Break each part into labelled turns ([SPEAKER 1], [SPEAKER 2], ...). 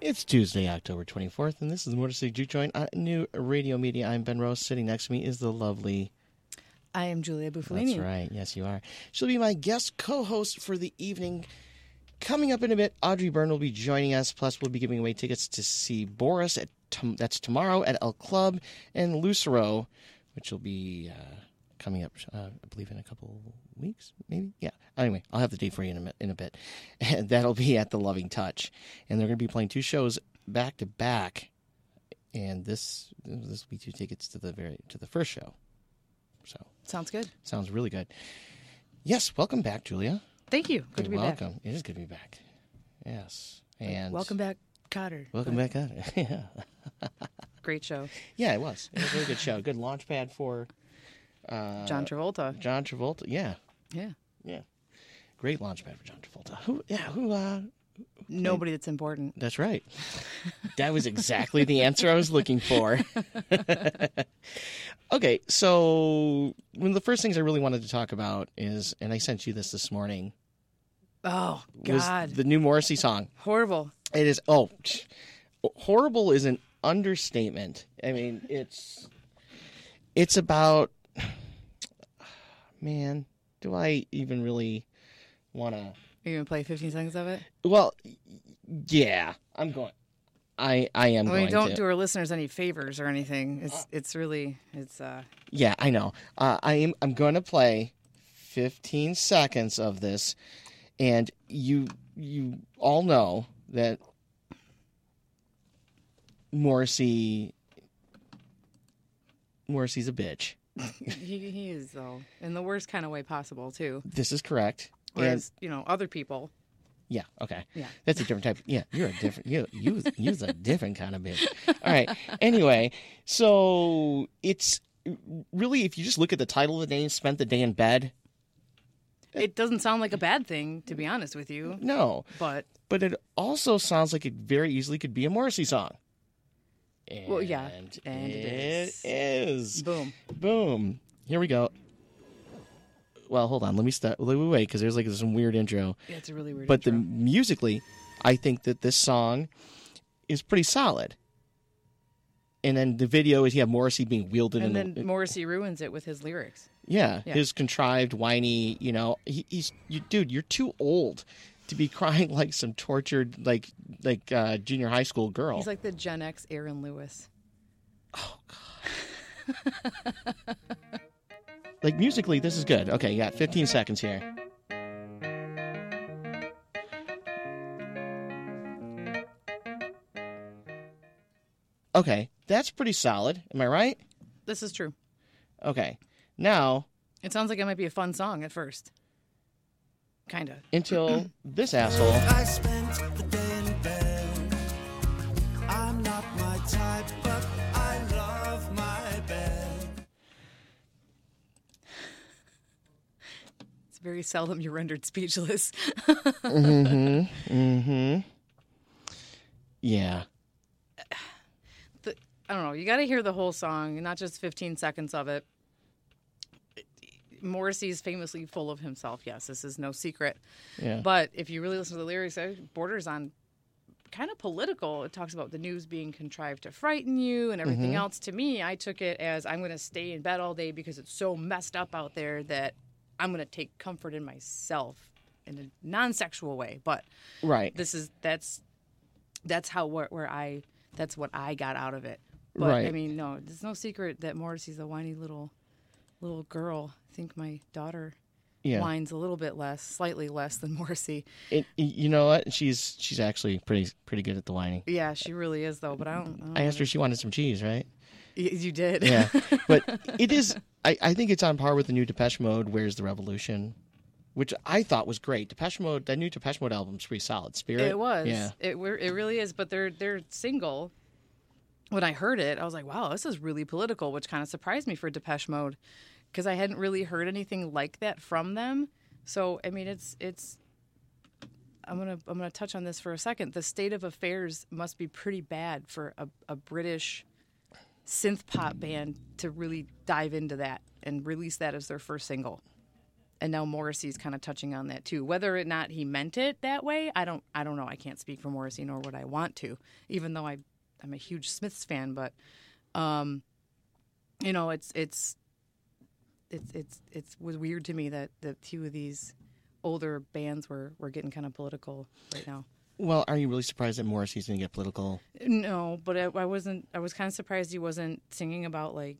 [SPEAKER 1] It's Tuesday, October 24th, and this is the Motor City Juke Joint on New Radio Media. I'm Ben Rose. Sitting next to me is the lovely.
[SPEAKER 2] I am Julia Buffalini.
[SPEAKER 1] That's right. Yes, you are. She'll be my guest co host for the evening. Coming up in a bit, Audrey Byrne will be joining us. Plus, we'll be giving away tickets to see Boris. At tom- that's tomorrow at El Club and Lucero, which will be uh, coming up, uh, I believe, in a couple weeks, maybe. Yeah. Anyway, I'll have the date for you in a, mi- in a bit. And that'll be at the Loving Touch, and they're going to be playing two shows back to back. And this this will be two tickets to the very to the first show. So
[SPEAKER 2] Sounds good.
[SPEAKER 1] sounds really good. Yes, welcome back, Julia.
[SPEAKER 2] Thank you. Good to be
[SPEAKER 1] You're
[SPEAKER 2] back.
[SPEAKER 1] welcome. It is good to be back. Yes. And
[SPEAKER 2] Welcome back, Cotter.
[SPEAKER 1] Welcome back on. yeah.
[SPEAKER 2] Great show.
[SPEAKER 1] Yeah, it was. It was a really good show. Good launch pad for uh,
[SPEAKER 2] John Travolta.
[SPEAKER 1] John Travolta. Yeah.
[SPEAKER 2] Yeah.
[SPEAKER 1] Yeah. Great launch pad for John Travolta. Who yeah, who uh
[SPEAKER 2] Nobody that's important.
[SPEAKER 1] that's right. that was exactly the answer I was looking for. okay, so one of the first things I really wanted to talk about is and I sent you this this morning
[SPEAKER 2] Oh,
[SPEAKER 1] was
[SPEAKER 2] God.
[SPEAKER 1] the new Morrissey song.
[SPEAKER 2] Horrible.
[SPEAKER 1] It is oh, psh. horrible is an understatement. I mean, it's it's about man. Do I even really want to?
[SPEAKER 2] Are you going to play 15 seconds of it?
[SPEAKER 1] Well, y- yeah, I'm going. I I am
[SPEAKER 2] I
[SPEAKER 1] going
[SPEAKER 2] mean, don't
[SPEAKER 1] to. Uh,
[SPEAKER 2] do our listeners any favors or anything. It's it's really, it's, uh,
[SPEAKER 1] yeah, I know. Uh, I am. I'm going to play 15 seconds of this, and you you all know that Morrissey Morrissey's a bitch.
[SPEAKER 2] he, he is, though, in the worst kind of way possible, too.
[SPEAKER 1] This is correct. And
[SPEAKER 2] Whereas, you know, other people,
[SPEAKER 1] yeah, okay.
[SPEAKER 2] Yeah.
[SPEAKER 1] That's a different type. Yeah, you're a different you you you's a different kind of bitch. All right. Anyway, so it's really if you just look at the title of the name, spent the day in bed.
[SPEAKER 2] it doesn't sound like a bad thing, to be honest with you,
[SPEAKER 1] No.
[SPEAKER 2] but
[SPEAKER 1] But it also sounds like it very easily could be a Morrissey song. And
[SPEAKER 2] Well, yeah, and it is.
[SPEAKER 1] it is.
[SPEAKER 2] boom.
[SPEAKER 1] Boom. Here we go. Well, hold on. Let me stop. Let me wait because there's like some weird intro.
[SPEAKER 2] Yeah, it's a really weird
[SPEAKER 1] But the
[SPEAKER 2] intro.
[SPEAKER 1] musically, I think that this song is pretty solid. And then the video is you have Morrissey being wielded
[SPEAKER 2] And
[SPEAKER 1] in
[SPEAKER 2] then
[SPEAKER 1] the,
[SPEAKER 2] Morrissey ruins it with his lyrics.
[SPEAKER 1] yeah,
[SPEAKER 2] yeah.
[SPEAKER 1] his contrived, whiny. You know, he, he's you, dude. You're too old to be crying like some tortured, like like uh, junior high school girl.
[SPEAKER 2] He's like the Gen X Aaron Lewis.
[SPEAKER 1] Like musically, this is good. Okay, you got 15 seconds here. Okay, that's pretty solid. Am I right?
[SPEAKER 2] This is true.
[SPEAKER 1] Okay, now
[SPEAKER 2] It sounds like it might be a fun song at first. Kinda.
[SPEAKER 1] until this asshole.
[SPEAKER 3] I spent the day in bed. I'm not my type, but I love my bed.
[SPEAKER 2] It's very seldom you're rendered speechless.
[SPEAKER 1] Mm-hmm. Yeah,
[SPEAKER 2] The- I don't know. You got to hear the whole song, not just 15 seconds of it. Morrissey is famously full of himself. Yes, this is no secret.
[SPEAKER 1] yeah.
[SPEAKER 2] But if you really listen to the lyrics, it borders on kind of political. It talks about the news being contrived to frighten you and
[SPEAKER 1] Mm-hmm.
[SPEAKER 2] everything else. To me, I took it as I'm going to stay in bed all day because it's so messed up out there that I'm going to take comfort in myself in a non-sexual way. But
[SPEAKER 1] right,
[SPEAKER 2] this is that's that's how where, where I that's what I got out of it. But I
[SPEAKER 1] Right.
[SPEAKER 2] mean, no, there's no secret that Morrissey's a whiny little little girl. I think my daughter
[SPEAKER 1] yeah.
[SPEAKER 2] whines a little bit less, slightly less than Morrissey.
[SPEAKER 1] It, you know what? She's she's actually pretty pretty good at the whining.
[SPEAKER 2] Yeah, she really is though. But I don't.
[SPEAKER 1] I asked her if she wanted some cheese, right?
[SPEAKER 2] Y- you did.
[SPEAKER 1] Yeah, but it is. I, I think it's on par with the new Depeche Mode. Where's the Revolution, which I thought was great. Depeche Mode, that new Depeche Mode album's pretty solid. Spirit,
[SPEAKER 2] it was.
[SPEAKER 1] Yeah,
[SPEAKER 2] It were- it really is. But their their single. When I heard it, I was like, "Wow, this is really political," which kind of surprised me for Depeche Mode, because I hadn't really heard anything like that from them. So I mean, it's it's. I'm gonna I'm gonna touch on this for a second. The state of affairs must be pretty bad for a, a British synth pop band to really dive into that and release that as their first single. and now Morrissey's kind of touching on that too. Whether or not he meant it that way, I don't I don't know. I can't speak for Morrissey nor would I want to, even though I I'm a huge Smiths fan, but um you know, it's it's it's it's it's was weird to me that the two of these older bands were were getting kind of political right now.
[SPEAKER 1] Well, are you really surprised that Morrissey's going to get political?
[SPEAKER 2] No, but I, I wasn't. I was kind of surprised he wasn't singing about like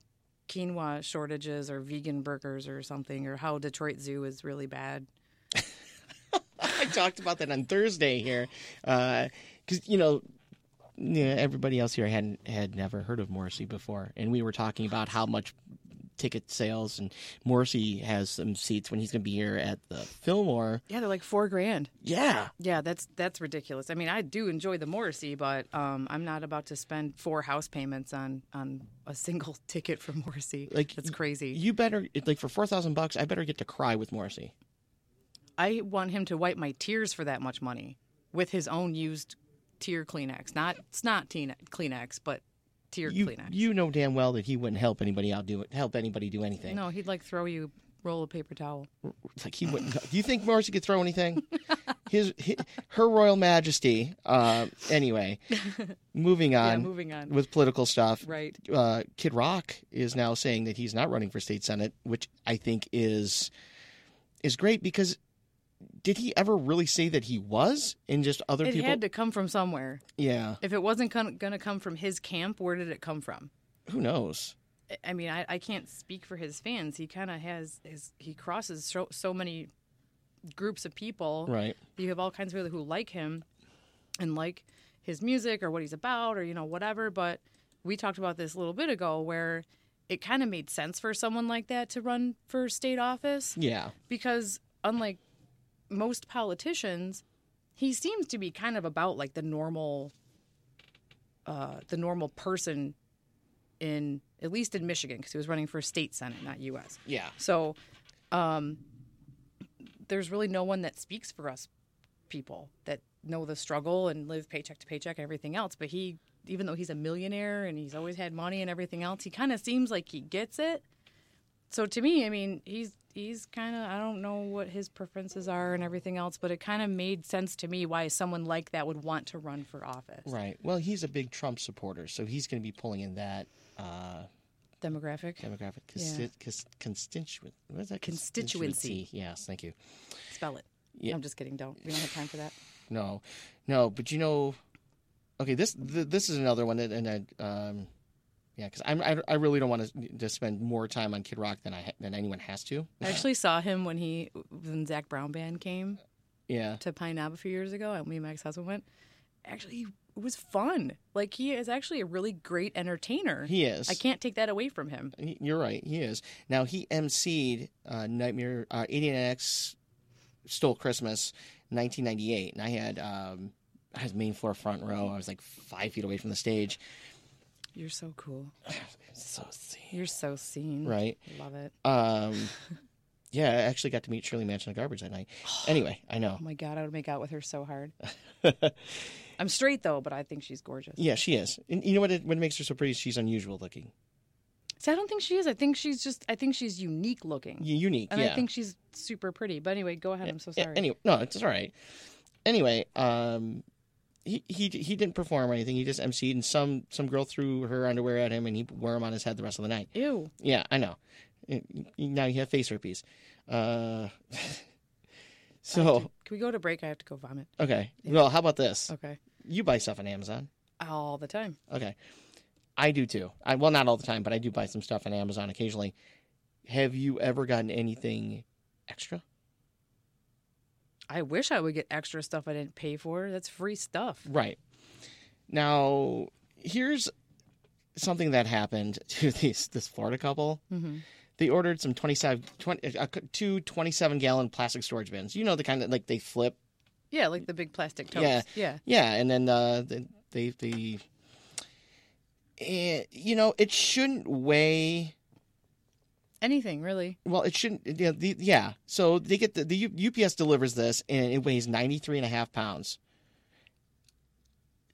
[SPEAKER 2] quinoa shortages or vegan burgers or something, or how Detroit Zoo is really bad.
[SPEAKER 1] I talked about that on Thursday here, because you know, yeah, everybody else here hadn't had never heard of Morrissey before, and we were talking about how much ticket sales and Morrissey has some seats when he's going to be here at the Fillmore.
[SPEAKER 2] Yeah, they're like four grand.
[SPEAKER 1] Yeah,
[SPEAKER 2] Yeah, that's that's ridiculous. I mean, I do enjoy the Morrissey, but um, I'm not about to spend four house payments on on a single ticket for Morrissey.
[SPEAKER 1] Like,
[SPEAKER 2] that's crazy.
[SPEAKER 1] you better it's like for four thousand bucks. I better get to cry with Morrissey.
[SPEAKER 2] I want him to wipe my tears for that much money with his own used tear Kleenex. Not it's not teen, Kleenex, but tear
[SPEAKER 1] You
[SPEAKER 2] Kleenex.
[SPEAKER 1] you know damn well that he wouldn't help anybody out do it. Help anybody do anything.
[SPEAKER 2] No, he'd like throw you a roll of paper towel.
[SPEAKER 1] It's like he wouldn't. Do you think Morrissey could throw anything? His, hi her Royal Majesty. Uh, anyway, moving
[SPEAKER 2] Yeah,
[SPEAKER 1] on
[SPEAKER 2] moving on.
[SPEAKER 1] with political stuff.
[SPEAKER 2] Right.
[SPEAKER 1] Uh, Kid Rock is now saying that he's not running for state senate, which I think is is great because did he ever really say that he was? And just other
[SPEAKER 2] It
[SPEAKER 1] people, Uh.
[SPEAKER 2] had to come from somewhere.
[SPEAKER 1] yeah.
[SPEAKER 2] If it wasn't con- going to come from his camp, where did it come from?
[SPEAKER 1] Who knows?
[SPEAKER 2] I- I mean, I, I can't speak for his fans. He kind of has his he crosses so, so many groups of people.
[SPEAKER 1] Right.
[SPEAKER 2] You have all kinds of people who like him and like his music or what he's about or you know whatever. But we talked about this a little bit ago where it kind of made sense for someone like that to run for state office
[SPEAKER 1] Yeah.
[SPEAKER 2] because unlike most politicians, he seems to be kind of about like the normal, uh, the normal person in at least in Michigan because he was running for state senate, not U.S.
[SPEAKER 1] Yeah.
[SPEAKER 2] So, um, there's really no one that speaks for us people that know the struggle and live paycheck to paycheck and everything else. But he, even though he's a millionaire and he's always had money and everything else, he kind of seems like he gets it. So to me, I mean, he's he's kind of I don't know what his preferences are and everything else, but it kind of made sense to me why someone like that would want to run for office.
[SPEAKER 1] Right. Well, he's a big Trump supporter, so he's going to be pulling in that. Uh,
[SPEAKER 2] Demographic.
[SPEAKER 1] demographic
[SPEAKER 2] Yeah.
[SPEAKER 1] consti- cons- constituent. What is that?
[SPEAKER 2] Constituency.
[SPEAKER 1] Yes, thank you.
[SPEAKER 2] Spell it.
[SPEAKER 1] Yeah.
[SPEAKER 2] I'm just kidding. Don't we don't have time for that.
[SPEAKER 1] No, no, but you know, okay. This th- this is another one that and I um, yeah, because I'm I, I really don't want to, to spend more time on Kid Rock than I ha- than anyone has to.
[SPEAKER 2] I actually saw him when he when Zach Brown band came
[SPEAKER 1] Yeah,
[SPEAKER 2] to Pine Knob a few years ago, and me and my ex husband went. Actually, it was fun. Like he is actually a really great entertainer.
[SPEAKER 1] he is.
[SPEAKER 2] I can't take that away from him.
[SPEAKER 1] Y- You're right. He is. Now he emceed uh, Nightmare uh, 89X Stole Christmas 1998, and I had um, I was main floor front row. I was like five feet away from the stage.
[SPEAKER 2] You're so cool.
[SPEAKER 1] So seen.
[SPEAKER 2] You're so seen.
[SPEAKER 1] Right.
[SPEAKER 2] Love it.
[SPEAKER 1] Um, yeah, I actually got to meet Shirley Manson of Garbage that night. Anyway, I know.
[SPEAKER 2] Oh my god, I would make out with her so hard. I'm straight though, but I think she's gorgeous.
[SPEAKER 1] Yeah, she is. And you know what? It, what makes her so pretty? is She's unusual looking,
[SPEAKER 2] So I don't think she is. I think she's just. I think she's unique looking,
[SPEAKER 1] Y- unique.
[SPEAKER 2] and
[SPEAKER 1] yeah.
[SPEAKER 2] I think she's super pretty. But anyway, go ahead. I'm so
[SPEAKER 1] Yeah,
[SPEAKER 2] sorry.
[SPEAKER 1] Anyway, no, it's all right. Anyway, um, he he he didn't perform or anything. He just emceed, and some some girl threw her underwear at him, and he wore them on his head the rest of the night.
[SPEAKER 2] Ew.
[SPEAKER 1] Yeah, I know. Y- y- Now you have face herpes. Uh, so
[SPEAKER 2] Can we go to break? I have to go vomit.
[SPEAKER 1] okay. Well, how about this?
[SPEAKER 2] Okay.
[SPEAKER 1] You buy stuff on Amazon.
[SPEAKER 2] All the time.
[SPEAKER 1] Okay. I do too. I well not all the time, but I do buy some stuff on Amazon occasionally. Have you ever gotten anything extra?
[SPEAKER 2] I wish I would get extra stuff I didn't pay for. That's free stuff.
[SPEAKER 1] Right. Now, here's something that happened to these this Florida couple.
[SPEAKER 2] Mm-hmm.
[SPEAKER 1] They ordered some 27 20, uh, two 27 gallon plastic storage bins. You know the kind that like they flip.
[SPEAKER 2] Yeah, like the big plastic totes.
[SPEAKER 1] Yeah.
[SPEAKER 2] Yeah.
[SPEAKER 1] Yeah, and then uh they they, they eh, you know, it shouldn't weigh
[SPEAKER 2] Anything really.
[SPEAKER 1] Well, it shouldn't. Yeah, the, yeah. so they get the, the U- UPS delivers this, and it weighs 93 and a half pounds.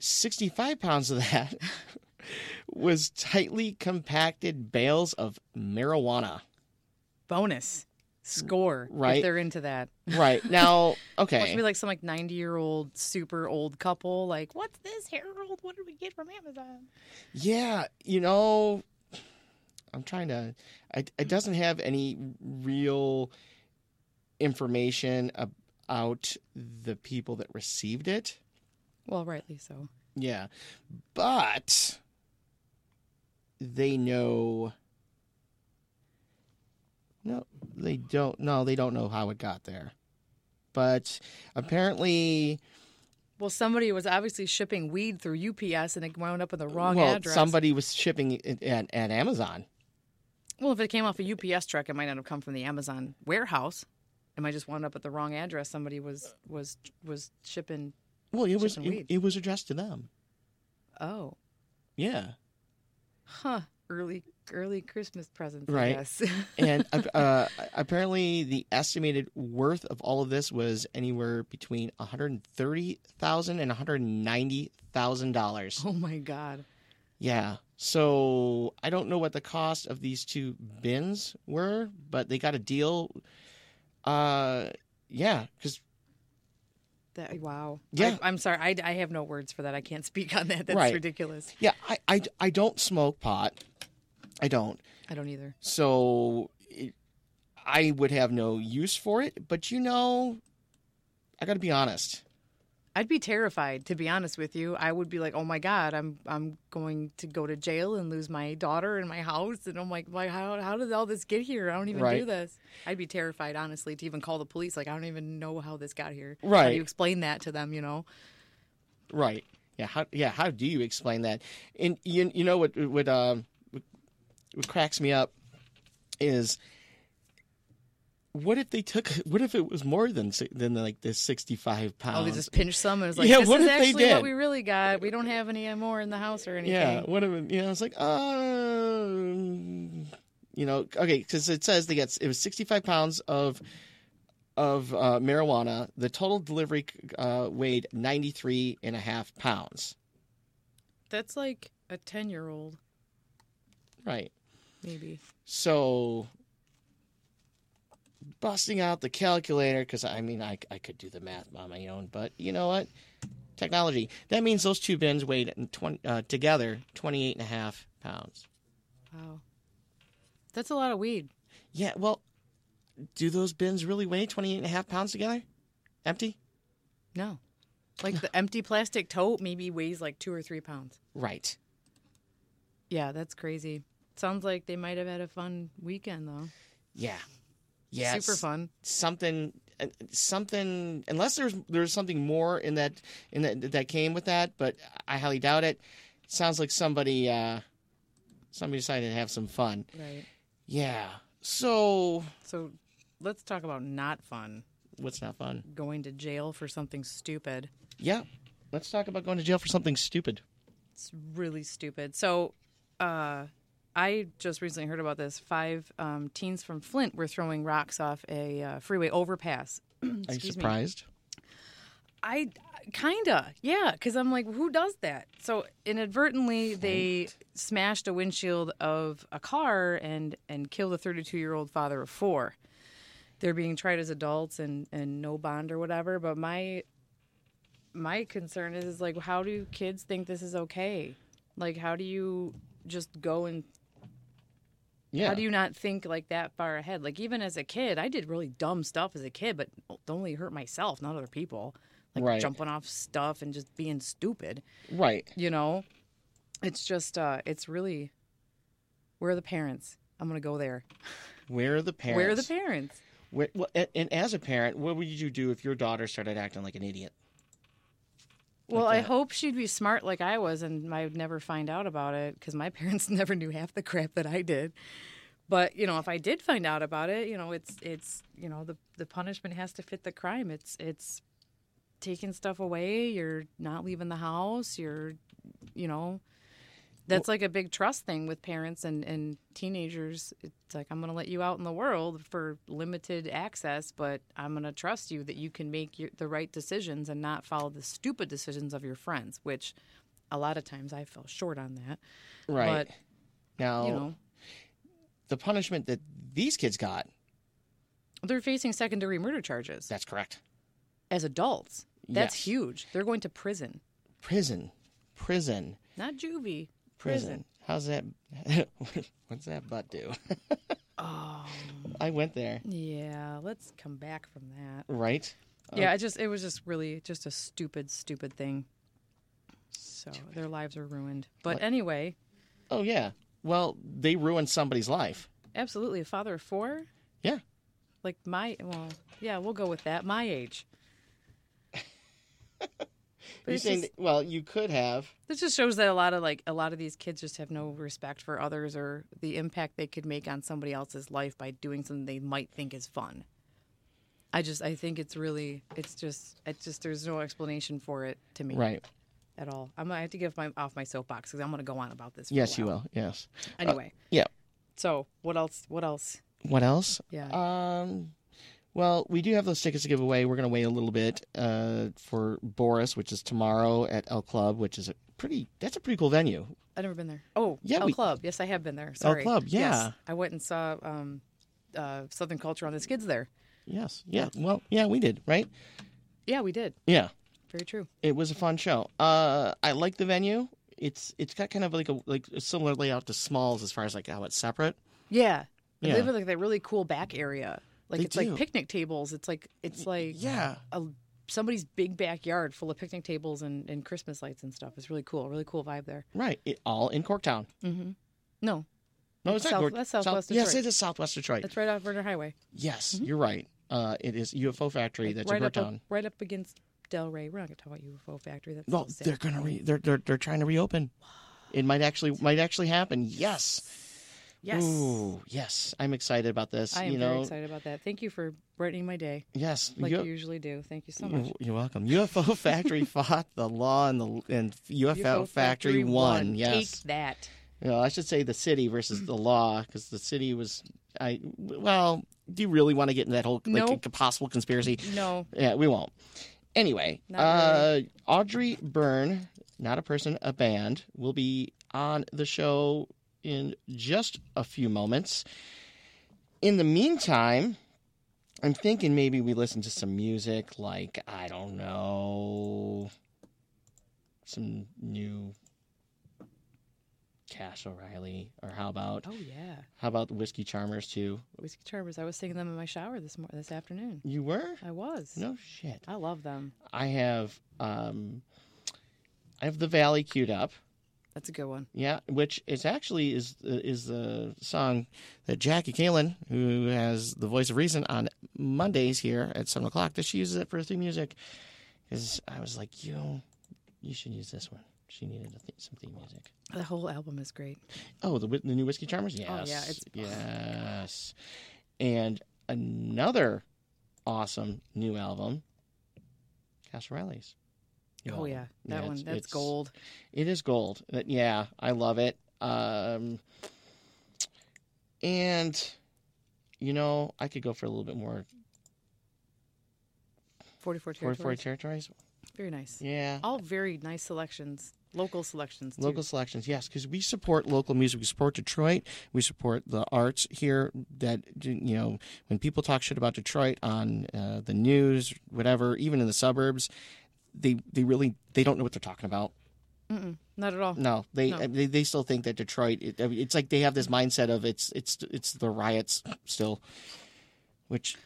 [SPEAKER 1] 65 pounds of that was tightly compacted bales of marijuana.
[SPEAKER 2] Bonus. score
[SPEAKER 1] Right.
[SPEAKER 2] if they're into that.
[SPEAKER 1] Right. Now,
[SPEAKER 2] Must
[SPEAKER 1] okay.
[SPEAKER 2] be like some like ninety year old super old couple. Like, what's this Harold? What did we get from Amazon?
[SPEAKER 1] Yeah, you know, I'm trying to. I, it doesn't have any real information about the people that received it.
[SPEAKER 2] Well, rightly so.
[SPEAKER 1] Yeah, but they know. No, they don't. No, they don't know how it got there. But apparently,
[SPEAKER 2] Well, somebody was obviously shipping weed through UPS and it wound up in the wrong
[SPEAKER 1] well,
[SPEAKER 2] address.
[SPEAKER 1] somebody was shipping it at, at Amazon.
[SPEAKER 2] Well, if it came off a UPS truck, it might not have come from the Amazon warehouse. It might just wound up at the wrong address. Somebody was was was shipping.
[SPEAKER 1] Well, it was
[SPEAKER 2] Shipping
[SPEAKER 1] it,
[SPEAKER 2] weed.
[SPEAKER 1] it was addressed to them.
[SPEAKER 2] Oh,
[SPEAKER 1] Yeah.
[SPEAKER 2] huh. Early early Christmas presents.
[SPEAKER 1] Right.
[SPEAKER 2] Yes.
[SPEAKER 1] and ap- uh, apparently the estimated worth of all of this was anywhere between one hundred thirty thousand and one hundred ninety thousand dollars.
[SPEAKER 2] oh my God.
[SPEAKER 1] Yeah. So I don't know what the cost of these two bins were, but they got a deal. Uh, yeah, because
[SPEAKER 2] That wow.
[SPEAKER 1] Yeah.
[SPEAKER 2] I, am sorry. I, I have no words for that. I can't speak on that. That's
[SPEAKER 1] Right.
[SPEAKER 2] ridiculous.
[SPEAKER 1] yeah, I, I I don't smoke pot. I don't.
[SPEAKER 2] I don't either.
[SPEAKER 1] So it, I would have no use for it. But you know, I got to be honest.
[SPEAKER 2] I'd be terrified, to be honest with you. I would be like, "Oh my God, I'm I'm going to go to jail and lose my daughter and my house." And I'm like, "Why? How how did all this get here? I don't even
[SPEAKER 1] Right.
[SPEAKER 2] do this." I'd be terrified, honestly, to even call the police. Like, I don't even know how this got here. How
[SPEAKER 1] Right.
[SPEAKER 2] do you explain that to them? You know?
[SPEAKER 1] Right. Yeah. How yeah, how do you explain that? And you you know what what um what cracks me up is what if they took what if it was more than si- than like the 65 pounds?
[SPEAKER 2] Oh, they just pinch some and it's like,
[SPEAKER 1] Yeah,
[SPEAKER 2] "This
[SPEAKER 1] what
[SPEAKER 2] is
[SPEAKER 1] if they
[SPEAKER 2] actually
[SPEAKER 1] did?
[SPEAKER 2] what we really got. We don't have any more in the house or anything."
[SPEAKER 1] yeah, what if it- you know it's like um you know, okay, cuz it says they got it was 65 pounds of of uh, marijuana. The total delivery uh, weighed 93 and a half pounds.
[SPEAKER 2] That's like a ten year old,
[SPEAKER 1] Right.
[SPEAKER 2] maybe.
[SPEAKER 1] So busting out the calculator because I mean I, I could do the math on my own, but you know what? Technology. That means those two bins weighed in 20, uh, together 28 and a half pounds.
[SPEAKER 2] Wow. That's a lot of weed.
[SPEAKER 1] Yeah, well, do those bins really weigh 28 and a half pounds together? Empty?
[SPEAKER 2] No. Like the empty plastic tote maybe weighs like two or three pounds.
[SPEAKER 1] Right.
[SPEAKER 2] Yeah, that's crazy. Sounds like they might have had a fun weekend though.
[SPEAKER 1] Yeah. Yeah.
[SPEAKER 2] Super
[SPEAKER 1] s-
[SPEAKER 2] fun.
[SPEAKER 1] Something uh, something unless there's there's something more in that in that that came with that, but I highly doubt it. Sounds like somebody uh somebody decided to have some fun.
[SPEAKER 2] Right.
[SPEAKER 1] Yeah. So
[SPEAKER 2] So let's talk about not fun.
[SPEAKER 1] what's not fun?
[SPEAKER 2] Going to jail for something stupid.
[SPEAKER 1] Yeah. Let's talk about going to jail for something stupid.
[SPEAKER 2] It's really stupid. So uh I just recently heard about this. Five um, teens from Flint were throwing rocks off a uh, freeway overpass
[SPEAKER 1] Are you
[SPEAKER 2] Excuse me.
[SPEAKER 1] surprised?
[SPEAKER 2] I kinda, yeah, because I'm like, who does that? So inadvertently, they smashed a windshield of a car and and killed a 32 year old father of four. They're being tried as adults and and no bond or whatever. But my my concern is, is like, how do kids think this is okay? Like, how do you just go and
[SPEAKER 1] Yeah.
[SPEAKER 2] how do you not think like that far ahead? Like even as a kid, I did really dumb stuff as a kid, but only hurt myself, not other people. Like
[SPEAKER 1] Right.
[SPEAKER 2] jumping off stuff and just being stupid.
[SPEAKER 1] right.
[SPEAKER 2] You know? It's just uh it's really where are the parents? I'm gonna go there.
[SPEAKER 1] Where are the parents?
[SPEAKER 2] Where are the parents?
[SPEAKER 1] Where, well, and, and as a parent, what would you do if your daughter started acting like an idiot?
[SPEAKER 2] Well, I
[SPEAKER 1] that.
[SPEAKER 2] hope she'd be smart like I was and I would never find out about it because my parents never knew half the crap that I did. But, you know, if I did find out about it, you know, it's it's you know, the the punishment has to fit the crime. It's it's taking stuff away, you're not leaving the house, you're you know that's like a big trust thing with parents and, and teenagers. It's like I'm gonna let you out in the world for limited access, but I'm gonna trust you that you can make your, the right decisions and not follow the stupid decisions of your friends. Which, a lot of times, I fell short on that.
[SPEAKER 1] Right. now
[SPEAKER 2] You know,
[SPEAKER 1] the punishment that these kids got
[SPEAKER 2] They're facing secondary murder charges
[SPEAKER 1] That's correct.
[SPEAKER 2] as adults. That's
[SPEAKER 1] Yes.
[SPEAKER 2] huge. They're going to prison,
[SPEAKER 1] Prison. Prison.
[SPEAKER 2] not juvie.
[SPEAKER 1] Prison. How's that? What's that butt do?
[SPEAKER 2] Oh,
[SPEAKER 1] I went there.
[SPEAKER 2] yeah. Let's come back from that.
[SPEAKER 1] Right?
[SPEAKER 2] Yeah, I just it was just really just a stupid, stupid thing. So their lives are ruined. But anyway,
[SPEAKER 1] Oh, yeah. Well, they ruined somebody's life.
[SPEAKER 2] absolutely, a father of four,
[SPEAKER 1] Yeah.
[SPEAKER 2] like my well, yeah, we'll go with that. My age. But
[SPEAKER 1] You're
[SPEAKER 2] it's
[SPEAKER 1] saying,
[SPEAKER 2] just-
[SPEAKER 1] that- well, you could have.
[SPEAKER 2] This just shows that a lot of like a lot of these kids just have no respect for others or the impact they could make on somebody else's life by doing something they might think is fun. I just I think it's really it's just it's just there's no explanation for it to me
[SPEAKER 1] Right.
[SPEAKER 2] at all. I'm gonna have to give my off my soapbox because I'm gonna go on about this. For
[SPEAKER 1] Yes,
[SPEAKER 2] a
[SPEAKER 1] you
[SPEAKER 2] while.
[SPEAKER 1] will. Yes. Uh,
[SPEAKER 2] Anyway,
[SPEAKER 1] Yeah.
[SPEAKER 2] so what else? What else?
[SPEAKER 1] What else?
[SPEAKER 2] Yeah.
[SPEAKER 1] Um, well, we do have those tickets to give away. We're going to wait a little bit uh, for Boris, which is tomorrow at El Club, which is a pretty. That's a pretty cool venue.
[SPEAKER 2] I've never been there. Oh,
[SPEAKER 1] Yeah,
[SPEAKER 2] El
[SPEAKER 1] we-
[SPEAKER 2] Club. Yes, I have been there. Sorry.
[SPEAKER 1] Club, yeah.
[SPEAKER 2] Yes, I went and saw um, uh, Southern Culture on the Skids there.
[SPEAKER 1] Yes. Yeah. Well. Yeah, we did. Right.
[SPEAKER 2] Yeah, we did.
[SPEAKER 1] Yeah.
[SPEAKER 2] Very true.
[SPEAKER 1] It was a fun show. Uh, I like the venue. It's it's got kind of like a like a similar layout to Smalls as far as like how it's separate.
[SPEAKER 2] Yeah. And
[SPEAKER 1] Yeah.
[SPEAKER 2] They have like that really cool back area. Like
[SPEAKER 1] They
[SPEAKER 2] it's
[SPEAKER 1] do.
[SPEAKER 2] like picnic tables. It's like it's like
[SPEAKER 1] yeah.
[SPEAKER 2] a, somebody's big backyard full of picnic tables and, and Christmas lights and stuff. It's really cool. Really cool vibe there.
[SPEAKER 1] Right. It, all in Corktown.
[SPEAKER 2] Mm-hmm. No,
[SPEAKER 1] No, it's
[SPEAKER 2] South-
[SPEAKER 1] not Cork-
[SPEAKER 2] that's Southwest
[SPEAKER 1] Yes,
[SPEAKER 2] Detroit.
[SPEAKER 1] it is Southwest Detroit.
[SPEAKER 2] that's right off Vernon Highway.
[SPEAKER 1] Yes, you're right. Uh, it is UFO Factory. that's
[SPEAKER 2] right
[SPEAKER 1] in
[SPEAKER 2] up,
[SPEAKER 1] Corktown.
[SPEAKER 2] up right up against Delray. We're not gonna talk about UFO Factory. That's
[SPEAKER 1] Well,
[SPEAKER 2] so sad.
[SPEAKER 1] they're gonna re- they're, they're they're trying to reopen. It might actually might actually happen. Yes.
[SPEAKER 2] Yes.
[SPEAKER 1] Ooh, yes. I'm excited about this.
[SPEAKER 2] I am
[SPEAKER 1] you know.
[SPEAKER 2] very excited about that. Thank you for brightening my day,
[SPEAKER 1] Yes.
[SPEAKER 2] like
[SPEAKER 1] you-
[SPEAKER 2] you usually do. Thank you so much.
[SPEAKER 1] you're welcome. UFO Factory fought the law and the and UFO, Factory, won. Yes.
[SPEAKER 2] Take that.
[SPEAKER 1] Well, I should say the city versus the law because the city was I well. Do you really want to get into that whole like
[SPEAKER 2] Nope.
[SPEAKER 1] possible conspiracy?
[SPEAKER 2] No.
[SPEAKER 1] Yeah, we won't. Anyway,
[SPEAKER 2] Not
[SPEAKER 1] uh, Audrey Byrne, not a person, a band, will be on the show in just a few moments. In the meantime, I'm thinking maybe we listen to some music, like I don't know, some new Cash O'Reilly, or how about
[SPEAKER 2] Oh yeah.
[SPEAKER 1] how about the Whiskey Charmers too?
[SPEAKER 2] Whiskey Charmers. I was singing them in my shower this mor- this afternoon.
[SPEAKER 1] You were
[SPEAKER 2] I was.
[SPEAKER 1] no shit.
[SPEAKER 2] I love them.
[SPEAKER 1] I have um, I have the Valley queued up.
[SPEAKER 2] That's a good one.
[SPEAKER 1] Yeah, which is actually is is the song that Jackie Kalen, who has the voice of reason on Mondays here at seven o'clock, that she uses it for theme music. Because I was like, you, you should use this one. She needed a th- some theme music.
[SPEAKER 2] The whole album is great.
[SPEAKER 1] Oh, the, Whi- the new Whiskey Charmers? Yes.
[SPEAKER 2] yeah, it's-
[SPEAKER 1] yes. And another awesome new album, Cash Riley's. new
[SPEAKER 2] oh
[SPEAKER 1] album.
[SPEAKER 2] yeah, that
[SPEAKER 1] it's-
[SPEAKER 2] one. That's
[SPEAKER 1] it's-
[SPEAKER 2] gold.
[SPEAKER 1] It is gold. Uh, Yeah, I love it. Um, and, you know, I could go for a little bit more.
[SPEAKER 2] Forty four
[SPEAKER 1] Territories.
[SPEAKER 2] territories.
[SPEAKER 1] 44 territories?
[SPEAKER 2] Very nice.
[SPEAKER 1] Yeah.
[SPEAKER 2] All very nice selections. Local selections. Too.
[SPEAKER 1] Local selections, yes, because we support local music. We support Detroit. We support the arts here. That you know, when people talk shit about Detroit on uh, the news, whatever, even in the suburbs, they they really they don't know what they're talking about.
[SPEAKER 2] Not at all.
[SPEAKER 1] No, they
[SPEAKER 2] Oh, No.
[SPEAKER 1] they, they still think that Detroit. It, I mean, it's like they have this mindset of it's it's it's the riots still, which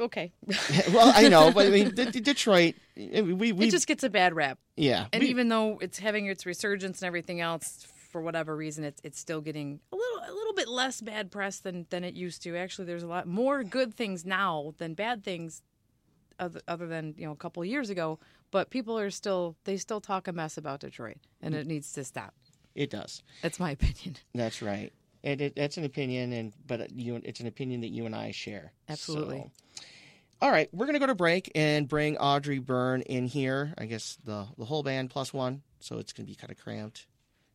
[SPEAKER 2] Okay.
[SPEAKER 1] well I know, but I mean D- D- Detroit. I mean, we we
[SPEAKER 2] it just gets a bad rap.
[SPEAKER 1] yeah
[SPEAKER 2] And
[SPEAKER 1] we-
[SPEAKER 2] even though it's having its resurgence and everything else, for whatever reason, it's it's still getting a little a little bit less bad press than than it used to. Actually, there's a lot more good things now than bad things, other, other than you know a couple of years ago. But people are still they still talk a mess about Detroit, and it needs to stop.
[SPEAKER 1] it does.
[SPEAKER 2] That's my opinion.
[SPEAKER 1] That's right. And it, that's an opinion, and but you, it's an opinion that you and I share.
[SPEAKER 2] Absolutely.
[SPEAKER 1] So- All right, we're gonna go to break and bring Audrey Byrne in here. I guess the the whole band plus one, so it's gonna be kind of cramped.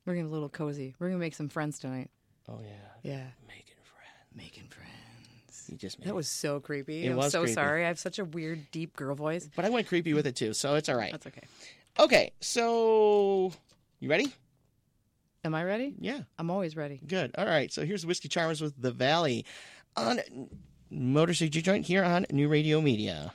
[SPEAKER 2] We're gonna be a little cozy. We're gonna make some friends tonight.
[SPEAKER 1] Oh yeah,
[SPEAKER 2] Yeah,
[SPEAKER 1] making friends.
[SPEAKER 2] making friends.
[SPEAKER 1] You just made
[SPEAKER 2] That was so creepy.
[SPEAKER 1] It
[SPEAKER 2] I'm
[SPEAKER 1] was
[SPEAKER 2] so
[SPEAKER 1] creepy.
[SPEAKER 2] sorry. I have such a weird deep girl voice.
[SPEAKER 1] But I went creepy with it too, so it's all right.
[SPEAKER 2] That's okay.
[SPEAKER 1] Okay, so you ready?
[SPEAKER 2] Am I ready?
[SPEAKER 1] Yeah,
[SPEAKER 2] I'm always ready.
[SPEAKER 1] good. All right, so here's Whiskey Charmers with The Valley on Motor City Joint here on New Radio Media.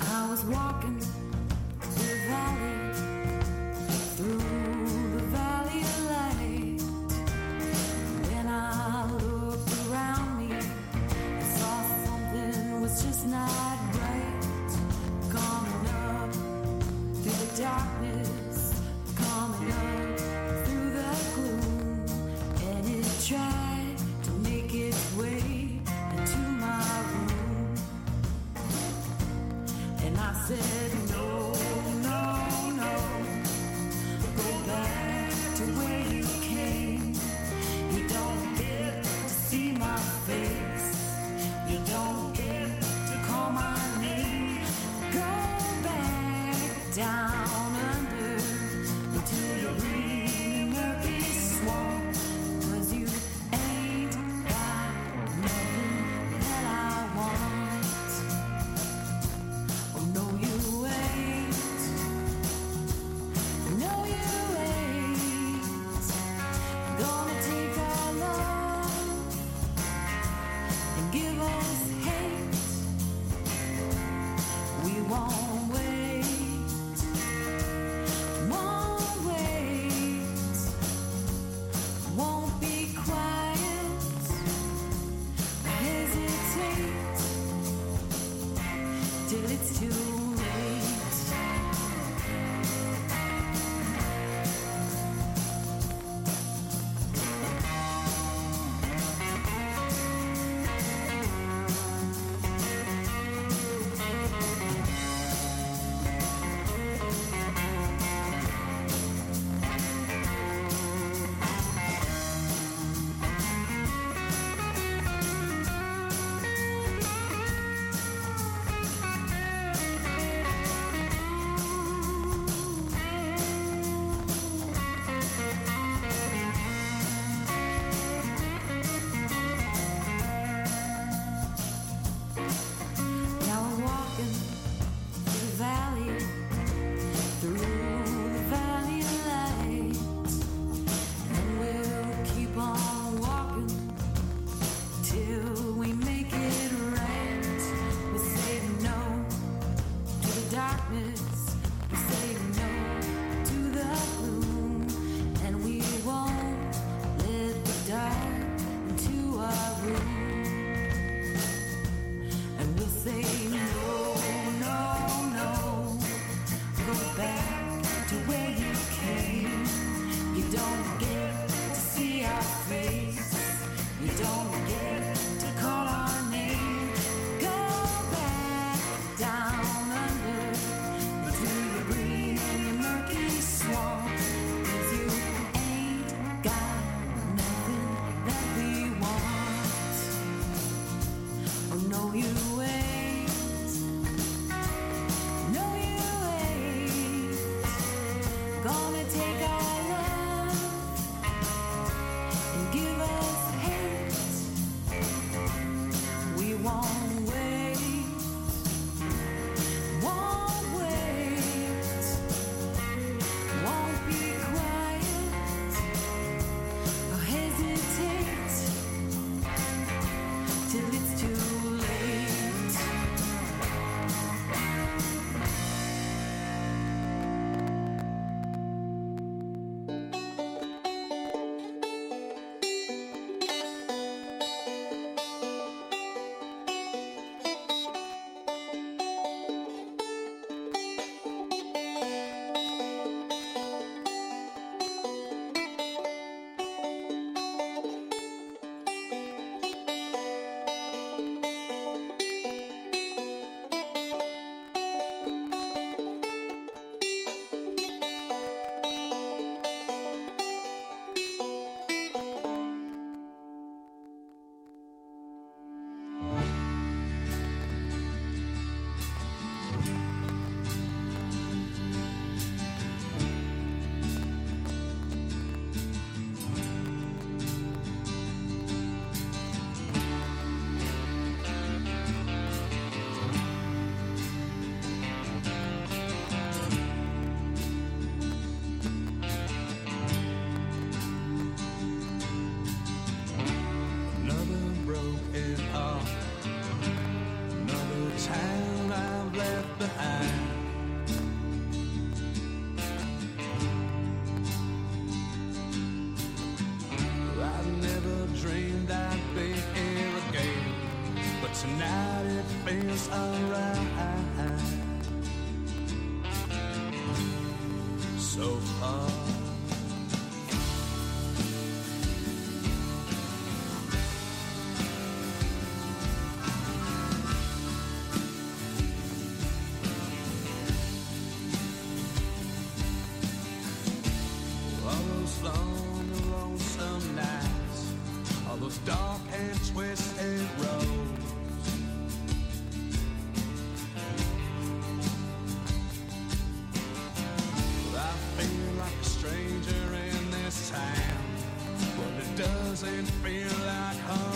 [SPEAKER 4] I was walking to the valley, through the valley of light. When I looked around me, I saw something was just not right. Coming up through the darkness, coming up through the gloom, and it tried to make its way into my room. And I said, no, no, no. Go back to where you came. You don't get to see my face. You don't get to call my name. Go back down under into the green murky swamp. 'Cause you ain't got nothing that I want. Oh no, you wait. No, you wait. Gonna take our love and give us hate. We won't wait. Won't wait. Won't be quiet. Hesitate till it's too late. Now I'm walking through the valley, through the valley of light, and we'll keep on walking till we make it right. We say no to the darkness, we say no to the gloom, and we won't let the dark into our room. And we'll say no, no, no. Go back to where you came. You don't get to see our face. You don't get to call our name. Go back down under to the green
[SPEAKER 5] Oh,
[SPEAKER 3] so hard. All those long, lonesome nights, all those dark and twisted roads. I feel like a stranger in this town, but it doesn't feel like home.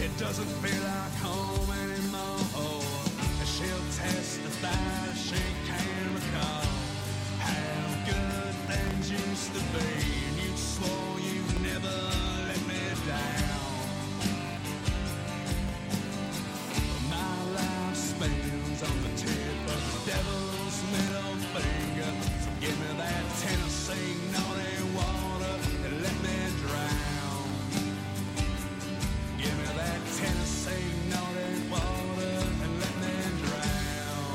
[SPEAKER 3] It doesn't feel like home anymore. And she'll testify she can recall how good things used to be. And you swore you never let me down. My life spins on the tip of the devil's middle finger. So give me that Tennessee naughty water and let me drown. Give me that Tennessee naughty water and let me drown.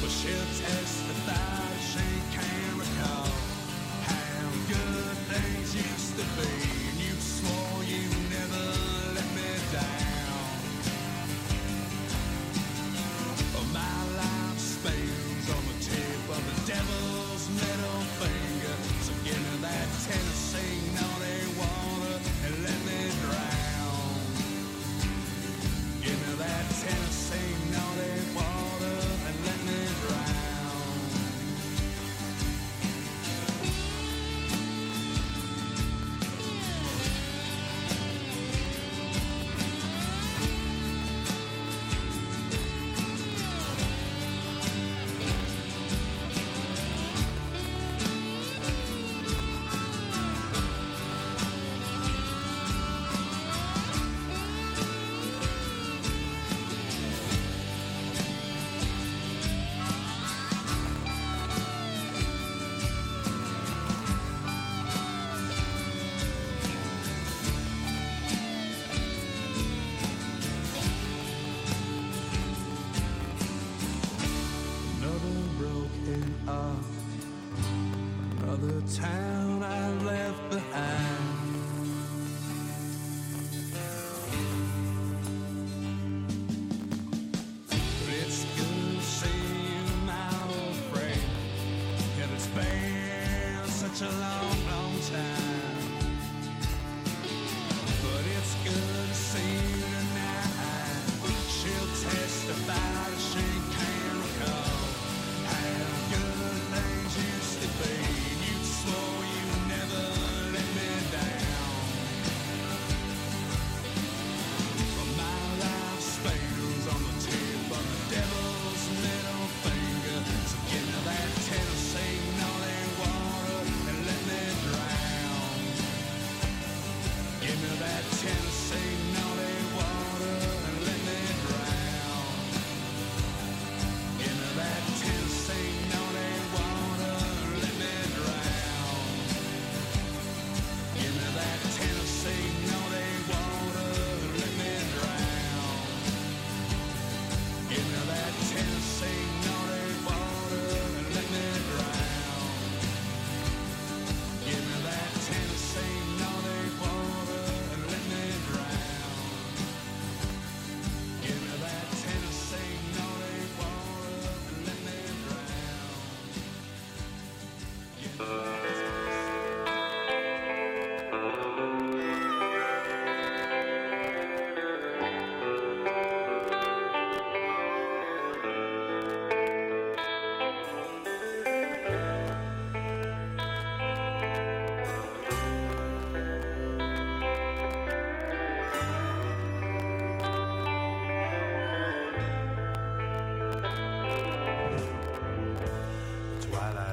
[SPEAKER 3] But she'll testify she can recall how good things used to be. And you swore you never let me down. Oh, my life spins on the tip of the devil's middle finger. So give me that Tennessee naughty water and let me drown. Give me that Tennessee naughty water and let me drown. Another broken up, another town I left behind. But it's good to see you, my old friend. And it's been such a long, long time. But it's good to see you tonight. She'll testify that she can recall how good things used to be. You swore you uh, uh, uh,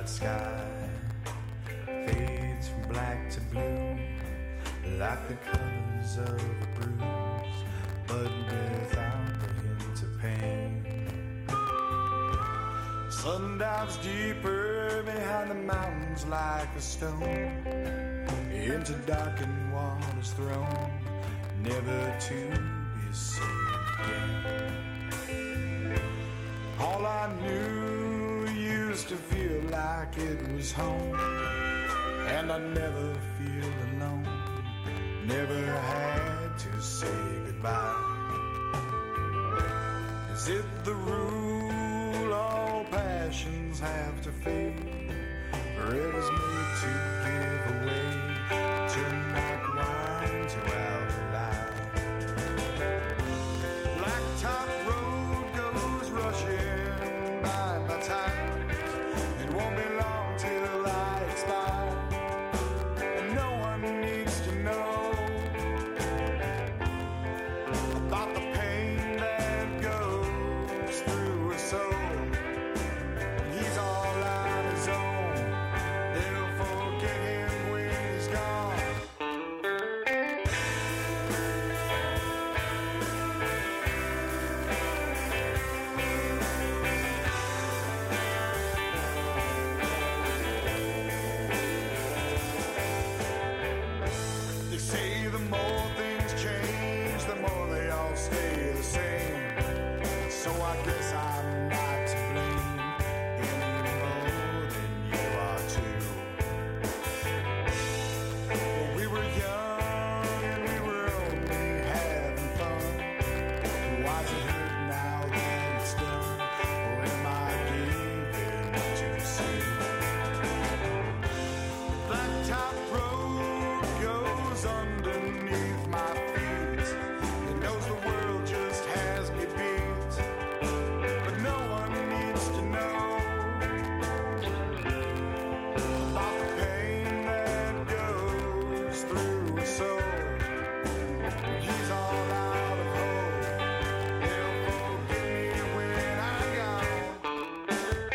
[SPEAKER 6] sky fades from black to blue like the colors of a bruise, but without the hint of pain. Sun dives deeper behind the mountains like a stone into darkened waters thrown, never to be seen again. All I knew used to feel like it was home, and I never feel alone. Never had to say goodbye. Is it the rule all passions have to fade? Rivers made to give away, turn back wine to alkaline. Blacktop road goes rushing by my time. It won't be long till I expire. And no one needs to know about the pain that goes through a soul. He's all on his own. They'll forget him when he's gone. They say the more things change, the more they all stay the same. So I guess I'm not to blame any more than you are too. When we were young and we were only having fun. Why's it hurt now that it's done? Or am I giving too soon? Blacktop road goes underneath my feet. It knows the world just has me beat, but no one needs to know about the pain that goes through a soul. He's all out of hope. He'll forget me when I'm gone.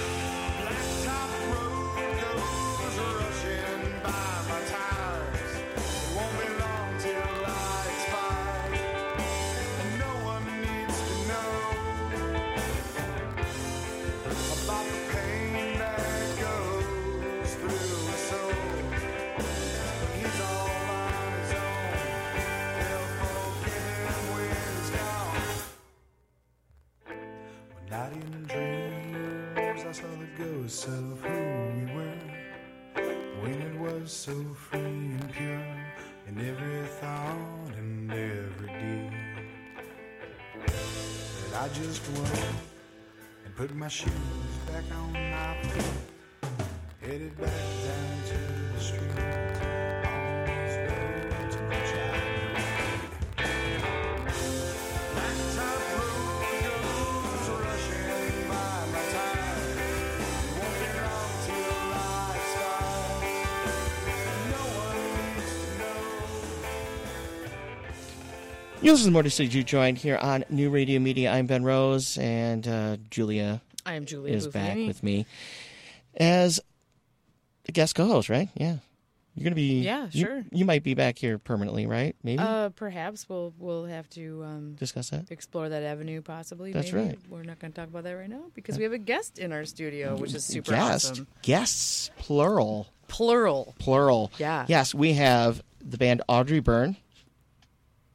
[SPEAKER 6] Blacktop road goes rushing by my tires. It won't be long till I expire, and no one needs to know about the pain that goes through a soul. He's all on his own. They'll forget him when he's gone. One night in dreams, I saw the ghosts of who we were. When it was so free and pure, in every thought and every deed. That I just went and put my shoes back on my feet, headed back down to the street. on this road to which I knew. Blacktop road goes rushing by my time. Won't be long till I expire. No one needs to know.
[SPEAKER 1] You listen to Morty City Jew joined here on New Radio Media. I'm Ben Rose, and uh, Julia
[SPEAKER 2] I am Julia
[SPEAKER 1] is back
[SPEAKER 2] Buffini.
[SPEAKER 1] with me as a guest co-host, right? Yeah, you're gonna be.
[SPEAKER 2] Yeah,
[SPEAKER 1] you-
[SPEAKER 2] sure.
[SPEAKER 1] You, might be back here permanently, right? Maybe
[SPEAKER 2] Uh, perhaps we'll we'll have to um,
[SPEAKER 1] discuss that.
[SPEAKER 2] explore that avenue possibly.
[SPEAKER 1] That's
[SPEAKER 2] maybe.
[SPEAKER 1] right.
[SPEAKER 2] We're not going to talk about that right now because we have a guest in our studio, which is super
[SPEAKER 1] Guest,
[SPEAKER 2] awesome.
[SPEAKER 1] guests, plural,
[SPEAKER 2] Plural.
[SPEAKER 1] plural.
[SPEAKER 2] Yeah.
[SPEAKER 1] Yes, we have the band Audrey Byrne.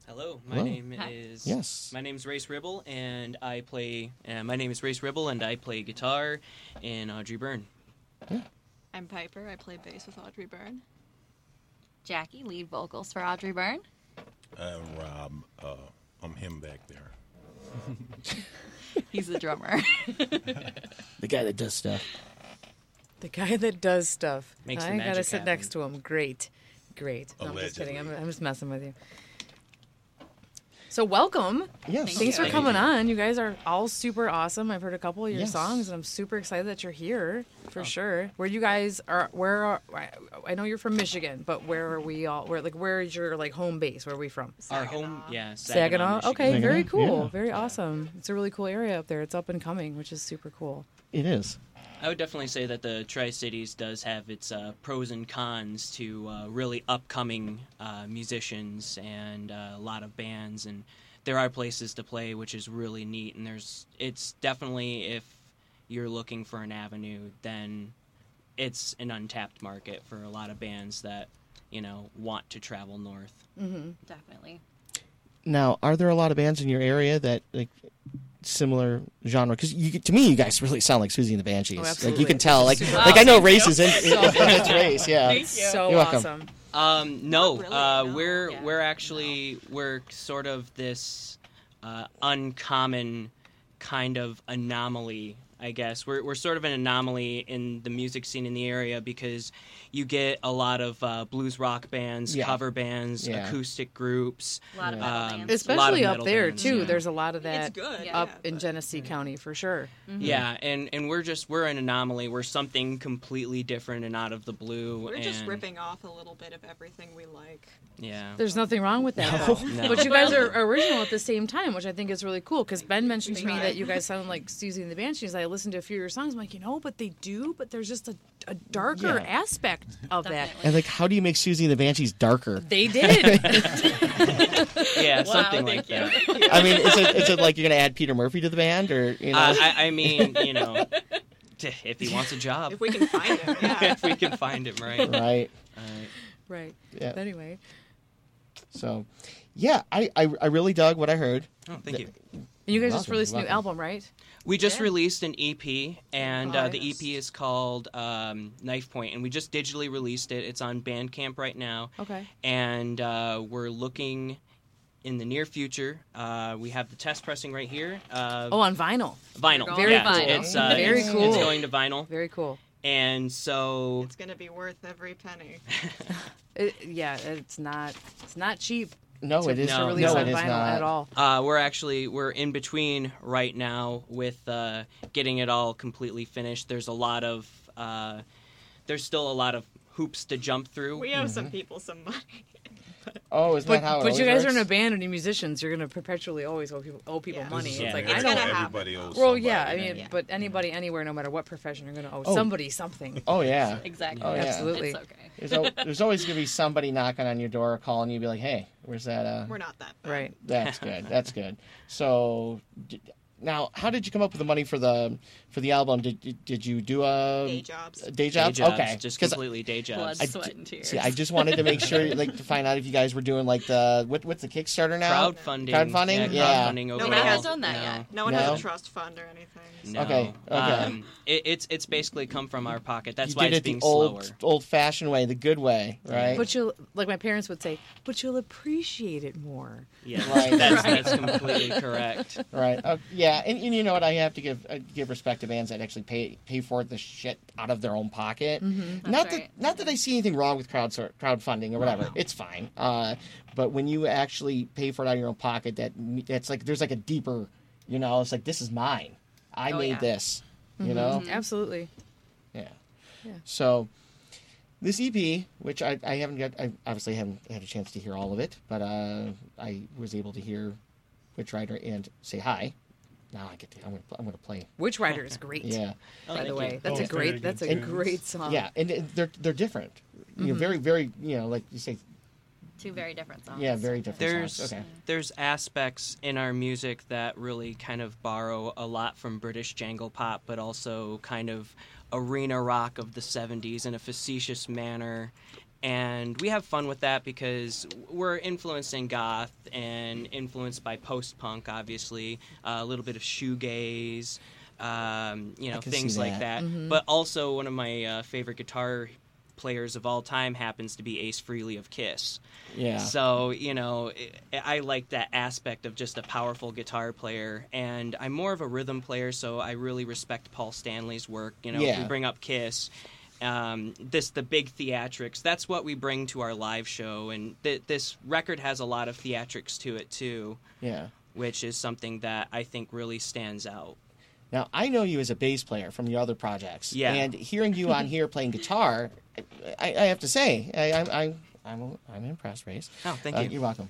[SPEAKER 7] Hello, my
[SPEAKER 1] Hello.
[SPEAKER 7] name
[SPEAKER 2] Hi.
[SPEAKER 7] is
[SPEAKER 1] Yes.
[SPEAKER 7] My name's Race Ribble, and I play. Uh, my name is Race Ribble, and I play guitar in Audrey Byrne.
[SPEAKER 8] I'm Piper. I play bass with Audrey Byrne. Jackie, lead vocals for Audrey Byrne.
[SPEAKER 9] Uh, Rob, uh, I'm him back there.
[SPEAKER 8] He's the drummer.
[SPEAKER 1] Mm-hmm. The guy that does stuff.
[SPEAKER 2] The guy that does stuff.
[SPEAKER 7] Makes the
[SPEAKER 2] I gotta
[SPEAKER 7] magic
[SPEAKER 2] sit next to
[SPEAKER 7] happen.
[SPEAKER 2] him. Great, great. No, I'm just kidding. I'm,
[SPEAKER 9] Allegedly.
[SPEAKER 2] I'm just messing with you. So welcome.
[SPEAKER 1] Yes.
[SPEAKER 2] Thanks for
[SPEAKER 7] Thank
[SPEAKER 2] coming
[SPEAKER 7] you.
[SPEAKER 2] on. You guys are all super awesome. I've heard a couple of your
[SPEAKER 1] Yes. Oh.
[SPEAKER 2] songs, and I'm super excited that you're here for sure. Where you guys are? Where are? I- I know you're from Michigan, but where are we all? Where like where is your like home base? Where are we from?
[SPEAKER 7] Our home, yeah,
[SPEAKER 2] Saginaw.
[SPEAKER 7] Saginaw.
[SPEAKER 2] Okay,
[SPEAKER 7] Michigan.
[SPEAKER 2] very
[SPEAKER 1] Saginaw,
[SPEAKER 2] cool.
[SPEAKER 1] yeah.
[SPEAKER 2] Very awesome. It's a really cool area up there. It's up and coming, which is super cool.
[SPEAKER 1] It is.
[SPEAKER 7] I would definitely say that the Tri Cities does have its uh, pros and cons to uh, really upcoming uh, musicians and uh, a lot of bands, and there are places to play, which is really neat. And there's, it's definitely if you're looking for an avenue, then it's an untapped market for a lot of bands that you know want to travel north.
[SPEAKER 8] Definitely.
[SPEAKER 1] Now, are there a lot of bands in your area that like similar genre? Because to me, you guys really sound like Susie and the Banshees.
[SPEAKER 8] Oh,
[SPEAKER 1] like you
[SPEAKER 2] Oh, absolutely.
[SPEAKER 1] can tell. Like
[SPEAKER 2] Super-
[SPEAKER 1] like
[SPEAKER 2] Wow,
[SPEAKER 1] I know
[SPEAKER 2] thank
[SPEAKER 1] race is in, in its race. Yeah.
[SPEAKER 2] So
[SPEAKER 1] You're welcome.
[SPEAKER 2] awesome.
[SPEAKER 7] Um, no,
[SPEAKER 8] really,
[SPEAKER 7] uh,
[SPEAKER 8] no,
[SPEAKER 7] we're
[SPEAKER 8] yeah,
[SPEAKER 7] we're actually we're sort of this uh, uncommon kind of anomaly, I guess. We're we're sort of an anomaly in the music scene in the area because you get a lot of uh, blues rock bands,
[SPEAKER 1] Yeah.
[SPEAKER 7] cover bands,
[SPEAKER 1] Yeah.
[SPEAKER 7] acoustic groups.
[SPEAKER 8] A lot of
[SPEAKER 1] Yeah.
[SPEAKER 8] metal
[SPEAKER 7] Um, It's- a
[SPEAKER 8] bands.
[SPEAKER 7] lot of
[SPEAKER 2] Especially up
[SPEAKER 7] metal
[SPEAKER 2] there
[SPEAKER 7] bands,
[SPEAKER 2] too.
[SPEAKER 7] yeah. Mm-hmm.
[SPEAKER 2] There's a lot of that
[SPEAKER 10] It's good.
[SPEAKER 8] Yeah.
[SPEAKER 2] up
[SPEAKER 10] yeah, Mm-hmm.
[SPEAKER 2] in
[SPEAKER 10] but-
[SPEAKER 2] Genesee County for sure.
[SPEAKER 1] Mm-hmm.
[SPEAKER 7] Yeah, and and we're just we're an anomaly. We're something completely different and out of the blue.
[SPEAKER 10] We're
[SPEAKER 7] and,
[SPEAKER 10] just ripping off a little bit of everything we like.
[SPEAKER 7] Yeah.
[SPEAKER 2] There's nothing wrong with that. though.
[SPEAKER 7] No.
[SPEAKER 2] But you guys are original at the same time, which I think is really cool. Because Ben mentioned to me
[SPEAKER 10] Thank
[SPEAKER 2] that
[SPEAKER 10] you.
[SPEAKER 2] you guys sound like Susie and the Banshees. I listened to a few of your songs. I'm like, you know, but they do. But there's just a, a darker
[SPEAKER 1] Yeah.
[SPEAKER 2] aspect of that.
[SPEAKER 8] Definitely.
[SPEAKER 1] And like, how do you make Susie and the Banshees darker?
[SPEAKER 2] They did.
[SPEAKER 7] Yeah, something like that.
[SPEAKER 1] I mean, is it, is it like you're gonna add Peter Murphy to the band, or you know?
[SPEAKER 7] Uh, I, I mean, you know, t- if he wants a job,
[SPEAKER 10] If we can find it, yeah.
[SPEAKER 7] if we can find him, right?
[SPEAKER 1] right.
[SPEAKER 7] Alright.
[SPEAKER 2] right.
[SPEAKER 1] Yeah.
[SPEAKER 2] But anyway,
[SPEAKER 1] So, yeah, I, I I really dug what I heard.
[SPEAKER 7] Oh, thank you.
[SPEAKER 2] and you
[SPEAKER 1] You're
[SPEAKER 2] guys just
[SPEAKER 1] welcome,
[SPEAKER 2] released a
[SPEAKER 1] you're
[SPEAKER 2] new
[SPEAKER 1] welcome.
[SPEAKER 2] album, right?
[SPEAKER 7] We just released an EP, and uh,
[SPEAKER 2] Alright.
[SPEAKER 7] the EP is called um, Knife Point, and we just digitally released it. It's on Bandcamp right now,
[SPEAKER 2] Okay.
[SPEAKER 7] and uh, we're looking in the near future. Uh, we have the test pressing right here. Uh,
[SPEAKER 2] Oh, on vinyl.
[SPEAKER 7] vinyl.
[SPEAKER 8] Very
[SPEAKER 7] yeah,
[SPEAKER 8] cool.
[SPEAKER 7] It's, uh,
[SPEAKER 2] Very
[SPEAKER 7] it's,
[SPEAKER 2] cool.
[SPEAKER 7] It's going to vinyl,
[SPEAKER 2] Very cool.
[SPEAKER 7] and so
[SPEAKER 10] It's gonna be worth every penny.
[SPEAKER 2] It, yeah, it's not. It's not cheap.
[SPEAKER 1] No,
[SPEAKER 2] to,
[SPEAKER 1] it is
[SPEAKER 2] to
[SPEAKER 7] No,
[SPEAKER 2] release
[SPEAKER 7] no,
[SPEAKER 2] on
[SPEAKER 1] it is
[SPEAKER 2] vinyl
[SPEAKER 1] not.
[SPEAKER 2] at all.
[SPEAKER 7] Uh, we're actually we're in between right now with uh, getting it all completely finished. There's a lot of uh, there's still a lot of hoops to jump through.
[SPEAKER 10] We owe
[SPEAKER 1] mm-hmm.
[SPEAKER 10] some people some money.
[SPEAKER 1] Oh, is
[SPEAKER 2] But,
[SPEAKER 1] that how? it
[SPEAKER 2] but you
[SPEAKER 1] always
[SPEAKER 2] guys are in a
[SPEAKER 1] works?
[SPEAKER 2] band and you're musicians. You're going to perpetually always owe people, owe people
[SPEAKER 10] Yeah.
[SPEAKER 2] money.
[SPEAKER 7] is-
[SPEAKER 2] It's
[SPEAKER 7] yeah,
[SPEAKER 2] like
[SPEAKER 10] it's
[SPEAKER 2] I don't.
[SPEAKER 10] gonna happen.
[SPEAKER 9] everybody owes
[SPEAKER 2] Well, yeah, I
[SPEAKER 9] somebody.
[SPEAKER 2] mean,
[SPEAKER 10] Yeah.
[SPEAKER 2] but anybody, anywhere, no matter what profession, you're going to owe
[SPEAKER 1] Oh.
[SPEAKER 2] somebody something.
[SPEAKER 1] Oh yeah.
[SPEAKER 8] Exactly.
[SPEAKER 1] Oh, yeah.
[SPEAKER 2] Absolutely.
[SPEAKER 8] It's okay.
[SPEAKER 1] There's, al- there's always gonna be somebody knocking on your door, calling you, be like, "Hey, where's that?" Uh,
[SPEAKER 10] We're not that bad.
[SPEAKER 2] Right.
[SPEAKER 1] that's good. That's good. So, d- now, how did you come up with the money for the for the album? Did did, did you do a
[SPEAKER 10] Day jobs.
[SPEAKER 1] Day
[SPEAKER 7] Day
[SPEAKER 1] job?
[SPEAKER 7] jobs,
[SPEAKER 1] Okay,
[SPEAKER 7] just
[SPEAKER 1] 'Cause
[SPEAKER 7] completely day
[SPEAKER 8] Blood,
[SPEAKER 7] jobs.
[SPEAKER 1] I
[SPEAKER 8] sweat,
[SPEAKER 1] d-
[SPEAKER 8] and tears.
[SPEAKER 1] See, I just wanted to make sure, like, to find out if you guys were doing like the what, what's the Kickstarter now?
[SPEAKER 7] crowdfunding,
[SPEAKER 1] Crowdfunding? Yeah.
[SPEAKER 7] yeah, crowdfunding
[SPEAKER 10] Nobody
[SPEAKER 7] overall.
[SPEAKER 10] has
[SPEAKER 8] done that
[SPEAKER 7] no.
[SPEAKER 8] yet.
[SPEAKER 10] No one
[SPEAKER 1] No.
[SPEAKER 10] has a trust fund or anything.
[SPEAKER 7] No.
[SPEAKER 1] Okay, okay.
[SPEAKER 7] Um, it, it's it's basically come from our pocket. That's
[SPEAKER 1] you
[SPEAKER 7] why
[SPEAKER 1] did
[SPEAKER 7] it's
[SPEAKER 1] it the
[SPEAKER 7] being
[SPEAKER 1] old
[SPEAKER 7] slower.
[SPEAKER 1] old fashioned way, the good way, right?
[SPEAKER 2] But you'll, like my parents would say, but you'll appreciate it more.
[SPEAKER 7] Yeah,
[SPEAKER 1] Right.
[SPEAKER 7] that's that's completely correct.
[SPEAKER 1] right? Uh, yeah, and, and you know what? I have to give uh, give respect to bands that actually pay pay for the shit out of their own pocket. Not
[SPEAKER 8] Mm-hmm, That's
[SPEAKER 1] that
[SPEAKER 8] right.
[SPEAKER 1] not that I see anything wrong with crowd crowdfunding or whatever. It's fine. Uh, but when you actually pay for it out of your own pocket, that me- that's like there's like a deeper, you know, it's like this is mine. I
[SPEAKER 8] Oh,
[SPEAKER 1] made
[SPEAKER 8] yeah. Mm-hmm,
[SPEAKER 1] this. You know,
[SPEAKER 2] Mm-hmm. Absolutely.
[SPEAKER 1] yeah.
[SPEAKER 2] Yeah.
[SPEAKER 1] So this EP, which I, I haven't got, I obviously haven't had a chance to hear all of it, but uh, I was able to hear Witch Rider and Say Hi. Now I get to, I'm gonna, pl- I'm gonna play.
[SPEAKER 2] Witch Rider is great.
[SPEAKER 1] Yeah,
[SPEAKER 7] Oh,
[SPEAKER 2] By
[SPEAKER 7] thank
[SPEAKER 2] the
[SPEAKER 7] you.
[SPEAKER 2] way, that's
[SPEAKER 9] Oh,
[SPEAKER 2] a
[SPEAKER 9] it's very
[SPEAKER 2] great. That's a
[SPEAKER 9] good.
[SPEAKER 2] great song. Mm-hmm.
[SPEAKER 1] yeah, and it- they're they're different. You know, very very you know like you say
[SPEAKER 8] Two very different songs.
[SPEAKER 1] yeah very different.
[SPEAKER 7] there's
[SPEAKER 1] songs. okay.
[SPEAKER 7] there's aspects in our music that really kind of borrow a lot from British jangle pop, but also kind of arena rock of the '70s in a facetious manner, and we have fun with that because we're influenced in goth and influenced by post punk, obviously, uh, a little bit of shoegaze, um, you know,
[SPEAKER 1] can
[SPEAKER 7] things
[SPEAKER 1] see
[SPEAKER 7] like
[SPEAKER 1] that. Mm-hmm.
[SPEAKER 7] that. But also, one of my uh, favorite guitar players of all time happens to be Ace Frehley of Kiss.
[SPEAKER 1] Yeah.
[SPEAKER 7] So, you know, I I like that aspect of just a powerful guitar player. And I'm more of a rhythm player, so I really respect Paul Stanley's work. You know, if
[SPEAKER 1] Yeah.
[SPEAKER 7] we bring up Kiss, um, this, the big theatrics, that's what we bring to our live show. And th- this record has a lot of theatrics to it, too,
[SPEAKER 1] yeah.
[SPEAKER 7] which is something that I think really stands out.
[SPEAKER 1] Now I know you as a bass player from your other projects.
[SPEAKER 7] Yeah.
[SPEAKER 1] And hearing you on here playing guitar, I, I have to say, I, I, I, I'm I'm impressed, Race.
[SPEAKER 7] Oh, thank
[SPEAKER 1] Uh,
[SPEAKER 7] you.
[SPEAKER 1] You're welcome.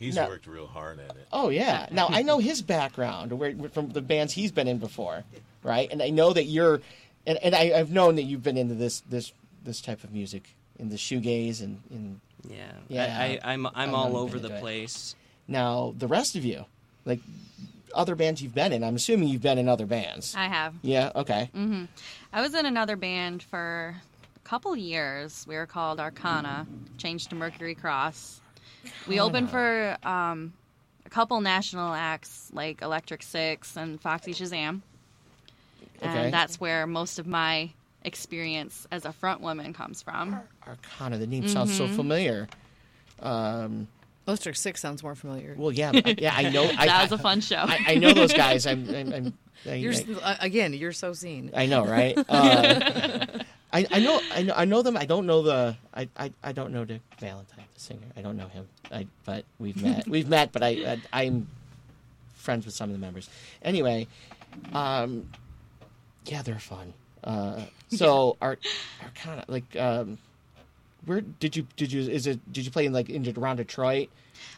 [SPEAKER 9] He's
[SPEAKER 1] No.
[SPEAKER 9] worked real hard at it.
[SPEAKER 1] Oh yeah. Now I know his background, where from the bands he's been in before, right? And I know that you're, and, and I, I've known that you've been into this this this type of music in the shoegaze and in
[SPEAKER 7] Yeah.
[SPEAKER 1] Yeah.
[SPEAKER 7] I, I, I'm,
[SPEAKER 1] I
[SPEAKER 7] I'm
[SPEAKER 1] know
[SPEAKER 7] all
[SPEAKER 1] you've
[SPEAKER 7] over
[SPEAKER 1] been
[SPEAKER 7] the
[SPEAKER 1] into it.
[SPEAKER 7] place.
[SPEAKER 1] now the rest of you, like other bands you've been in. I'm assuming you've been in other bands.
[SPEAKER 8] I have. Mm-hmm.
[SPEAKER 1] yeah. Okay.
[SPEAKER 8] I was in another band for a couple years. We were called Arcana, changed to Mercury Cross. We opened for um, a couple national acts like Electric Six and Foxy Shazam.
[SPEAKER 1] Okay.
[SPEAKER 8] And that's where most of my experience as a front woman comes from.
[SPEAKER 1] Arcana. The name sounds
[SPEAKER 8] Mm-hmm.
[SPEAKER 1] so familiar. Um,
[SPEAKER 2] Electric Six sounds more familiar.
[SPEAKER 1] Well, yeah, but I- yeah, I know. I,
[SPEAKER 8] That was a fun show.
[SPEAKER 1] I, I know those guys. I'm, I'm, I'm I,
[SPEAKER 2] You're,
[SPEAKER 1] I,
[SPEAKER 2] s- uh, again, you're so seen.
[SPEAKER 1] I know, right? Uh, I, I know, I know, I know them. I don't know the, I, I, I don't know Dick Valentine, the singer. I don't know him. I, but we've met, we've met. But I, I I'm friends with some of the members. Anyway, um, yeah, they're fun. Uh, so our, our kind of like, um, where did you did you is it did you play in like in around Detroit?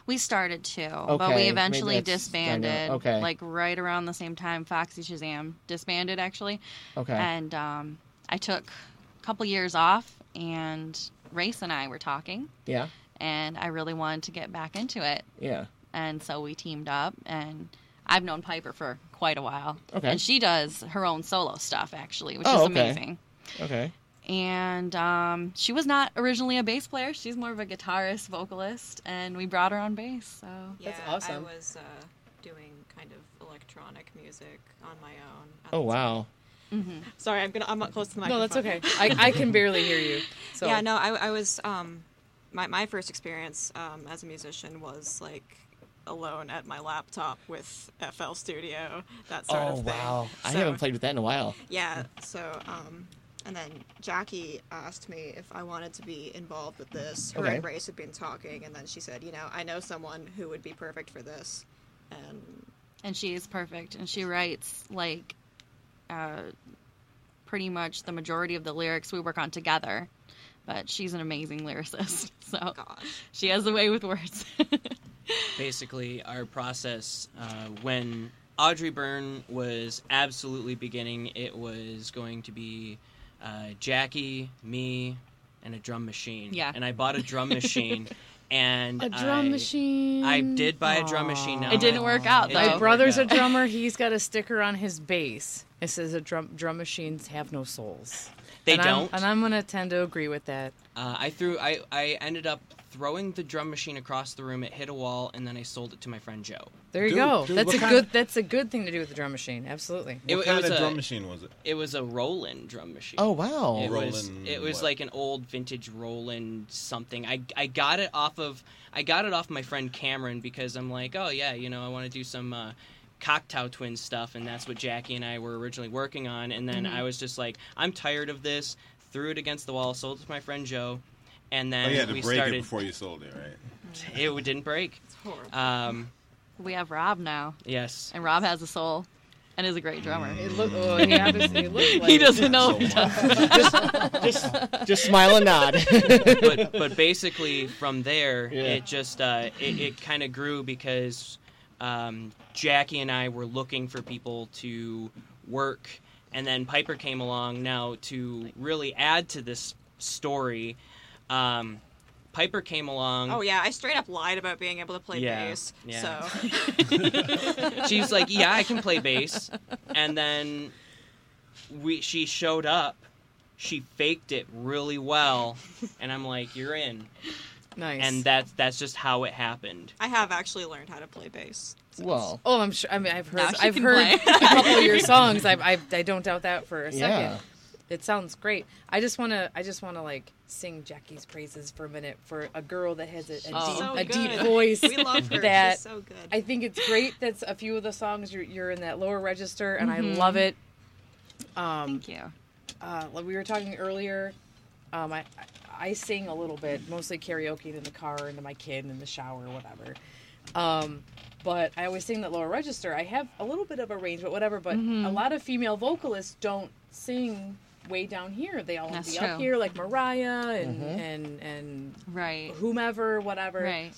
[SPEAKER 8] We started too, but we
[SPEAKER 1] maybe
[SPEAKER 8] eventually
[SPEAKER 1] that's-
[SPEAKER 8] disbanded.
[SPEAKER 1] okay.
[SPEAKER 8] Like right around the same time Foxy Shazam disbanded actually.
[SPEAKER 1] Okay.
[SPEAKER 8] And um, I took a couple years off and Race and I were talking
[SPEAKER 1] yeah,
[SPEAKER 8] and I really wanted to get back into it.
[SPEAKER 1] yeah.
[SPEAKER 8] And so we teamed up and I've known Piper for quite a while.
[SPEAKER 1] Okay.
[SPEAKER 8] And she does her own solo stuff actually, which
[SPEAKER 1] Oh,
[SPEAKER 8] is
[SPEAKER 1] okay.
[SPEAKER 8] amazing.
[SPEAKER 1] Okay.
[SPEAKER 8] And um, she was not originally a bass player. She's more of a guitarist, vocalist, and we brought her on bass. So
[SPEAKER 10] Yeah,
[SPEAKER 2] That's awesome.
[SPEAKER 10] I was uh, doing kind of electronic music on my own. at
[SPEAKER 1] Oh
[SPEAKER 10] the
[SPEAKER 1] wow.
[SPEAKER 10] time. Sorry, I'm gonna. I'm not close to the
[SPEAKER 2] Hmm. No,
[SPEAKER 10] microphone.
[SPEAKER 2] that's okay. I, I can barely hear you. So
[SPEAKER 10] Yeah, no, I, I was. Um, my my first experience um, as a musician was like alone at my laptop with FL Studio, that sort
[SPEAKER 1] Oh
[SPEAKER 10] of thing.
[SPEAKER 1] wow. I
[SPEAKER 10] So-
[SPEAKER 1] haven't played with that in a while.
[SPEAKER 10] Yeah. So, um, and then Jackie asked me if I wanted to be involved with this. Her
[SPEAKER 1] Okay.
[SPEAKER 10] and Grace had been talking, and then she said, "You know, I know someone who would be perfect for this." And
[SPEAKER 8] and she is perfect and she writes like uh, pretty much the majority of the lyrics we work on together but she's an amazing lyricist
[SPEAKER 2] Oh
[SPEAKER 8] so
[SPEAKER 10] gosh,
[SPEAKER 8] she has a way with words
[SPEAKER 7] basically our process uh, when Audrey Byrne was absolutely beginning. It was going to be uh, Jackie, me, and a drum machine.
[SPEAKER 8] Yeah.
[SPEAKER 7] and I bought a drum machine, and
[SPEAKER 2] a drum
[SPEAKER 7] I-
[SPEAKER 2] machine.
[SPEAKER 7] I did buy a drum machine. Now
[SPEAKER 8] It didn't work out,
[SPEAKER 7] It
[SPEAKER 8] though.
[SPEAKER 7] didn't
[SPEAKER 2] My
[SPEAKER 7] work
[SPEAKER 2] brother's a
[SPEAKER 7] out.
[SPEAKER 2] drummer. He's got a sticker on his bass. It says, "A drum drum machines have no souls."
[SPEAKER 7] They
[SPEAKER 2] and
[SPEAKER 7] don't.
[SPEAKER 2] I'm, and I'm gonna tend to agree with that.
[SPEAKER 7] Uh, I threw. I I ended up throwing the drum machine across the room. It hit a wall, and then I sold it to my friend Joe.
[SPEAKER 2] There you
[SPEAKER 9] Dude,
[SPEAKER 2] go.
[SPEAKER 9] dude,
[SPEAKER 2] that's
[SPEAKER 9] what
[SPEAKER 2] a
[SPEAKER 9] kind
[SPEAKER 2] good.
[SPEAKER 9] of-
[SPEAKER 2] that's a good thing to do with the drum machine. Absolutely.
[SPEAKER 7] It, it
[SPEAKER 9] what kind
[SPEAKER 7] was
[SPEAKER 9] of
[SPEAKER 7] a
[SPEAKER 9] drum machine was it?
[SPEAKER 7] It was a Roland drum machine.
[SPEAKER 1] Oh wow.
[SPEAKER 7] It was
[SPEAKER 9] Roland
[SPEAKER 7] it was
[SPEAKER 9] what?
[SPEAKER 7] like an old vintage Roland something. I I got it off of I got it off my friend Cameron because I'm like, oh yeah, you know, I want to do some uh, Cocktail Twin stuff, and that's what Jackie and I were originally working on. And
[SPEAKER 1] Mm-hmm.
[SPEAKER 7] then I was just like, I'm tired of this. Threw it against the wall, sold it to my friend Joe, and
[SPEAKER 9] Oh,
[SPEAKER 7] then
[SPEAKER 9] you had to
[SPEAKER 7] we
[SPEAKER 9] break
[SPEAKER 7] started.
[SPEAKER 9] it before you sold it, right?
[SPEAKER 7] It didn't break.
[SPEAKER 10] it's horrible.
[SPEAKER 7] Um,
[SPEAKER 8] we have rob now
[SPEAKER 7] yes.
[SPEAKER 8] and rob has a soul and is a great drummer
[SPEAKER 2] It look. Oh, he obviously looked like.
[SPEAKER 8] he doesn't know if he
[SPEAKER 9] So,
[SPEAKER 8] does.
[SPEAKER 1] just, just smile and nod.
[SPEAKER 7] but but basically from there
[SPEAKER 1] Yeah.
[SPEAKER 7] it just uh, it, it kind of grew because um, Jackie and I were looking for people to work and then Piper came along now to really add to this story um, Piper came along
[SPEAKER 10] Oh yeah, I straight up lied about being able to play
[SPEAKER 7] Um, Yeah,
[SPEAKER 10] bass.
[SPEAKER 7] yeah.
[SPEAKER 10] So
[SPEAKER 7] she's like, "Yeah, I can play bass," and then we she showed up, she faked it really well, and I'm like, you're in.
[SPEAKER 2] Nice.
[SPEAKER 7] And that's that's just how it happened.
[SPEAKER 10] I have actually learned how to play bass. so it's-
[SPEAKER 1] Well,
[SPEAKER 2] Oh, I'm sure. I mean, I've
[SPEAKER 8] Now
[SPEAKER 2] heard.
[SPEAKER 8] she
[SPEAKER 2] I've
[SPEAKER 8] can
[SPEAKER 2] heard a
[SPEAKER 8] play.
[SPEAKER 2] couple of your songs. I've, I've, I don't doubt that for a second.
[SPEAKER 1] Yeah.
[SPEAKER 2] It sounds great. I just want to. I just want to like sing Jackie's praises for a minute for a girl that has a, a,
[SPEAKER 8] Oh.
[SPEAKER 2] deep,
[SPEAKER 10] So
[SPEAKER 2] a deep
[SPEAKER 10] good.
[SPEAKER 2] voice.
[SPEAKER 10] We love her.
[SPEAKER 2] That-
[SPEAKER 10] She's so good.
[SPEAKER 2] I think it's great that a few of the songs you're, you're in that lower register, and I
[SPEAKER 10] Mm-hmm.
[SPEAKER 2] love it. Um,
[SPEAKER 8] Thank you.
[SPEAKER 2] uh, like we were talking earlier, um, I, I I sing a little bit, mostly karaoke in the car, and to my kid, and in the shower, whatever. Um, but I always sing that lower register. I have a little bit of a range, but whatever. But
[SPEAKER 8] Mm-hmm.
[SPEAKER 2] a lot of female vocalists don't sing way down here. They all
[SPEAKER 8] That's
[SPEAKER 2] be up
[SPEAKER 8] true.
[SPEAKER 2] here, like Mariah and and and
[SPEAKER 8] Right.
[SPEAKER 2] whomever, whatever.
[SPEAKER 8] Right.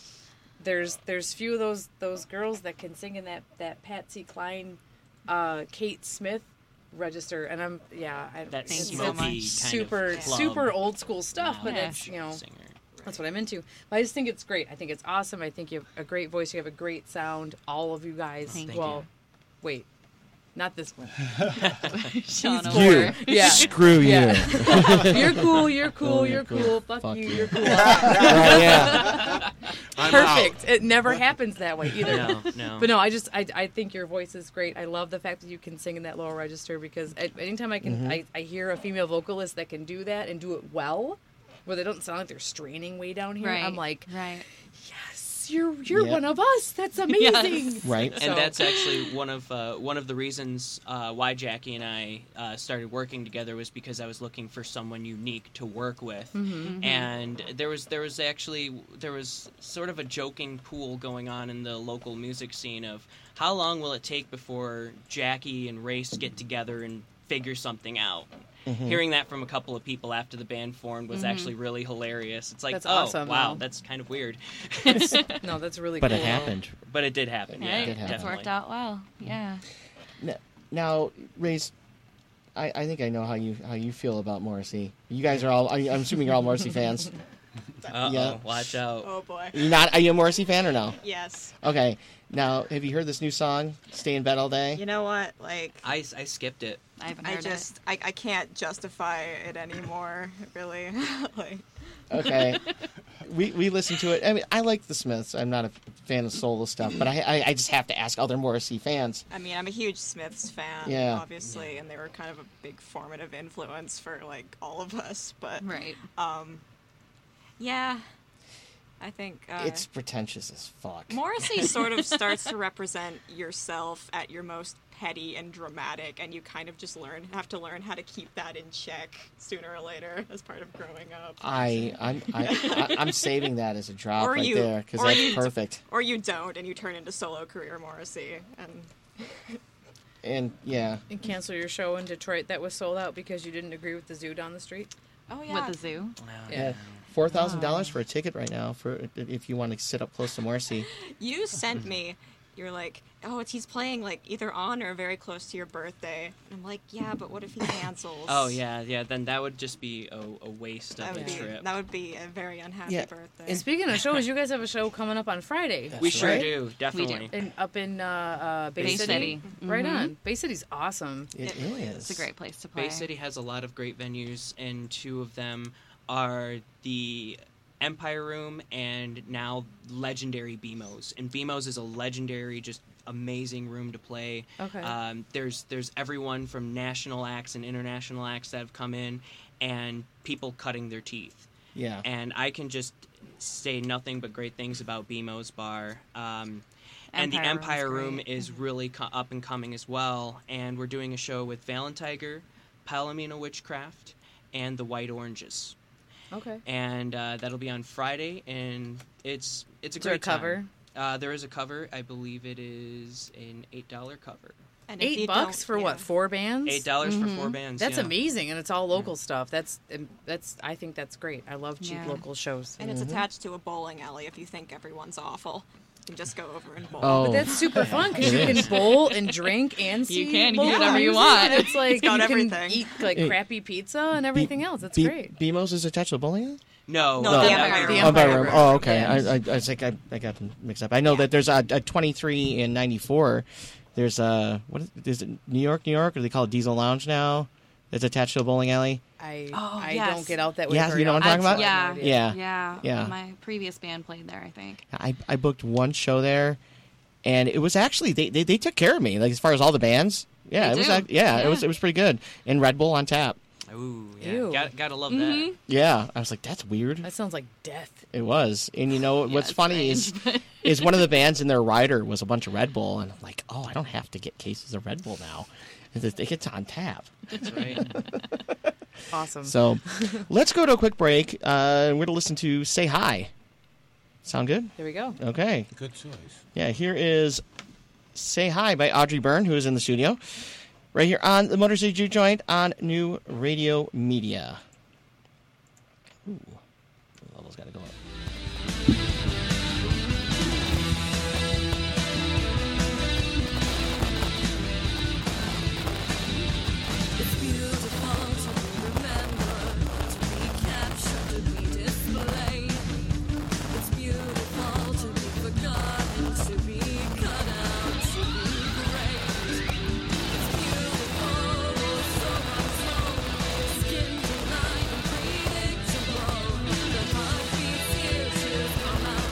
[SPEAKER 2] There's there's few of those those girls that can sing in that that Patsy Cline, uh, Kate Smith register, and I'm yeah. I,
[SPEAKER 7] That
[SPEAKER 8] Thank
[SPEAKER 2] it's-
[SPEAKER 8] you so
[SPEAKER 7] smoky
[SPEAKER 8] much.
[SPEAKER 7] kind
[SPEAKER 2] super
[SPEAKER 7] of club
[SPEAKER 2] super old school stuff but
[SPEAKER 8] Yeah.
[SPEAKER 2] that's you know
[SPEAKER 7] singer.
[SPEAKER 2] that's what i'm into but i just think it's great i think it's awesome i think you have a great voice you have a great sound all of you guys
[SPEAKER 8] Thank
[SPEAKER 2] well
[SPEAKER 7] you.
[SPEAKER 2] wait not this one
[SPEAKER 8] Shauna
[SPEAKER 1] You.
[SPEAKER 8] Moore.
[SPEAKER 2] yeah
[SPEAKER 1] Screw you.
[SPEAKER 2] Yeah. you're cool you're cool
[SPEAKER 1] Oh,
[SPEAKER 2] you're
[SPEAKER 1] you're
[SPEAKER 2] cool,
[SPEAKER 1] cool.
[SPEAKER 2] fuck,
[SPEAKER 1] Fuck
[SPEAKER 2] you
[SPEAKER 1] you.
[SPEAKER 2] you're cool perfect
[SPEAKER 1] Oh, yeah.
[SPEAKER 9] I'm
[SPEAKER 2] it never happens that way either
[SPEAKER 7] No, no.
[SPEAKER 2] But no, I just I, I think your voice is great. I love the fact that you can sing in that lower register because at, anytime I can I, I hear a female vocalist that can do that and do it well, where they don't sound like they're straining way down here,
[SPEAKER 8] Right.
[SPEAKER 2] I'm like,
[SPEAKER 8] Right.
[SPEAKER 2] yes, you're you're
[SPEAKER 1] Yep.
[SPEAKER 2] one of us. That's amazing.
[SPEAKER 1] Right.
[SPEAKER 7] and
[SPEAKER 2] So-
[SPEAKER 7] that's actually one of uh, one of the reasons uh, why Jackie and I uh, started working together was because I was looking for someone unique to work with,
[SPEAKER 1] Mm-hmm.
[SPEAKER 2] Mm-hmm.
[SPEAKER 7] and there was there was actually there was sort of a joking pool going on in the local music scene of how long will it take before Jackie and Race get together and figure something out.
[SPEAKER 1] Mm-hmm.
[SPEAKER 7] Hearing that from a couple of people after the band formed was actually really hilarious. It's like,
[SPEAKER 2] Mm-hmm. That's
[SPEAKER 7] oh
[SPEAKER 2] awesome,
[SPEAKER 7] wow,
[SPEAKER 2] though.
[SPEAKER 7] that's kind of weird,
[SPEAKER 2] no, that's really
[SPEAKER 1] But
[SPEAKER 2] cool.
[SPEAKER 1] it happened.
[SPEAKER 7] but it did happen. Yeah,
[SPEAKER 8] Right.
[SPEAKER 1] did happen.
[SPEAKER 8] It's
[SPEAKER 7] definitely.
[SPEAKER 8] worked out well. Yeah.
[SPEAKER 1] N- Now, Race, I, I think I know how you how you feel about Morrissey. You guys are all. I, I'm assuming you're all Morrissey fans.
[SPEAKER 7] Uh-oh,
[SPEAKER 1] Yeah.
[SPEAKER 7] watch out.
[SPEAKER 10] oh boy.
[SPEAKER 1] You're not. Are you a Morrissey fan or no?
[SPEAKER 10] Yes.
[SPEAKER 1] Okay. Now, have you heard this new song, "Stay in Bed All Day"?
[SPEAKER 10] You know what? Like
[SPEAKER 7] I, I skipped it.
[SPEAKER 8] I haven't
[SPEAKER 10] I
[SPEAKER 8] heard
[SPEAKER 10] just I, I can't justify it anymore, really. like
[SPEAKER 1] Okay. we we listened to it. I mean, I like the Smiths. I'm not a fan of solo stuff, but I I, I just have to ask other Morrissey fans.
[SPEAKER 10] I mean, I'm a huge Smiths fan,
[SPEAKER 1] Yeah.
[SPEAKER 10] obviously, and they were kind of a big formative influence for like all of us, but
[SPEAKER 8] it. Right.
[SPEAKER 10] um yeah. I think uh,
[SPEAKER 1] it's pretentious as fuck.
[SPEAKER 10] Morrissey sort of starts to represent yourself at your most petty and dramatic, and you kind of just learn have to learn how to keep that in check sooner or later as part of growing up.
[SPEAKER 1] I I'm I, I, I'm saving that as a drop
[SPEAKER 10] Or
[SPEAKER 1] right
[SPEAKER 10] you-
[SPEAKER 1] there because
[SPEAKER 10] or
[SPEAKER 1] that's
[SPEAKER 10] you-
[SPEAKER 1] perfect.
[SPEAKER 10] or you don't, and you turn into solo career Morrissey, and
[SPEAKER 1] And yeah,
[SPEAKER 2] And cancel your show in Detroit that was sold out because you didn't agree with the zoo down the street.
[SPEAKER 10] oh
[SPEAKER 8] With the zoo.
[SPEAKER 1] yeah. Four thousand dollars for a ticket right now for if you want to sit up close to Morrissey.
[SPEAKER 10] You sent me. You're like, oh, it's, he's playing like either on or very close to your birthday. And I'm like, yeah, but what if he cancels?
[SPEAKER 7] Oh yeah, yeah. Then that would just be a, a waste
[SPEAKER 10] that
[SPEAKER 7] of a
[SPEAKER 10] would be
[SPEAKER 7] trip.
[SPEAKER 10] that would be a very unhappy
[SPEAKER 1] Yeah,
[SPEAKER 10] birthday.
[SPEAKER 2] And speaking of shows, you guys have a show coming up on Friday.
[SPEAKER 7] we sure
[SPEAKER 1] right.
[SPEAKER 7] do, definitely.
[SPEAKER 2] In, up in uh, uh, Bay,
[SPEAKER 8] Bay
[SPEAKER 2] City.
[SPEAKER 8] City.
[SPEAKER 2] Right on. Bay City's awesome.
[SPEAKER 1] Mm-hmm. It
[SPEAKER 10] It really
[SPEAKER 1] is.
[SPEAKER 8] It's a great place to play.
[SPEAKER 7] Bay City has a lot of great venues, and two of them are the Empire Room and now legendary BMO's. And BMO's is a legendary, just amazing room to play.
[SPEAKER 2] Okay.
[SPEAKER 7] Um, there's there's everyone from national acts and international acts that have come in, and people cutting their teeth.
[SPEAKER 1] Yeah.
[SPEAKER 7] and I can just say nothing but great things about BMO's bar. Um, and the
[SPEAKER 8] Empire Room's
[SPEAKER 7] Empire Room
[SPEAKER 8] great.
[SPEAKER 7] is really co- up and coming as well. And we're doing a show with Valentiger, Palomino Witchcraft, and the White Oranges.
[SPEAKER 2] Okay.
[SPEAKER 7] And uh, that'll be on Friday. And it's it's a
[SPEAKER 2] Is
[SPEAKER 7] great
[SPEAKER 2] there a cover?
[SPEAKER 7] time. Uh, there is a cover. I believe it is an eight dollar cover.
[SPEAKER 10] And if
[SPEAKER 2] Eight
[SPEAKER 10] you
[SPEAKER 2] bucks
[SPEAKER 10] don't-
[SPEAKER 2] for
[SPEAKER 10] yeah.
[SPEAKER 2] what? Four bands?
[SPEAKER 7] Eight dollars for
[SPEAKER 1] Mm-hmm.
[SPEAKER 7] four bands.
[SPEAKER 2] That's
[SPEAKER 7] yeah.
[SPEAKER 2] amazing, and it's all local stuff. That's and that's. I think that's great. I love cheap
[SPEAKER 8] Yeah.
[SPEAKER 2] local shows. Mm-hmm.
[SPEAKER 10] And
[SPEAKER 1] Mm-hmm.
[SPEAKER 10] it's attached to a bowling alley. If you think everyone's awful, you can just go over and bowl.
[SPEAKER 1] Oh,
[SPEAKER 2] But that's super fun because you can bowl and drink and see.
[SPEAKER 8] can, you can
[SPEAKER 2] local
[SPEAKER 8] do whatever you
[SPEAKER 2] music,
[SPEAKER 8] want.
[SPEAKER 2] and It's like
[SPEAKER 10] It's got
[SPEAKER 2] you can
[SPEAKER 10] everything.
[SPEAKER 2] eat like
[SPEAKER 1] Hey.
[SPEAKER 2] crappy pizza and everything else. That's
[SPEAKER 1] Be-
[SPEAKER 2] great.
[SPEAKER 1] BMO's is attached to the bowling alley?
[SPEAKER 7] No,
[SPEAKER 10] No,
[SPEAKER 7] no,
[SPEAKER 10] the
[SPEAKER 7] that
[SPEAKER 10] Empire
[SPEAKER 7] would be-
[SPEAKER 10] Room.
[SPEAKER 1] Oh, by
[SPEAKER 2] Empire
[SPEAKER 1] room.
[SPEAKER 2] Room.
[SPEAKER 1] Oh, okay.
[SPEAKER 2] Yeah.
[SPEAKER 1] I, I, I was like, I, I got them mixed up. I know that there's a, a 23 and 94. There's a, what is, is it New York, New York? Or they call it Diesel Lounge now? that's attached to a bowling alley.
[SPEAKER 2] I
[SPEAKER 8] Oh,
[SPEAKER 2] I
[SPEAKER 8] yes.
[SPEAKER 2] don't get out that way.
[SPEAKER 1] Yeah, you
[SPEAKER 2] very
[SPEAKER 1] know what I'm
[SPEAKER 2] often,
[SPEAKER 1] talking
[SPEAKER 2] so I have
[SPEAKER 8] about?
[SPEAKER 2] no idea.
[SPEAKER 1] Yeah.
[SPEAKER 8] Yeah.
[SPEAKER 1] Yeah.
[SPEAKER 8] My previous band played there, I think.
[SPEAKER 1] I, I booked one show there, and it was actually they, they, they took care of me like as far as all the bands. Yeah,
[SPEAKER 8] They
[SPEAKER 1] it was
[SPEAKER 8] do.
[SPEAKER 1] ac- yeah, it
[SPEAKER 8] Yeah.
[SPEAKER 1] was it was pretty good. And Red Bull on tap.
[SPEAKER 7] Ooh,
[SPEAKER 2] Ew. Mm-hmm.
[SPEAKER 7] yeah. Got, gotta love that.
[SPEAKER 1] Yeah, I was like, that's weird.
[SPEAKER 2] That sounds like death.
[SPEAKER 1] It was, and you know what's
[SPEAKER 8] it's
[SPEAKER 1] funny
[SPEAKER 8] strange,
[SPEAKER 1] is is one of the bands in their rider was a bunch of Red Bull, and I'm like, oh, I don't have to get cases of Red Bull now. It's it's on tap.
[SPEAKER 7] That's right.
[SPEAKER 2] Awesome.
[SPEAKER 1] So let's go to a quick break. Uh, and we're going to listen to Say Hi. Sound good?
[SPEAKER 2] there we go.
[SPEAKER 1] Okay.
[SPEAKER 9] Good choice.
[SPEAKER 1] Yeah, here is Say Hi by Audrey Byrne, who is in the studio, right here on the Motor City Jew Joint on New Radio Media. Ooh, level's got to go up.
[SPEAKER 4] It's beautiful to remember, to be captured, to be displayed. It's beautiful to be forgotten, to be cut out, to be great. It's beautiful, so unknown, skin to line, predictable. The heart beats you,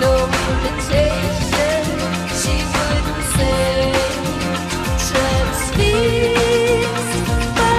[SPEAKER 4] No invitation, she wouldn't say transfixed by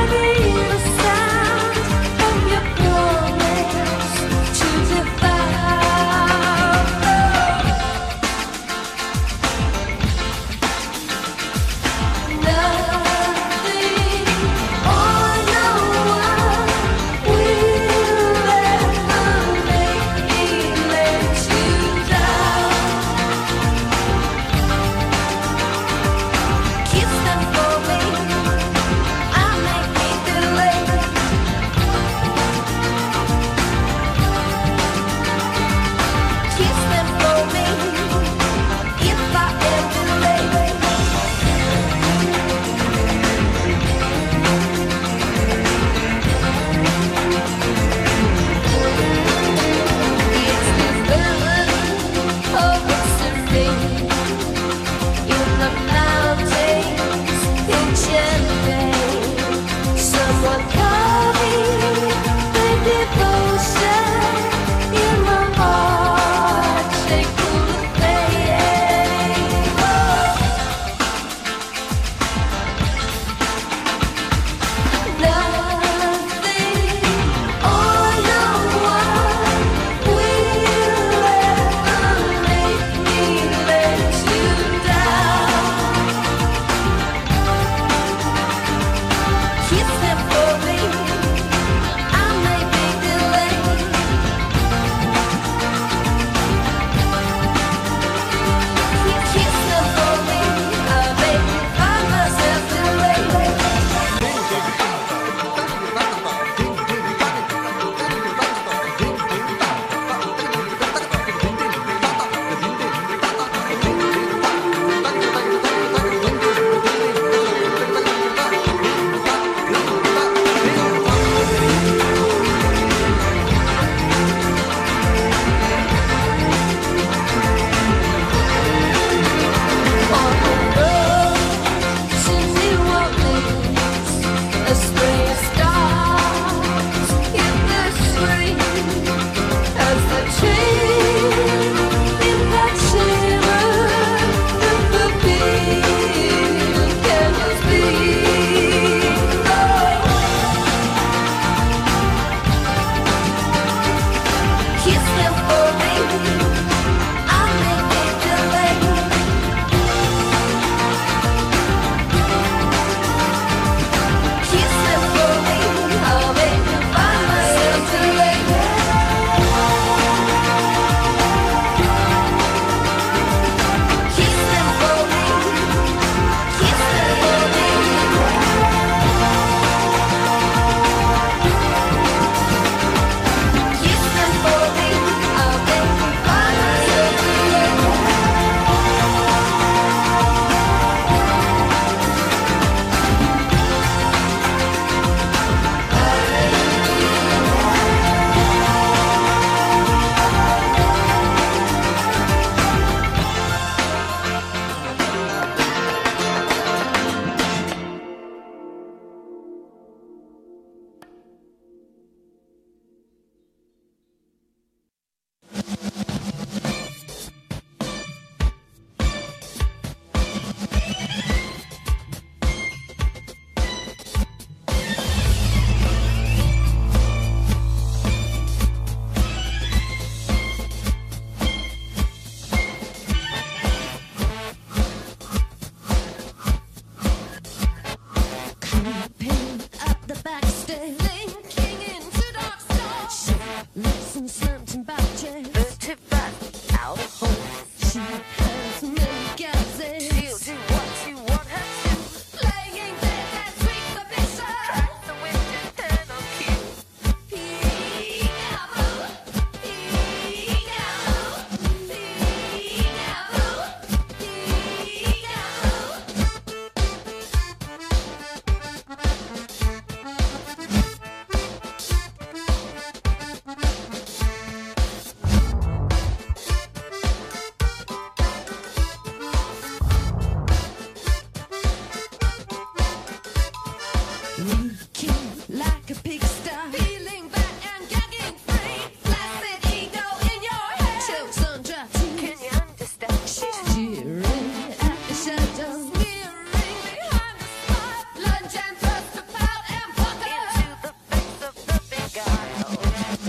[SPEAKER 4] Getting killed like a pigsty. Feeling bad and gagging free. Flaccid ego in your head. Chokes on dry teeth. Can you understand? She's jeering at the shadows. Sneering behind the spot. Lunge and thrust about and fuck Into the face of the big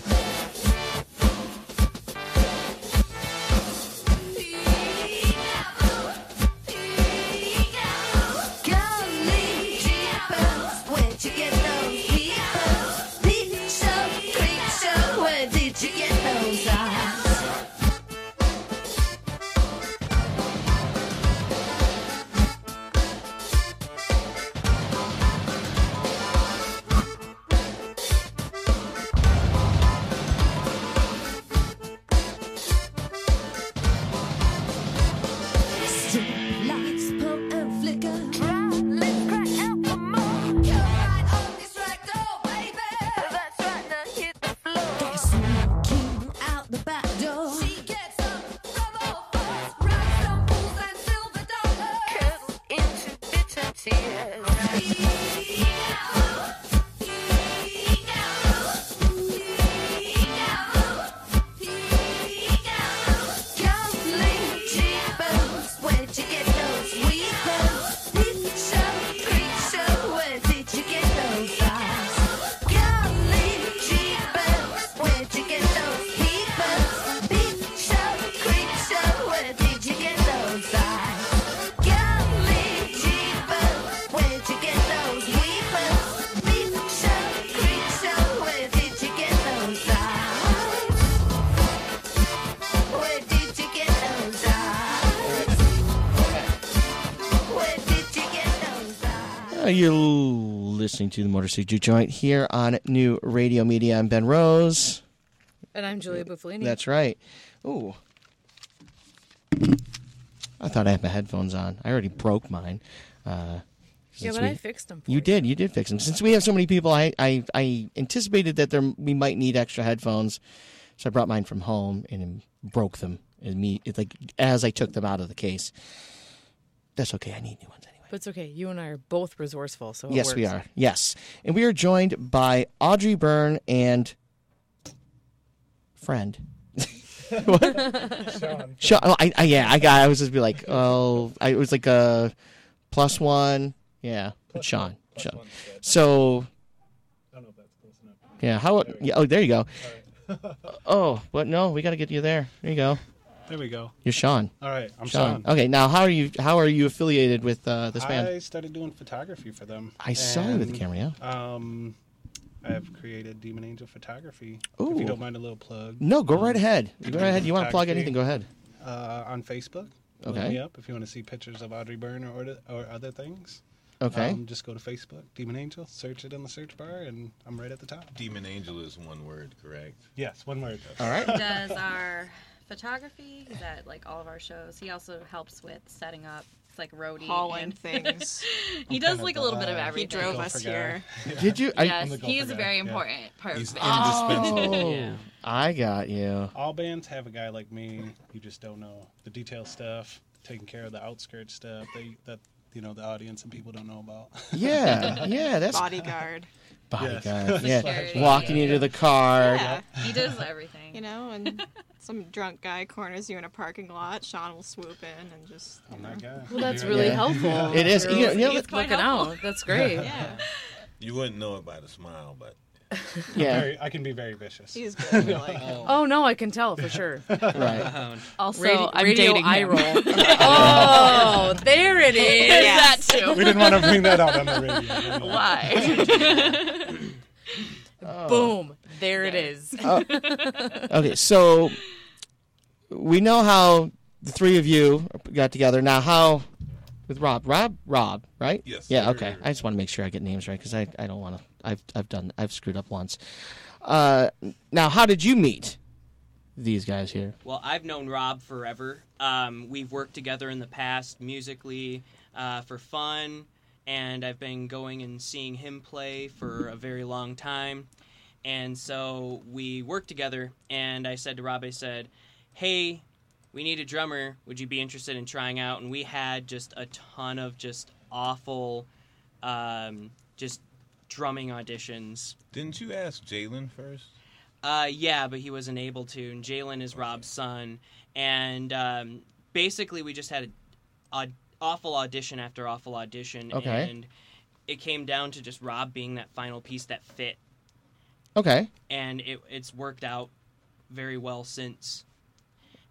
[SPEAKER 4] Lights pump and flicker. Try, let's crack out for more. You're right on this right door, baby. That's right, now hit the floor. They're sneaking out the back door. She gets up from all fours, rocks some fools and silver dollars. Curls into bitter tears. Where'd you get those weepers? Beep, show, creep, show. Where did you get those eyes? Where did you get those eyes? Where did you get those eyes?
[SPEAKER 1] Uh, You're listening to the Motor City Juke Joint here on New Radio Media. I'm Ben Rose.
[SPEAKER 2] And I'm Julia Buffalini.
[SPEAKER 1] That's right. Ooh. I thought I had my headphones on. I already broke mine. Uh,
[SPEAKER 2] yeah,
[SPEAKER 1] since
[SPEAKER 2] but
[SPEAKER 1] we-
[SPEAKER 2] I fixed them. For
[SPEAKER 1] You did. You did fix them. Since we have so many people, I, I, I anticipated that there we might need extra headphones, so I brought mine from home and then broke them. And me, it, like as I took them out of the case. That's okay. I need new ones anyway.
[SPEAKER 2] But it's okay. You and I are both resourceful, so it
[SPEAKER 1] yes, we
[SPEAKER 2] works.
[SPEAKER 1] are. Yes, and we are joined by Audrey Byrne and friend.
[SPEAKER 11] Sean.
[SPEAKER 1] Sha- oh, I, I, yeah, I got. I was just be like, oh, I it was like a plus one. Yeah, but Sean. Sean. So
[SPEAKER 11] I don't know if that's close enough.
[SPEAKER 1] yeah, how? Yeah, oh, there you go. oh, what? No, we got to get you there. There you go.
[SPEAKER 11] There we go.
[SPEAKER 1] You're Sean.
[SPEAKER 11] All right, I'm Sean.
[SPEAKER 1] Okay, now how are you? How are you affiliated with uh, this
[SPEAKER 11] I
[SPEAKER 1] band?
[SPEAKER 11] started doing photography for them.
[SPEAKER 1] I saw you with the
[SPEAKER 11] and,
[SPEAKER 1] camera,
[SPEAKER 11] Um, I have created Demon Angel Photography. If
[SPEAKER 1] Ooh.
[SPEAKER 11] you don't mind a little plug.
[SPEAKER 1] No, go right ahead. Go right ahead. You want to plug
[SPEAKER 11] Photography.
[SPEAKER 1] anything? Go ahead.
[SPEAKER 11] Uh, on Facebook. Look
[SPEAKER 1] Okay.
[SPEAKER 11] me up if you want to see pictures of Audrey Byrne or other, or other things.
[SPEAKER 1] Okay.
[SPEAKER 11] Um, just go to Facebook, Demon Angel, search it in the search bar, and I'm right at the top.
[SPEAKER 9] Demon Angel is one word, correct?
[SPEAKER 11] Yes, one word.
[SPEAKER 1] All right.
[SPEAKER 8] does our photography. He's at like all of our shows. He also helps with setting up it's like roadie
[SPEAKER 10] Hauling
[SPEAKER 8] and-
[SPEAKER 10] things.
[SPEAKER 8] he does like a little bit of everything.
[SPEAKER 10] He drove
[SPEAKER 11] Golfer
[SPEAKER 10] us
[SPEAKER 11] guy.
[SPEAKER 10] here.
[SPEAKER 1] Did you? I,
[SPEAKER 8] Yes,
[SPEAKER 11] I'm the
[SPEAKER 8] he
[SPEAKER 11] golfer
[SPEAKER 8] is a
[SPEAKER 11] guy,
[SPEAKER 8] very
[SPEAKER 11] yeah.
[SPEAKER 8] important part.
[SPEAKER 9] He's
[SPEAKER 8] of it.
[SPEAKER 9] indispensable.
[SPEAKER 1] Oh,
[SPEAKER 7] Yeah.
[SPEAKER 1] I got you.
[SPEAKER 11] All bands have a guy like me. You just don't know the detail stuff, taking care of the outskirts stuff that you- that you know the audience and people don't know about.
[SPEAKER 1] Yeah, yeah, that's
[SPEAKER 10] Bodyguard.
[SPEAKER 1] bodyguard.
[SPEAKER 8] Yes.
[SPEAKER 1] Yeah,
[SPEAKER 8] Security.
[SPEAKER 1] walking you to the car.
[SPEAKER 10] Yeah.
[SPEAKER 8] he does everything.
[SPEAKER 10] You know, and some drunk guy corners you in a parking lot. Sean will swoop in and just. You
[SPEAKER 11] I'm
[SPEAKER 10] know.
[SPEAKER 11] that guy.
[SPEAKER 2] Well, that's
[SPEAKER 11] Yeah.
[SPEAKER 2] really
[SPEAKER 1] Yeah.
[SPEAKER 2] helpful.
[SPEAKER 1] It is.
[SPEAKER 2] You're
[SPEAKER 1] You know- you know
[SPEAKER 2] looking
[SPEAKER 1] that-
[SPEAKER 8] quite helpful.
[SPEAKER 2] out. That's great.
[SPEAKER 10] Yeah.
[SPEAKER 9] You wouldn't know it by the smile, but
[SPEAKER 1] Yeah,
[SPEAKER 11] Very, I can be very vicious.
[SPEAKER 10] He's good. We're like,
[SPEAKER 2] Oh no, I can tell for sure.
[SPEAKER 1] right.
[SPEAKER 8] Also,
[SPEAKER 2] radio
[SPEAKER 8] I'm
[SPEAKER 2] radio
[SPEAKER 8] dating
[SPEAKER 2] eye
[SPEAKER 8] him.
[SPEAKER 2] roll. oh, there it is.
[SPEAKER 10] Yes.
[SPEAKER 8] That too.
[SPEAKER 11] we didn't want to bring that out on the radio. didn't we?
[SPEAKER 8] Why?
[SPEAKER 2] Boom. There it is.
[SPEAKER 1] Oh. Okay, so we know how the three of you got together. Now, how with Rob? Rob, Rob, right?
[SPEAKER 9] Yes.
[SPEAKER 1] Yeah. Okay. I just want to make sure I get names right because I, I don't want to. I've I've done I've screwed up once. Uh, now, how did you meet these guys here?
[SPEAKER 7] Well, I've known Rob forever. Um, we've worked together in the past musically uh, for fun, and I've been going and seeing him play for a very long time. And so we worked together, and I said to Rob, I said, Hey, we need a drummer. Would you be interested in trying out? And we had just a ton of just awful, um, just drumming auditions.
[SPEAKER 9] Didn't you ask Jalen first?
[SPEAKER 7] Uh, yeah, but he wasn't able to. And Jalen is Rob's son, and um, basically we just had an aud- awful audition after awful audition,
[SPEAKER 1] Okay.
[SPEAKER 7] and it came down to just Rob being that final piece that fit,
[SPEAKER 1] Okay.
[SPEAKER 7] and it, it's worked out very well since.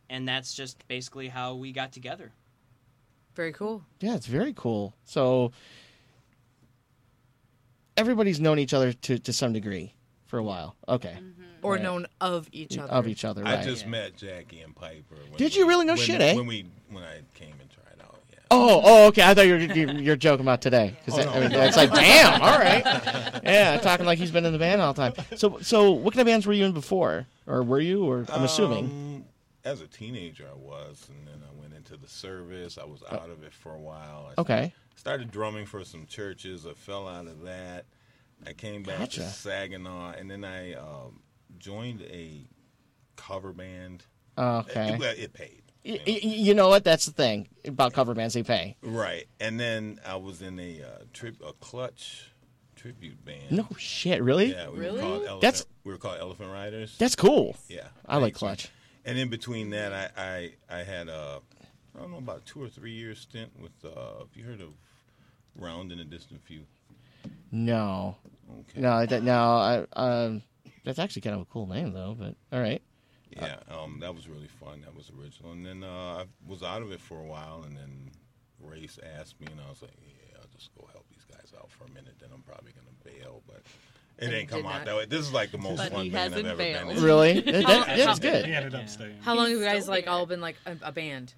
[SPEAKER 7] And that's just basically how we got together.
[SPEAKER 2] Very cool.
[SPEAKER 1] Yeah, it's very cool. So everybody's known each other to, to some degree for a while. Okay.
[SPEAKER 2] Or
[SPEAKER 1] Right.
[SPEAKER 2] known of each other.
[SPEAKER 1] Of each other, right.
[SPEAKER 9] I just met Jackie and Piper. when-
[SPEAKER 1] Did you really? No
[SPEAKER 9] when-
[SPEAKER 1] shit, eh?
[SPEAKER 9] When we when I came and tried out, yeah.
[SPEAKER 1] Oh, oh, okay. I thought you were you, you're joking about today because
[SPEAKER 9] Oh, no.
[SPEAKER 1] I mean, it's like, damn, all right, yeah, talking like he's been in the band all the time. So, so what kind of bands were you in before, or were you, or I'm assuming?
[SPEAKER 9] Um, as a teenager, I was, and then I went into the service. I was out of it for a while. I
[SPEAKER 1] Oh. Okay.
[SPEAKER 9] Started drumming for some churches. I fell out of that. I came back to
[SPEAKER 1] Gotcha.
[SPEAKER 9] Saginaw, and then I um, joined a cover band.
[SPEAKER 1] Okay.
[SPEAKER 9] It, well, it paid.
[SPEAKER 1] Y- y- you know what? That's the thing about cover bands; they pay.
[SPEAKER 9] Right, and then I was in a uh, trip, a clutch tribute band.
[SPEAKER 1] No shit, really?
[SPEAKER 9] Yeah, we
[SPEAKER 2] Really?
[SPEAKER 9] were called elephant,
[SPEAKER 1] That's-
[SPEAKER 9] we were called Elephant Riders.
[SPEAKER 1] That's cool.
[SPEAKER 9] yeah.
[SPEAKER 1] I like
[SPEAKER 9] Thanks, man.
[SPEAKER 1] Clutch.
[SPEAKER 9] And in between that, I I, I had a I don't know about two or three year stint with uh, have you heard of Round in a Distant Few?
[SPEAKER 1] No,
[SPEAKER 9] Okay.
[SPEAKER 1] no, that, no. I, um, that's actually kind of a cool name though. But all right.
[SPEAKER 9] Yeah, um, that was really fun. That was original. And then uh, I was out of it for a while, and then Race asked me, and I was like, yeah, I'll just go help these guys out for a minute. Then I'm probably gonna bail, but. It
[SPEAKER 2] And
[SPEAKER 9] didn't
[SPEAKER 2] you
[SPEAKER 9] come
[SPEAKER 2] did
[SPEAKER 9] out
[SPEAKER 2] not.
[SPEAKER 9] that way. This is like the most
[SPEAKER 8] But
[SPEAKER 9] fun
[SPEAKER 8] he
[SPEAKER 9] band I've
[SPEAKER 8] hasn't
[SPEAKER 9] ever
[SPEAKER 8] bailed.
[SPEAKER 9] been in.
[SPEAKER 1] Really? That, that,
[SPEAKER 2] How-
[SPEAKER 1] that is
[SPEAKER 11] He
[SPEAKER 1] good.
[SPEAKER 11] ended up staying.
[SPEAKER 2] How long have you
[SPEAKER 10] still
[SPEAKER 2] guys like
[SPEAKER 10] there.
[SPEAKER 2] all been like a, a band?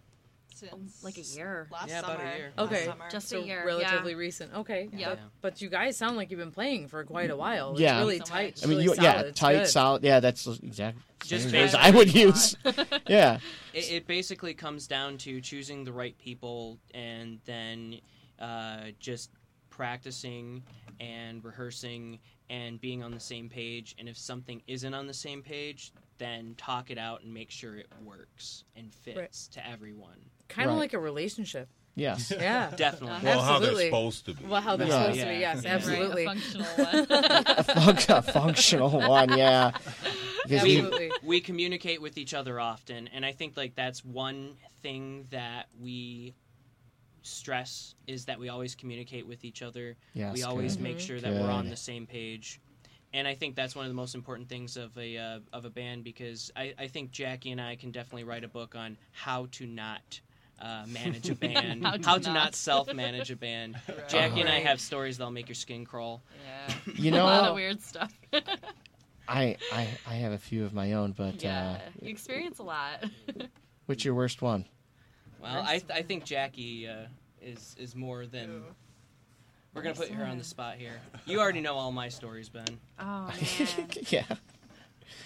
[SPEAKER 10] Since
[SPEAKER 8] Like a year.
[SPEAKER 10] Last
[SPEAKER 7] Yeah,
[SPEAKER 10] summer.
[SPEAKER 7] about a year.
[SPEAKER 10] last
[SPEAKER 2] Okay.
[SPEAKER 10] summer.
[SPEAKER 8] Just
[SPEAKER 2] So
[SPEAKER 8] a year.
[SPEAKER 2] relatively
[SPEAKER 8] yeah.
[SPEAKER 2] recent. Okay.
[SPEAKER 8] Yeah. Mm-hmm.
[SPEAKER 7] Yeah.
[SPEAKER 2] But you guys sound like you've been playing for quite a while. Oh, It's
[SPEAKER 1] Yeah.
[SPEAKER 2] really
[SPEAKER 8] So
[SPEAKER 2] tight.
[SPEAKER 8] much.
[SPEAKER 2] It's
[SPEAKER 1] I mean,
[SPEAKER 2] really
[SPEAKER 1] you,
[SPEAKER 2] solid.
[SPEAKER 1] yeah,
[SPEAKER 2] It's
[SPEAKER 1] tight,
[SPEAKER 2] good.
[SPEAKER 1] solid. Yeah, that's the exact
[SPEAKER 7] Just
[SPEAKER 1] same
[SPEAKER 7] basically-
[SPEAKER 1] words I would use. yeah.
[SPEAKER 7] It, it basically comes down to choosing the right people and then uh, just practicing and rehearsing and being on the same page. And if something isn't on the same page, then talk it out and make sure it works and fits to everyone.
[SPEAKER 2] Kind of
[SPEAKER 1] Right.
[SPEAKER 2] like a relationship.
[SPEAKER 1] Yes.
[SPEAKER 2] Yeah.
[SPEAKER 7] Definitely.
[SPEAKER 9] Well, how
[SPEAKER 2] Absolutely.
[SPEAKER 9] they're supposed to be.
[SPEAKER 2] well, how they're
[SPEAKER 1] Yeah.
[SPEAKER 2] supposed to
[SPEAKER 7] Yeah.
[SPEAKER 2] be. Yes,
[SPEAKER 7] Yeah.
[SPEAKER 2] absolutely.
[SPEAKER 8] Right, a functional one.
[SPEAKER 1] Func- a functional one, yeah. 'Cause you-
[SPEAKER 2] Absolutely.
[SPEAKER 7] we communicate with each other often and i think like that's one thing that we stress is that we always communicate with each other
[SPEAKER 1] Yes,
[SPEAKER 7] we always
[SPEAKER 1] good.
[SPEAKER 7] make sure that we're on
[SPEAKER 1] Good.
[SPEAKER 7] the same page and i think that's one of the most important things of a uh, of a band because I, I think jackie and i can definitely write a book on how to not uh, manage a band
[SPEAKER 8] How to
[SPEAKER 7] not,
[SPEAKER 8] not.
[SPEAKER 7] self-manage a band
[SPEAKER 8] Right.
[SPEAKER 7] jackie and i
[SPEAKER 8] Right.
[SPEAKER 7] have stories that'll make your skin crawl
[SPEAKER 8] yeah.
[SPEAKER 1] you
[SPEAKER 8] a lot
[SPEAKER 1] know,
[SPEAKER 8] of weird stuff.
[SPEAKER 1] I, I I have a few of my own, but
[SPEAKER 8] yeah.
[SPEAKER 1] uh,
[SPEAKER 8] You experience a lot.
[SPEAKER 1] what's your worst one?
[SPEAKER 7] well i, I think jackie uh, is is more than
[SPEAKER 10] Ooh.
[SPEAKER 7] We're gonna put her on the spot here. You already know all my stories, Ben.
[SPEAKER 8] Oh man.
[SPEAKER 1] yeah.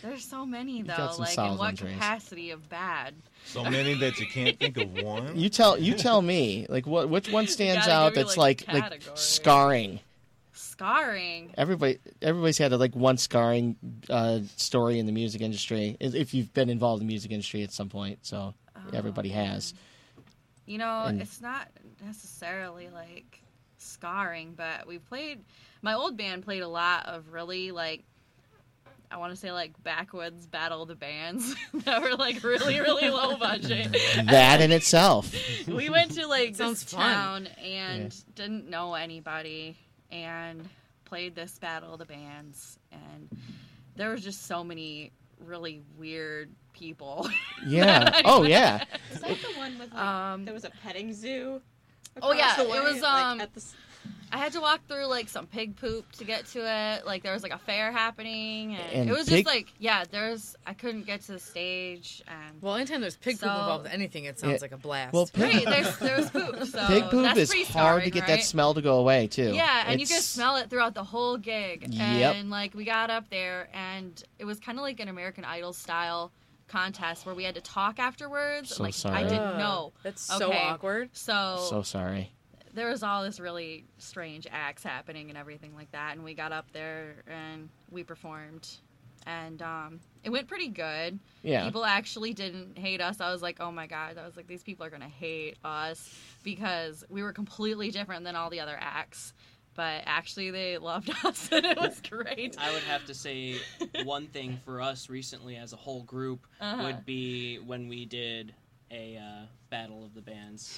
[SPEAKER 8] There's so many
[SPEAKER 1] You've
[SPEAKER 8] though.
[SPEAKER 1] got some
[SPEAKER 8] like in
[SPEAKER 1] solid
[SPEAKER 8] what
[SPEAKER 1] ones, Grace.
[SPEAKER 8] capacity of bad?
[SPEAKER 9] So many that you can't think of one.
[SPEAKER 1] You tell you tell me like what which one stands
[SPEAKER 8] gotta
[SPEAKER 1] out
[SPEAKER 8] give me,
[SPEAKER 1] that's
[SPEAKER 8] like,
[SPEAKER 1] like like,
[SPEAKER 8] categories.
[SPEAKER 1] scarring.
[SPEAKER 8] Scarring.
[SPEAKER 1] Everybody everybody's had like one scarring uh, story in the music industry if if you've been involved in the music industry at some point. So everybody has.
[SPEAKER 8] You know,
[SPEAKER 1] And-
[SPEAKER 8] it's not necessarily like scarring, but we played. My old band played a lot of really like. I want to say like backwoods battle of the bands that were like really really low budget.
[SPEAKER 1] That in itself.
[SPEAKER 8] we went to like
[SPEAKER 2] Sounds
[SPEAKER 8] this
[SPEAKER 2] fun.
[SPEAKER 8] town and didn't know anybody and played this battle of the bands and there was just so many really weird people.
[SPEAKER 1] Yeah. Oh yeah.
[SPEAKER 10] Is that the one with like,
[SPEAKER 8] Um,
[SPEAKER 10] there was a petting zoo?
[SPEAKER 8] Oh, yeah,
[SPEAKER 10] across the
[SPEAKER 8] it
[SPEAKER 10] way,
[SPEAKER 8] was,
[SPEAKER 10] like,
[SPEAKER 8] um,
[SPEAKER 10] at the s-
[SPEAKER 8] I had to walk through like some pig poop to get to it. Like there was like a fair happening and,
[SPEAKER 1] And
[SPEAKER 8] it was
[SPEAKER 1] pig-
[SPEAKER 8] just like yeah, there's I couldn't get to the stage and
[SPEAKER 2] Well, anytime there's pig poop
[SPEAKER 8] So-
[SPEAKER 2] involved with anything, it sounds
[SPEAKER 1] Yeah.
[SPEAKER 2] like a blast.
[SPEAKER 1] Well, pig-
[SPEAKER 8] Right, there's, there was poop. So
[SPEAKER 1] Pig poop
[SPEAKER 8] that's
[SPEAKER 1] is hard
[SPEAKER 8] pretty
[SPEAKER 1] to
[SPEAKER 8] scarring,
[SPEAKER 1] get
[SPEAKER 8] right?
[SPEAKER 1] that smell to go away too.
[SPEAKER 8] Yeah, and you can
[SPEAKER 1] It's-
[SPEAKER 8] smell it throughout the whole gig.
[SPEAKER 1] Yep.
[SPEAKER 8] And like we got up there and it was kind of like an American Idol style contest where we had to talk afterwards.
[SPEAKER 1] So
[SPEAKER 8] like
[SPEAKER 1] sorry.
[SPEAKER 8] I
[SPEAKER 2] Ugh.
[SPEAKER 8] didn't know.
[SPEAKER 2] That's so
[SPEAKER 8] Okay.
[SPEAKER 2] awkward.
[SPEAKER 8] So,
[SPEAKER 1] So sorry.
[SPEAKER 8] there was all this really strange acts happening and everything like that and we got up there and we performed and um it went pretty good.
[SPEAKER 1] Yeah.
[SPEAKER 8] People actually didn't hate us. I was like, "Oh my god." I was like, "These people are going to hate us because we were completely different than all the other acts." but actually they loved us and it was great.
[SPEAKER 7] I would have to say one thing for us recently as a whole group
[SPEAKER 8] Uh-huh.
[SPEAKER 7] would be when we did a uh, battle of the bands,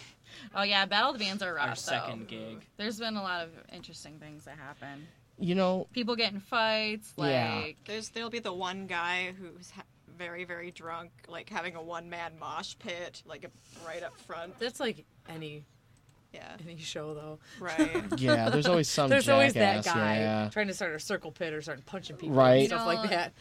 [SPEAKER 8] Oh yeah, Battle of the Bands are rough.
[SPEAKER 7] our
[SPEAKER 8] though.
[SPEAKER 7] second gig.
[SPEAKER 8] There's been a lot of interesting things that happen.
[SPEAKER 1] You know,
[SPEAKER 8] People get in fights, like
[SPEAKER 1] Yeah.
[SPEAKER 10] There's there'll be the one guy who's ha- very very drunk, like having a one man mosh pit, like right up front.
[SPEAKER 2] That's like any
[SPEAKER 10] Yeah,
[SPEAKER 2] any show though.
[SPEAKER 10] right.
[SPEAKER 1] yeah, there's always some.
[SPEAKER 2] There's always that
[SPEAKER 1] jackass,
[SPEAKER 2] guy
[SPEAKER 1] Yeah.
[SPEAKER 2] trying to start a circle pit or start punching people
[SPEAKER 1] Right.
[SPEAKER 2] and stuff
[SPEAKER 8] You know,
[SPEAKER 2] like that.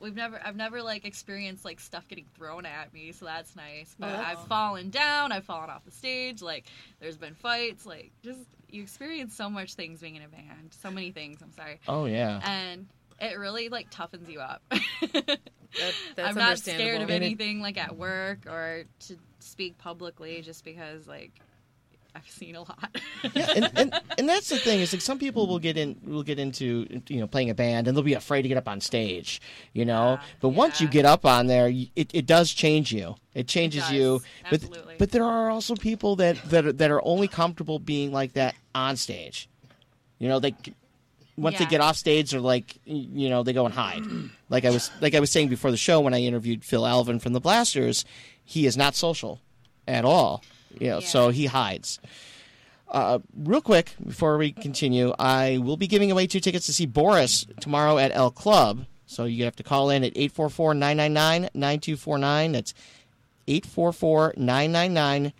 [SPEAKER 8] We've never, I've never like experienced like stuff getting thrown at me, so that's nice. But
[SPEAKER 2] Oh.
[SPEAKER 8] I've fallen down, I've fallen off the stage. Like there's been fights, like just you experience so much things being in a band, so many things. I'm sorry,
[SPEAKER 1] Oh yeah.
[SPEAKER 8] and it really like toughens you up.
[SPEAKER 2] That- that's
[SPEAKER 8] I'm not scared
[SPEAKER 2] understandable.
[SPEAKER 8] of
[SPEAKER 1] it.
[SPEAKER 8] anything like at work or to speak publicly, just because like I've seen a lot.
[SPEAKER 1] yeah, and, and and that's the thing is like some people will get in will get into you know playing a band and they'll be afraid to get up on stage, you know.
[SPEAKER 8] Yeah,
[SPEAKER 1] but once you
[SPEAKER 8] yeah.
[SPEAKER 1] get up on there, you- it, it does change you. It changes you.
[SPEAKER 8] does,
[SPEAKER 1] But
[SPEAKER 8] absolutely.
[SPEAKER 1] but there are also people that that are, that are only comfortable being like that on stage. You know, they once they
[SPEAKER 8] Yeah.
[SPEAKER 1] get off stage, they're like y- you know they go and hide. like I was like I was saying before the show when I interviewed Phil Alvin from the Blasters, he is not social at all. You know,
[SPEAKER 8] Yeah.
[SPEAKER 1] so he hides Uh, real quick before we continue, I will be giving away two tickets to see Boris tomorrow at El Club. So you have to call in at 844 999 9249. That's 844 999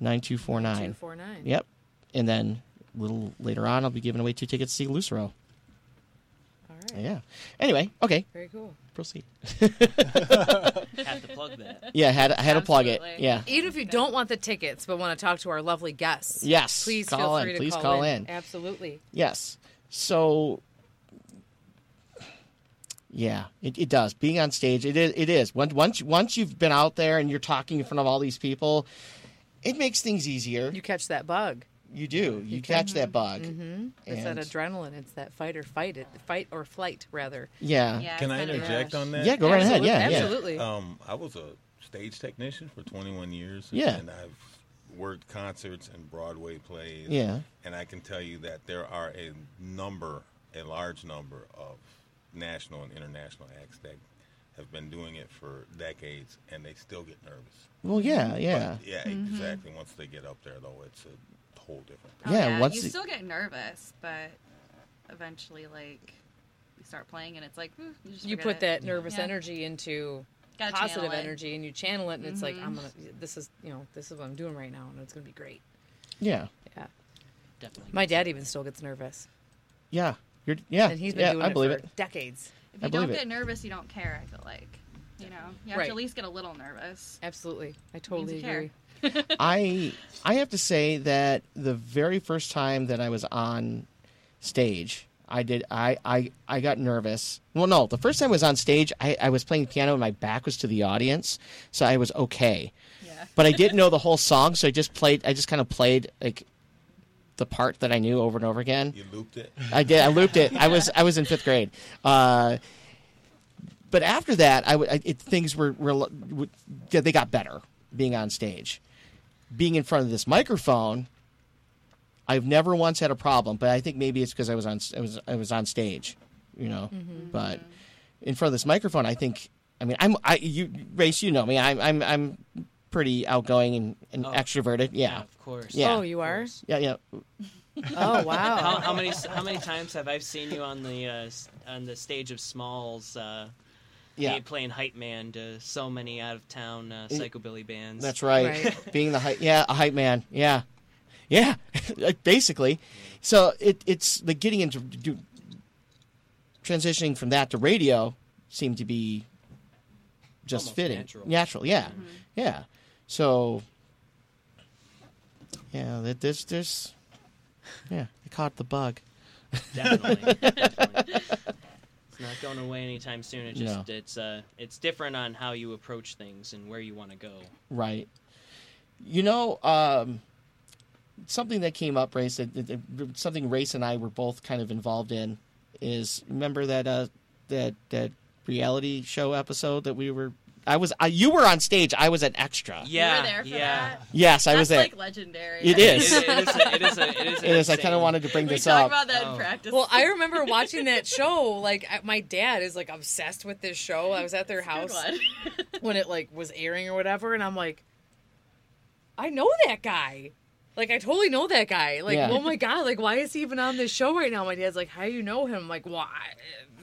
[SPEAKER 1] 9249.
[SPEAKER 2] 249.
[SPEAKER 1] Yep. And then a little later on, I'll be giving away two tickets to see Lucero.
[SPEAKER 2] All right.
[SPEAKER 1] Yeah. Anyway, okay,
[SPEAKER 2] Very cool.
[SPEAKER 1] proceed.
[SPEAKER 7] Have to plug that.
[SPEAKER 1] Yeah, had, I had to plug it.
[SPEAKER 8] Absolutely.
[SPEAKER 1] Yeah.
[SPEAKER 2] Even if you don't want the tickets but want to talk to our lovely guests,
[SPEAKER 1] Yes,
[SPEAKER 2] please
[SPEAKER 1] call
[SPEAKER 2] feel
[SPEAKER 1] in.
[SPEAKER 2] free to
[SPEAKER 1] Please
[SPEAKER 2] call,
[SPEAKER 1] call
[SPEAKER 2] in.
[SPEAKER 1] in.
[SPEAKER 2] Absolutely.
[SPEAKER 1] Yes. So yeah, it, it does. Being on stage, it is. It is. Once once once you've been out there and you're talking in front of all these people, it makes things easier.
[SPEAKER 2] You
[SPEAKER 1] You,
[SPEAKER 2] catch that bug.
[SPEAKER 1] do. You catch that bug. Mm-hmm.
[SPEAKER 2] It's that adrenaline. It's that fight or fight. It fight or flight rather.
[SPEAKER 1] yeah.
[SPEAKER 8] Yeah,
[SPEAKER 9] Can
[SPEAKER 8] it's
[SPEAKER 9] I
[SPEAKER 8] kind of
[SPEAKER 9] interject
[SPEAKER 8] rush.
[SPEAKER 9] on that?
[SPEAKER 1] Yeah, go right ahead.
[SPEAKER 2] Absolute-
[SPEAKER 1] Yeah,
[SPEAKER 2] absolutely.
[SPEAKER 9] Um, I was a stage technician for 21 years.
[SPEAKER 1] Yeah.
[SPEAKER 9] And I've worked concerts and Broadway plays.
[SPEAKER 1] Yeah.
[SPEAKER 9] And I can tell you that there are a number, a large number of national and international acts that have been doing it for decades and they still get nervous.
[SPEAKER 1] yeah. Well, yeah, yeah.
[SPEAKER 9] But, yeah, exactly. Once they get up there, though, it's a whole different
[SPEAKER 8] Oh,
[SPEAKER 1] Yeah, once
[SPEAKER 8] you
[SPEAKER 1] it-
[SPEAKER 8] still get nervous, but eventually, like, you start playing and it's like, mm, you, just
[SPEAKER 2] You
[SPEAKER 8] forget
[SPEAKER 2] put
[SPEAKER 8] it.
[SPEAKER 2] that nervous
[SPEAKER 8] Yeah.
[SPEAKER 2] energy into
[SPEAKER 8] Gotta
[SPEAKER 2] positive
[SPEAKER 8] channel it. Mm-hmm.
[SPEAKER 2] energy and you channel it and it's like I'm gonna this is you know, this is what I'm doing right now and it's gonna be great.
[SPEAKER 1] Yeah.
[SPEAKER 2] Yeah.
[SPEAKER 7] Definitely.
[SPEAKER 2] My dad even still gets nervous.
[SPEAKER 1] Yeah. You're yeah.
[SPEAKER 2] And he's been
[SPEAKER 1] yeah,
[SPEAKER 2] doing
[SPEAKER 1] I
[SPEAKER 2] it
[SPEAKER 1] believe
[SPEAKER 2] for
[SPEAKER 1] it.
[SPEAKER 2] decades.
[SPEAKER 8] If
[SPEAKER 1] I
[SPEAKER 8] you don't
[SPEAKER 1] believe it.
[SPEAKER 8] get nervous, you don't care. I feel like, you know, you have
[SPEAKER 2] Right.
[SPEAKER 8] to at least get a little nervous.
[SPEAKER 2] Absolutely. I totally
[SPEAKER 8] you care.
[SPEAKER 2] agree.
[SPEAKER 1] I I have to say that the very first time that I was on stage, I did I I, I got nervous. Well, no, the first time I was on stage, I, I was playing piano and my back was to the audience, so I was okay.
[SPEAKER 8] Yeah.
[SPEAKER 1] But I didn't know the whole song, so I just played. I just kind of played like the part that I knew over and over again.
[SPEAKER 9] You looped it.
[SPEAKER 1] I did. I looped it. I was I was in fifth grade. Uh, but after that, I, w- I- it, things were, were l- w- yeah, they got better being on stage, being in front of this microphone. I've never once had a problem, but I think maybe it's because I was on s- I was I was on stage, you know.
[SPEAKER 2] Mm-hmm.
[SPEAKER 1] But in front of this microphone, I think I mean I'm I you race you know me I'm I'm I'm pretty outgoing and, and
[SPEAKER 7] Oh.
[SPEAKER 1] extroverted yeah
[SPEAKER 7] of course.
[SPEAKER 1] Yeah.
[SPEAKER 2] Oh, you are?
[SPEAKER 1] yeah yeah
[SPEAKER 2] Oh
[SPEAKER 7] How,
[SPEAKER 2] wow.
[SPEAKER 7] how many how many times have I seen you on the uh, s- on the stage of Smalls? Uh,
[SPEAKER 1] yeah.
[SPEAKER 7] be- playing hype man to so many out of town uh, psychobilly bands.
[SPEAKER 1] That's right. Being the hype, yeah, a hype man, yeah, yeah, Like, basically. So it it's like getting into do, transitioning from that to radio seemed to be just
[SPEAKER 7] Almost
[SPEAKER 1] fitting,
[SPEAKER 7] natural.
[SPEAKER 1] yeah, yeah. So yeah, that there's there's yeah, I caught the bug.
[SPEAKER 7] definitely. definitely. It's not going away anytime soon. It's just
[SPEAKER 1] No.
[SPEAKER 7] it's uh it's different on how you approach things and where you want to go.
[SPEAKER 1] Right. You know, um, something that came up, Race, that, that- that- something Race and I were both kind of involved in is remember that uh, that that reality show episode that we were I was I, you were on stage. I was an extra.
[SPEAKER 7] Yeah,
[SPEAKER 8] you were there for
[SPEAKER 7] yeah.
[SPEAKER 8] that.
[SPEAKER 1] Yes, I was
[SPEAKER 8] That's
[SPEAKER 1] there.
[SPEAKER 8] like legendary.
[SPEAKER 1] It is.
[SPEAKER 7] It, it is. a- It is. A, it is,
[SPEAKER 1] it is. I
[SPEAKER 7] insane.
[SPEAKER 1] kind of wanted to bring
[SPEAKER 8] we
[SPEAKER 1] this
[SPEAKER 8] talk
[SPEAKER 1] up.
[SPEAKER 8] about that
[SPEAKER 7] Oh.
[SPEAKER 8] in practice.
[SPEAKER 2] Well, I remember watching that show. Like I- my dad is like obsessed with this show. I was at their
[SPEAKER 8] Good
[SPEAKER 2] house
[SPEAKER 8] one.
[SPEAKER 2] when it like was airing or whatever, and I'm like, I know that guy. Like I totally know that guy. Like
[SPEAKER 1] Yeah.
[SPEAKER 2] oh my god, like why is he even on this show right now? My dad's like, how do you know him? I'm like why?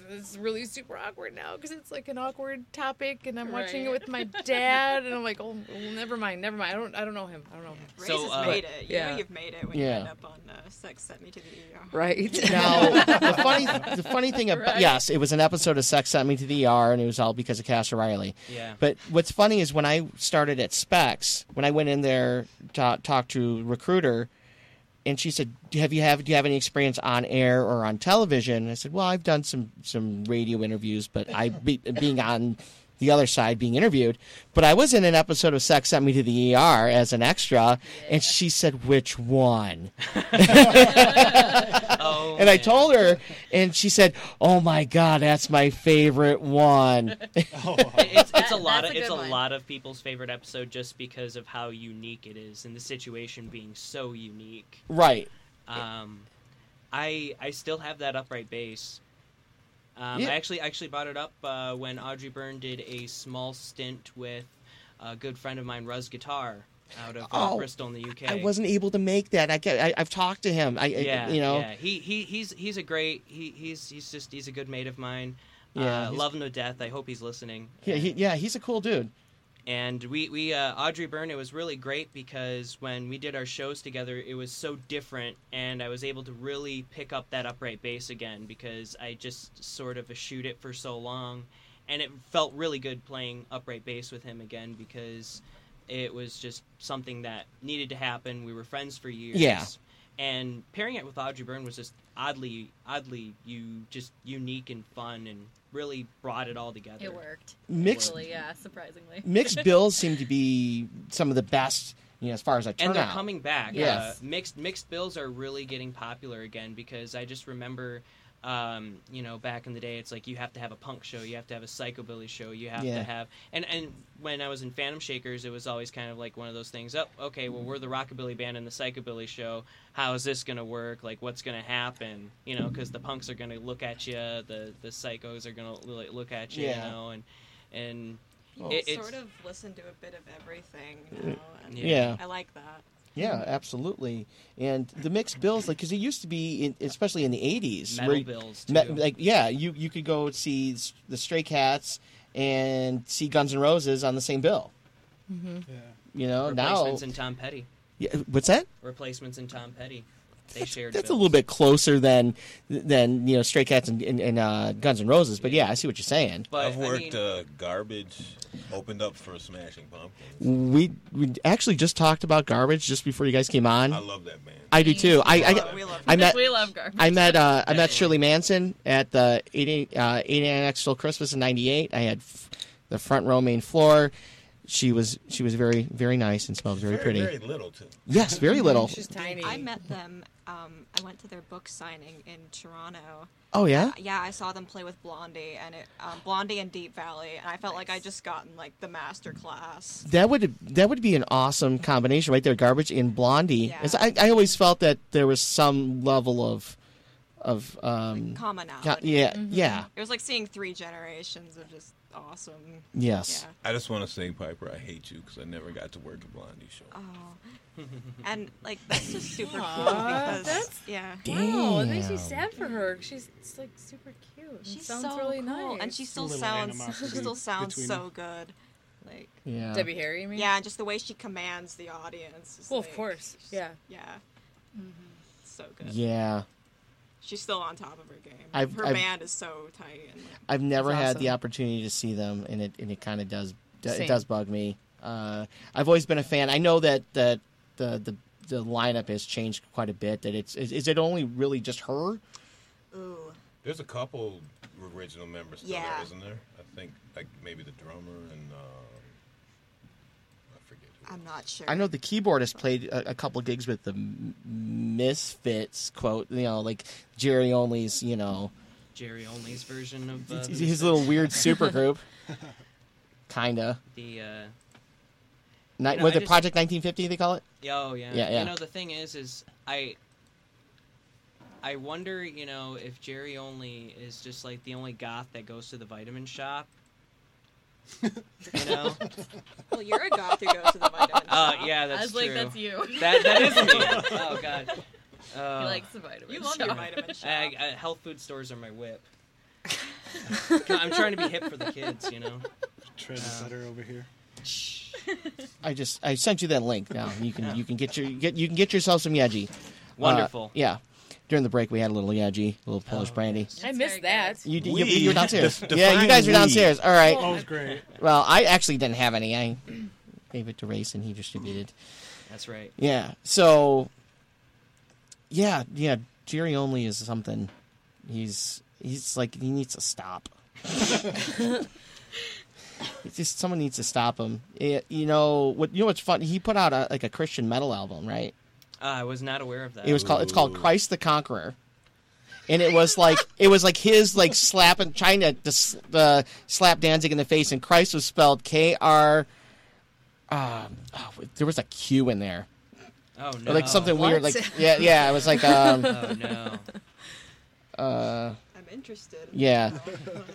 [SPEAKER 2] It's really super awkward now because it's like an awkward topic, and I'm watching it
[SPEAKER 8] Right.
[SPEAKER 2] with my dad, and I'm like, oh, well, never mind, never mind. I don't, I don't know him. I don't know him.
[SPEAKER 10] Race
[SPEAKER 7] So,
[SPEAKER 10] has
[SPEAKER 7] uh,
[SPEAKER 10] made it. You
[SPEAKER 2] yeah.
[SPEAKER 10] know you've made it when you
[SPEAKER 1] Yeah.
[SPEAKER 10] end up on uh, Sex Sent Me to the ER.
[SPEAKER 2] Right
[SPEAKER 1] Now, the funny, the funny thing about yes, it was an episode of Sex Sent Me to the ER, and it was all because of Cass O'Reilly.
[SPEAKER 7] Yeah.
[SPEAKER 1] But what's funny is when I started at Specs, when I went in there to talk to recruiter, and she said, "Do have you have do you have any experience on air or on television?" And I said, "Well, I've done some some radio interviews, but I be, being on." The other side being interviewed, but I was in an episode of Sex Sent Me to the ER as an extra, and she said, "Which one?"
[SPEAKER 7] Oh,
[SPEAKER 1] And I
[SPEAKER 7] man.
[SPEAKER 1] told her, and she said, "Oh my God, that's my favorite one."
[SPEAKER 7] it's, it's a
[SPEAKER 8] That-
[SPEAKER 7] lot
[SPEAKER 8] that's
[SPEAKER 7] of
[SPEAKER 8] a
[SPEAKER 7] it's a
[SPEAKER 8] good one.
[SPEAKER 7] lot of people's favorite episode just because of how unique it is and the situation being so unique.
[SPEAKER 1] right?
[SPEAKER 7] Um, I I still have that upright bass. Um,
[SPEAKER 1] Yeah.
[SPEAKER 7] I actually actually brought it up uh, when Audrey Byrne did a small stint with a good friend of mine, Ruz Guitar, out of uh,
[SPEAKER 1] Oh,
[SPEAKER 7] Bristol in the UK.
[SPEAKER 1] I wasn't able to make that. I, get- I I've talked to him. I, I-
[SPEAKER 7] yeah,
[SPEAKER 1] you know,
[SPEAKER 7] yeah. He, he he's he's a great he, he's he's just he's a good mate of mine.
[SPEAKER 1] Yeah,
[SPEAKER 7] uh,
[SPEAKER 1] he's-
[SPEAKER 7] love him to death. I hope he's listening.
[SPEAKER 1] yeah, he, yeah, he's a cool dude.
[SPEAKER 7] and we we uh, Audrey Byrne. It was really great because when we did our shows together, it was so different, and I was able to really pick up that upright bass again because I just sort of eschewed it for so long, and it felt really good playing upright bass with him again because it was just something that needed to happen. We were friends for years.
[SPEAKER 1] Yeah.
[SPEAKER 7] And pairing it with Audrey Byrne was just oddly, oddly, you just unique and fun, and really brought it all together.
[SPEAKER 8] It worked.
[SPEAKER 1] Mixed
[SPEAKER 8] Actually, yeah, surprisingly.
[SPEAKER 1] mixed bills seem to be some of the best. You know, as far as I turn
[SPEAKER 7] and they're
[SPEAKER 1] out.
[SPEAKER 7] coming back.
[SPEAKER 1] Yes.
[SPEAKER 7] Uh, mixed mixed bills are really getting popular again because I just remember, um, you know, back in the day, it's like you have to have a punk show, you have to have a psychobilly show, you have
[SPEAKER 1] Yeah.
[SPEAKER 7] to have and and when I was in Phantom Shakers, it was always kind of like one of those things. Oh, okay, well we're the rockabilly band and the psychobilly show. How is this gonna work? Like, what's gonna happen? You know, because the punks are gonna look at you, the the psychos are gonna li- look at you,
[SPEAKER 1] Yeah.
[SPEAKER 7] you know, and and
[SPEAKER 1] Oh.
[SPEAKER 10] People
[SPEAKER 7] it- it's-
[SPEAKER 10] sort of listen to a bit of everything now. And
[SPEAKER 1] Yeah.
[SPEAKER 10] I like that.
[SPEAKER 1] Yeah, absolutely. And the mixed bills, like, because it used to be, in, especially in the '80s,
[SPEAKER 7] Metal
[SPEAKER 1] where-
[SPEAKER 7] bills,
[SPEAKER 1] me-
[SPEAKER 7] too.
[SPEAKER 1] like, yeah, you you could go see s- the Stray Cats and see Guns N' Roses on the same bill.
[SPEAKER 11] Yeah.
[SPEAKER 1] You know, now,
[SPEAKER 7] replacements and Tom Petty,
[SPEAKER 1] yeah, what's that?
[SPEAKER 7] replacements and Tom Petty, they
[SPEAKER 1] that's,
[SPEAKER 7] shared.
[SPEAKER 1] that's a
[SPEAKER 7] bills.
[SPEAKER 1] little bit closer than than you know Stray Cats and, and, and uh, Guns N' Roses, but yeah, I see what you're saying.
[SPEAKER 7] But
[SPEAKER 9] I've
[SPEAKER 7] I
[SPEAKER 9] worked
[SPEAKER 7] mean-
[SPEAKER 9] uh, garbage, opened up for Smashing Pumpkins.
[SPEAKER 1] We we actually just talked about garbage just before you guys came on.
[SPEAKER 9] I
[SPEAKER 1] I,
[SPEAKER 9] love that band.
[SPEAKER 1] do too. I I,
[SPEAKER 10] we love
[SPEAKER 1] I met
[SPEAKER 8] we love garbage.
[SPEAKER 1] I met uh, I met Shirley Manson at the 80, uh, 89 Till Christmas in '98. I had f- the front row main floor. She was she was very very nice and smelled very,
[SPEAKER 9] very,
[SPEAKER 1] pretty.
[SPEAKER 9] Very little too.
[SPEAKER 1] Yes, very little.
[SPEAKER 2] She's tiny.
[SPEAKER 10] I met them. Um, I went to their book signing in Toronto. Uh,
[SPEAKER 1] Oh yeah,
[SPEAKER 10] Yeah, I saw them play with Blondie and it, um, Blondie and Deep Valley, and I felt like I just gotten like the master class.
[SPEAKER 1] that would that would be an awesome combination right there. Garbage and Blondie.
[SPEAKER 10] Yeah.
[SPEAKER 1] As I, I always felt that there was some level of of um,
[SPEAKER 10] Commonality.
[SPEAKER 1] co- yeah
[SPEAKER 2] Mm-hmm.
[SPEAKER 1] yeah
[SPEAKER 10] It was like seeing three generations of just awesome.
[SPEAKER 1] yes
[SPEAKER 10] Yeah.
[SPEAKER 9] I just want to say, Piper, I hate you because I never got to work a Blondie show.
[SPEAKER 2] Oh.
[SPEAKER 10] Oh. And like that's just super cool because yeah.
[SPEAKER 2] Wow, it makes me sad for her. 'cause She's it's like super cute. and
[SPEAKER 10] She's
[SPEAKER 2] sounds
[SPEAKER 10] so
[SPEAKER 2] really
[SPEAKER 10] cool,
[SPEAKER 2] nice.
[SPEAKER 10] and she still
[SPEAKER 11] little
[SPEAKER 10] sounds she
[SPEAKER 11] animosity
[SPEAKER 10] still sounds
[SPEAKER 11] between
[SPEAKER 10] so good. Like
[SPEAKER 1] yeah.
[SPEAKER 2] Debbie Harry, you mean?
[SPEAKER 10] yeah, and just the way she commands the audience. Is
[SPEAKER 2] Well, of
[SPEAKER 10] like-
[SPEAKER 2] course,
[SPEAKER 10] she's-
[SPEAKER 2] yeah.
[SPEAKER 10] yeah.
[SPEAKER 2] Mm-hmm.
[SPEAKER 10] So good.
[SPEAKER 1] Yeah,
[SPEAKER 10] She's still on top of her game.
[SPEAKER 1] I've-
[SPEAKER 10] her
[SPEAKER 1] I've-
[SPEAKER 10] band is so tight. And, like,
[SPEAKER 1] I've never
[SPEAKER 2] That's
[SPEAKER 1] had the
[SPEAKER 2] awesome.
[SPEAKER 1] opportunity to see them, and it and it kind of does d- it
[SPEAKER 2] Same.
[SPEAKER 1] does bug me. Uh, I've always been a fan. I know that that the the the lineup has changed quite a bit. That it's is, is it only really just her?
[SPEAKER 10] ooh,
[SPEAKER 9] There's a couple original members still
[SPEAKER 10] Yeah.
[SPEAKER 9] there, isn't there? I think like maybe the drummer and uh, I forget. Who
[SPEAKER 10] I'm not sure.
[SPEAKER 1] I know the keyboardist played a, a couple gigs with the M- Misfits. Quote, you know, like Jerry Only's, you know,
[SPEAKER 7] Jerry Only's version of uh,
[SPEAKER 1] his little weird supergroup. kinda.
[SPEAKER 7] The uh,
[SPEAKER 1] Ni-
[SPEAKER 7] You know,
[SPEAKER 1] was
[SPEAKER 7] I
[SPEAKER 1] it
[SPEAKER 7] just-
[SPEAKER 1] Project 1950? They call it.
[SPEAKER 7] Yeah, Oh yeah.
[SPEAKER 1] Yeah, yeah.
[SPEAKER 7] You know the thing is, is I. I wonder, you know, if Jerry only is just like the only goth that goes to the vitamin shop. You know?
[SPEAKER 10] Well, you're a goth who goes to the vitamin
[SPEAKER 7] uh,
[SPEAKER 10] shop.
[SPEAKER 7] yeah,
[SPEAKER 8] I
[SPEAKER 7] that's
[SPEAKER 8] was like,
[SPEAKER 7] true.
[SPEAKER 8] that's you.
[SPEAKER 7] That that is me. Oh god. Uh,
[SPEAKER 8] He likes the vitamin
[SPEAKER 10] You love your
[SPEAKER 8] shop.
[SPEAKER 10] vitamin shop.
[SPEAKER 7] I, I, health food stores are my whip. I'm trying to be hip for the kids, you know.
[SPEAKER 11] Trendsetter over here.
[SPEAKER 1] I just I sent you that link. Now you can you can get your get you can get yourself some Yaji. Uh,
[SPEAKER 7] Wonderful.
[SPEAKER 1] yeah. During the break, we had a little Yaji, a little Polish brandy.
[SPEAKER 2] I
[SPEAKER 8] That's
[SPEAKER 2] missed
[SPEAKER 8] very
[SPEAKER 2] that.
[SPEAKER 1] You, you,
[SPEAKER 9] We-
[SPEAKER 1] you were downstairs.
[SPEAKER 9] Def-
[SPEAKER 1] yeah, you
[SPEAKER 9] define
[SPEAKER 1] guys were
[SPEAKER 9] we.
[SPEAKER 1] downstairs. All right.
[SPEAKER 11] That was great.
[SPEAKER 1] Well, I actually didn't have any. I gave it to Race, and he distributed.
[SPEAKER 7] That's right.
[SPEAKER 1] Yeah. So. Yeah, yeah. Jerry only is something. He's he's like he needs to stop. It's just someone needs to stop him. It- you know what? You know what's fun? He put out a, like a Christian metal album, right?
[SPEAKER 7] Uh, I was not aware of that.
[SPEAKER 1] It was called it's called
[SPEAKER 9] Ooh.
[SPEAKER 1] Christ the Conqueror. And it was like it was like his like slap and trying to dis- uh, slap Danzig in the face, and Christ was spelled K R. Um, oh, there was a Q in there,
[SPEAKER 7] oh no.
[SPEAKER 1] Or, like something weird.
[SPEAKER 2] What?
[SPEAKER 1] Like yeah, yeah. It was like um, Uh,
[SPEAKER 7] Oh no.
[SPEAKER 10] I'm interested.
[SPEAKER 1] yeah.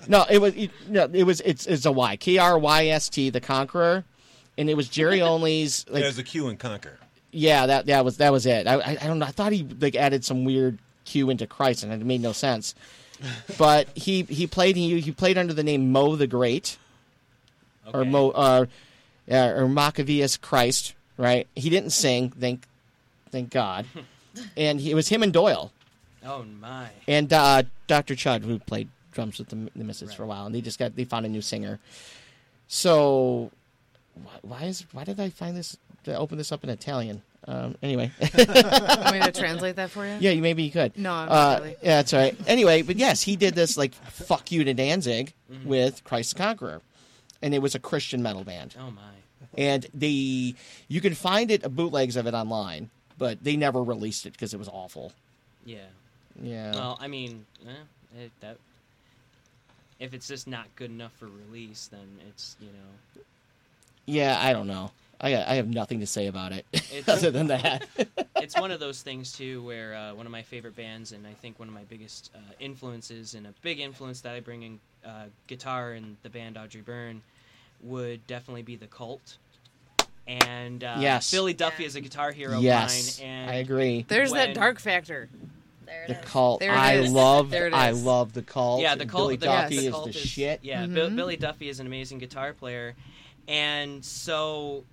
[SPEAKER 1] No, it was it, no, it was it's it's a Y K R Y S T the Conqueror, and it was Jerry Only's like
[SPEAKER 9] There's a Q in Conquer.
[SPEAKER 1] Yeah, that that was that was it. I I, I don't know. I thought he like added some weird cue into Christ, and it made no sense. But he he played he he played under the name Mo the Great or
[SPEAKER 7] Okay.
[SPEAKER 1] Mo uh, uh, or Machiavellius Christ. Right? He didn't sing. Thank thank God. and he, it was him and Doyle
[SPEAKER 7] Oh my.
[SPEAKER 1] and uh, Dr. Chud, who played drums with the, the Misfits for a
[SPEAKER 7] Right.
[SPEAKER 1] while, and they just got they found a new singer. So, why, why is why did I find this? To open this up in Italian. Um, anyway.
[SPEAKER 2] Want me to translate that for you?
[SPEAKER 1] Yeah, you maybe you could.
[SPEAKER 2] No, I'm
[SPEAKER 1] uh,
[SPEAKER 2] not really.
[SPEAKER 1] Yeah, that's all right. Anyway, but yes, he did this like "fuck you" to Danzig
[SPEAKER 7] Mm-hmm.
[SPEAKER 1] with Christ the Conqueror, and it was a Christian metal band.
[SPEAKER 7] Oh my.
[SPEAKER 1] And the you can find it uh, bootlegs of it online, but they never released it because it was awful.
[SPEAKER 7] Yeah.
[SPEAKER 1] Yeah.
[SPEAKER 7] Well, I mean, eh, it, that if it's just not good enough for release, then it's you know,
[SPEAKER 1] Yeah, I don't know. I I have nothing to say about it
[SPEAKER 7] It's-
[SPEAKER 1] other than that.
[SPEAKER 7] it's one of those things too, where uh, one of my favorite bands and I think one of my biggest uh, influences and a big influence that I bring in uh, guitar and the band Audrey Byrne would definitely be the Cult. And uh,
[SPEAKER 1] Yes.
[SPEAKER 7] Billy Duffy is a guitar hero. of
[SPEAKER 1] yes,
[SPEAKER 7] mine, and
[SPEAKER 1] I agree.
[SPEAKER 2] There's
[SPEAKER 7] When-
[SPEAKER 2] that dark factor.
[SPEAKER 8] There it
[SPEAKER 1] The
[SPEAKER 8] is.
[SPEAKER 1] cult.
[SPEAKER 2] There it
[SPEAKER 1] I
[SPEAKER 2] is.
[SPEAKER 1] love.
[SPEAKER 2] There it
[SPEAKER 1] I
[SPEAKER 2] is.
[SPEAKER 1] love the cult.
[SPEAKER 7] Yeah, the cult.
[SPEAKER 1] Billy
[SPEAKER 7] the,
[SPEAKER 1] Duffy
[SPEAKER 7] the
[SPEAKER 1] is
[SPEAKER 7] cult
[SPEAKER 1] the shit.
[SPEAKER 7] Yeah, Bill-
[SPEAKER 2] Mhm.
[SPEAKER 7] Billy Duffy is an amazing guitar player, and so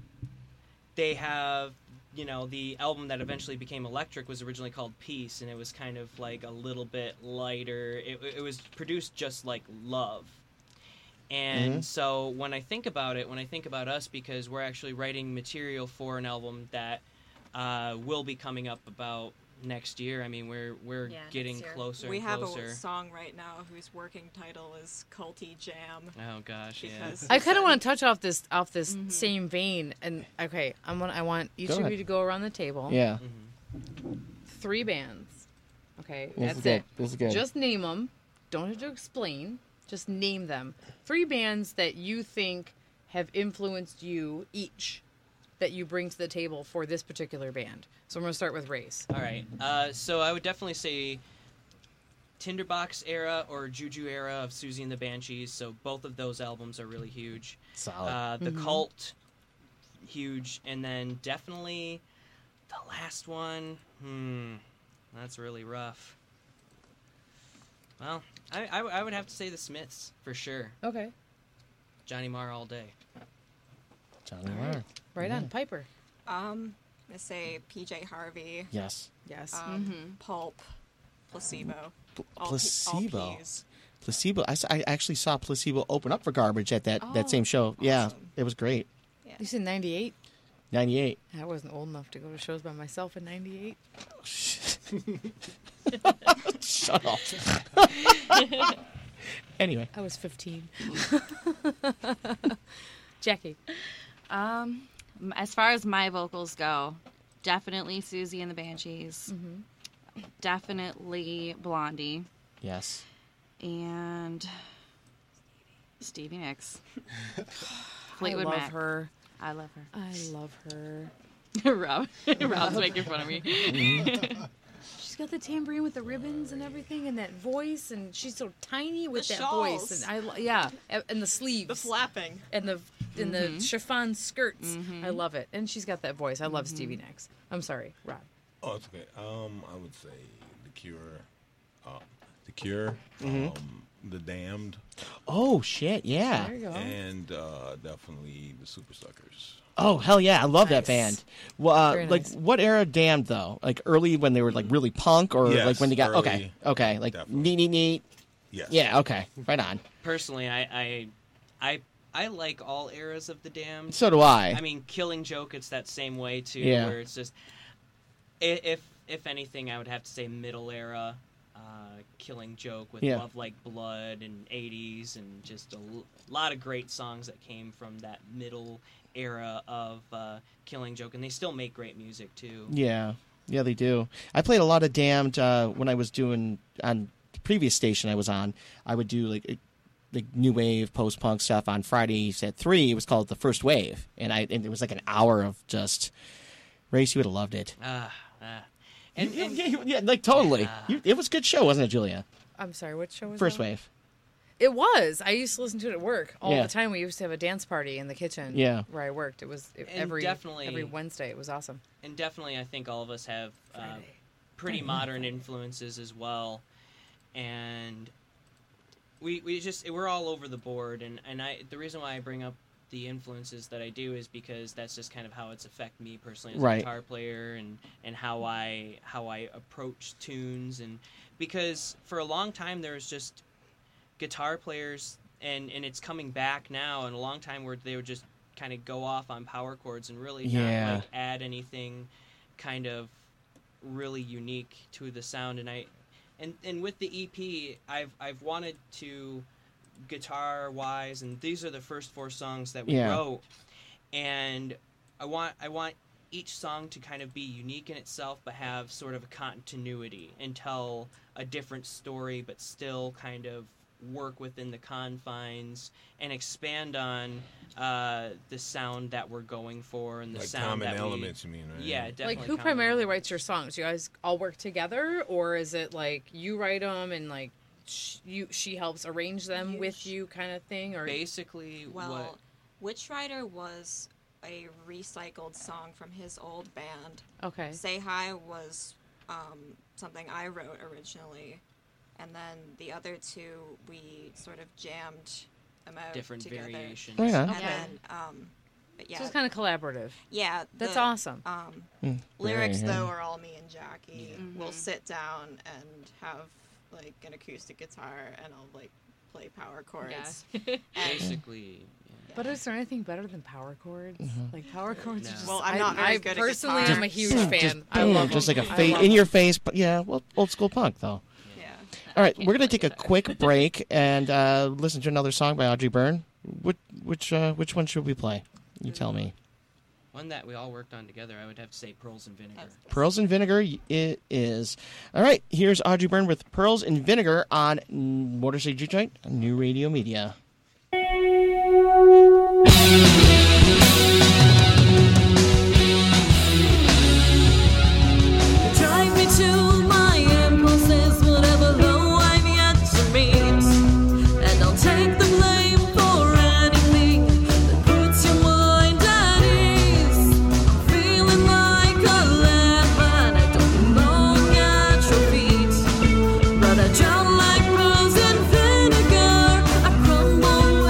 [SPEAKER 7] they have. You know, the album that eventually became Electric was originally called Peace, and it was kind of like a little bit lighter. It, it was produced just like Love. And
[SPEAKER 1] Mm-hmm.
[SPEAKER 7] so when I think about it, when I think about us, because we're actually writing material for an album that uh, will be coming up about next year. I mean, we're we're
[SPEAKER 8] Yeah, next
[SPEAKER 7] getting
[SPEAKER 8] year.
[SPEAKER 7] closer
[SPEAKER 10] We
[SPEAKER 7] and
[SPEAKER 10] have
[SPEAKER 7] closer.
[SPEAKER 10] a song right now whose working title is Culty Jam.
[SPEAKER 7] Oh gosh, yeah.
[SPEAKER 10] Because
[SPEAKER 2] I kind of want to touch off this off this same vein. And okay, I'm gonna, I want each
[SPEAKER 1] Go
[SPEAKER 2] of
[SPEAKER 1] ahead.
[SPEAKER 2] you to go around the table. Mm-hmm.
[SPEAKER 1] Yeah.
[SPEAKER 2] Three bands. Okay,
[SPEAKER 1] This is
[SPEAKER 2] that's
[SPEAKER 1] good.
[SPEAKER 2] it.
[SPEAKER 1] This is good.
[SPEAKER 2] Just name them. Don't have to explain. Just name them. Three bands that you think have influenced you each that you bring to the table for this particular band. So I'm going to start with Race.
[SPEAKER 7] All right. Uh, so I would definitely say Tinderbox era or Juju era of Susie and the Banshees. So both of those albums are really huge.
[SPEAKER 1] solid.
[SPEAKER 7] Uh, the
[SPEAKER 10] Mm-hmm.
[SPEAKER 7] Cult, huge, and then definitely the last one. Hmm, that's really rough. Well, I, I, I would have to say the Smiths for sure.
[SPEAKER 2] Okay,
[SPEAKER 7] Johnny Marr all day.
[SPEAKER 1] Johnny Marr.
[SPEAKER 2] right on. Piper.
[SPEAKER 10] Um, I say PJ Harvey,
[SPEAKER 1] Yes.
[SPEAKER 2] Yes. Mm-hmm.
[SPEAKER 10] um, Pulp, Placebo. All P-
[SPEAKER 1] Placebo.
[SPEAKER 10] all Ps.
[SPEAKER 1] Placebo. I, s- I actually saw Placebo open up for Garbage at that,
[SPEAKER 10] Oh,
[SPEAKER 1] that same show. Yeah,
[SPEAKER 10] awesome.
[SPEAKER 1] it was great.
[SPEAKER 2] you said 98.
[SPEAKER 1] 98.
[SPEAKER 2] I wasn't old enough to go to shows by myself in 98.
[SPEAKER 1] Shut up. anyway,
[SPEAKER 2] I was 15. Jackie.
[SPEAKER 8] Um, m- as far as my vocals go, definitely Susie and the Banshees.
[SPEAKER 2] Mm-hmm.
[SPEAKER 8] Definitely Blondie
[SPEAKER 1] yes.
[SPEAKER 8] and Stevie Nicks. Fleetwood
[SPEAKER 2] I love
[SPEAKER 8] Mac.
[SPEAKER 2] her.
[SPEAKER 8] I love her.
[SPEAKER 2] I love her.
[SPEAKER 8] Rob, Rob's making fun of me.
[SPEAKER 2] She's got the tambourine with the ribbons and everything, and that voice, and she's so tiny with
[SPEAKER 10] The
[SPEAKER 2] that
[SPEAKER 10] shawls.
[SPEAKER 2] voice, and I lo- yeah, a- and the sleeves,
[SPEAKER 10] The flapping. Mm-hmm.
[SPEAKER 2] and the and the chiffon skirts. I love it, and she's got that voice. I love
[SPEAKER 10] Mm-hmm.
[SPEAKER 2] Stevie Nicks. I'm sorry, Rob.
[SPEAKER 9] Oh, it's okay. Um, I would say The Cure, uh, The Cure, um, The Damned,
[SPEAKER 1] Oh shit, Mm-hmm. yeah.
[SPEAKER 2] There you go.
[SPEAKER 9] and uh, definitely The Super Suckers.
[SPEAKER 1] Oh hell yeah, I love that
[SPEAKER 2] Nice.
[SPEAKER 1] band. Well, uh,
[SPEAKER 2] Very
[SPEAKER 1] like
[SPEAKER 2] nice.
[SPEAKER 1] what era? Damned though, like early when they were like really punk, or
[SPEAKER 9] Yes,
[SPEAKER 1] like when they got
[SPEAKER 9] early,
[SPEAKER 1] okay, okay, like
[SPEAKER 9] definitely.
[SPEAKER 1] neat, neat, neat.
[SPEAKER 9] Yes.
[SPEAKER 1] Yeah, okay, right on.
[SPEAKER 7] Personally, I, I, I, I like all eras of the Damned.
[SPEAKER 1] So do I.
[SPEAKER 7] I mean, Killing Joke, it's that same way too,
[SPEAKER 1] Yeah.
[SPEAKER 7] where it's just, i- if if anything, I would have to say middle era, uh, Killing Joke with
[SPEAKER 1] Yeah.
[SPEAKER 7] Love Like Blood and '80s and just a l- lot of great songs that came from that middle era of uh, Killing Joke, and they still make great music too.
[SPEAKER 1] yeah, yeah, they do. I played a lot of Damned uh, when I was doing on the previous station I was on. I would do like. it- Like new wave post punk stuff on Fridays at three. It was called the first wave, and I and it was like an hour of just race. You would have loved it.
[SPEAKER 7] Ah, ah. and,
[SPEAKER 1] You-
[SPEAKER 7] and
[SPEAKER 1] yeah, you- yeah, like totally. You, it was a good show, wasn't it, Julia?
[SPEAKER 2] I'm sorry. What show was
[SPEAKER 1] First
[SPEAKER 2] that?
[SPEAKER 1] wave.
[SPEAKER 2] It was. I used to listen to it at work all
[SPEAKER 1] Yeah.
[SPEAKER 2] the time. We used to have a dance party in the kitchen.
[SPEAKER 1] Yeah.
[SPEAKER 2] where I worked. It was it,
[SPEAKER 7] And
[SPEAKER 2] every
[SPEAKER 7] definitely-
[SPEAKER 2] every Wednesday. It was awesome.
[SPEAKER 7] and definitely I think all of us have uh,
[SPEAKER 2] Friday.
[SPEAKER 7] pretty modern influences as well, and we we just we're all over the board. And and I the reason why I bring up the influences that I do is because that's just kind of how it's affect me personally as
[SPEAKER 1] Right.
[SPEAKER 7] a guitar player and and how I how I approach tunes and because for a long time there was just guitar players and and it's coming back now and a long time where they would just kind of go off on power chords and really
[SPEAKER 1] Yeah.
[SPEAKER 7] not like add anything kind of really unique to the sound and I and and with the EP I've I've wanted to guitar wise and these are the first four songs that we
[SPEAKER 1] Yeah.
[SPEAKER 7] wrote and I want I want each song to kind of be unique in itself but have sort of a continuity and tell a different story but still kind of work within the confines and expand on uh, the sound that we're going for and the
[SPEAKER 9] Like
[SPEAKER 7] sound
[SPEAKER 9] common
[SPEAKER 7] that
[SPEAKER 9] elements, you mean, right?
[SPEAKER 7] we yeah definitely
[SPEAKER 2] like who
[SPEAKER 7] common
[SPEAKER 2] primarily
[SPEAKER 7] elements.
[SPEAKER 2] writes your songs? You guys all work together, or is it like you write them and like sh- you she helps arrange them with you kind of thing? Or
[SPEAKER 7] basically
[SPEAKER 10] Well,
[SPEAKER 7] what
[SPEAKER 10] Witch Rider was a recycled song from his old band.
[SPEAKER 2] okay,
[SPEAKER 10] Say Hi was um, something I wrote originally, and then the other two we sort of jammed them out
[SPEAKER 7] different
[SPEAKER 10] together.
[SPEAKER 7] variations
[SPEAKER 1] Right on.
[SPEAKER 10] And
[SPEAKER 2] Okay.
[SPEAKER 10] then, um, but yeah,
[SPEAKER 2] so it's kind of collaborative.
[SPEAKER 10] yeah,
[SPEAKER 2] That's
[SPEAKER 10] the,
[SPEAKER 2] awesome.
[SPEAKER 10] Um, lyrics
[SPEAKER 1] yeah.
[SPEAKER 10] though are all me and Jackie.
[SPEAKER 2] Mm-hmm.
[SPEAKER 10] We'll sit down and have like an acoustic guitar, and I'll like play power chords.
[SPEAKER 7] basically yeah.
[SPEAKER 2] But is there anything better than power chords?
[SPEAKER 1] Mm-hmm.
[SPEAKER 2] Like power chords. Are
[SPEAKER 7] No.
[SPEAKER 2] just,
[SPEAKER 10] Well, I'm not
[SPEAKER 2] I,
[SPEAKER 10] very
[SPEAKER 2] I
[SPEAKER 10] good at
[SPEAKER 2] personally
[SPEAKER 10] guitar.
[SPEAKER 2] am a huge
[SPEAKER 1] Just
[SPEAKER 2] fan.
[SPEAKER 1] boom,
[SPEAKER 2] I love
[SPEAKER 1] just
[SPEAKER 2] 'em.
[SPEAKER 1] like a
[SPEAKER 2] I
[SPEAKER 1] face
[SPEAKER 2] love
[SPEAKER 1] in
[SPEAKER 2] 'em.
[SPEAKER 1] your face, but yeah, well, old school punk though.
[SPEAKER 10] Yeah.
[SPEAKER 1] All right, we're gonna take a quick break and uh, listen to another song by Audrey Byrne. Which which uh, which one should we play? You tell me.
[SPEAKER 7] one that we all worked on together I would have to say pearls and vinegar
[SPEAKER 1] Pearls and Vinegar it is. All right, here's Audrey Byrne with Pearls and Vinegar on Motor City Joint, New Radio Media.
[SPEAKER 4] Drive me to my impulses, whatever low I've yet to meet. And I'll take the blame for anything that puts your mind at ease. I'm feeling like a lamb and I don't belong at your feet. But I drown like pearls in vinegar. I crumble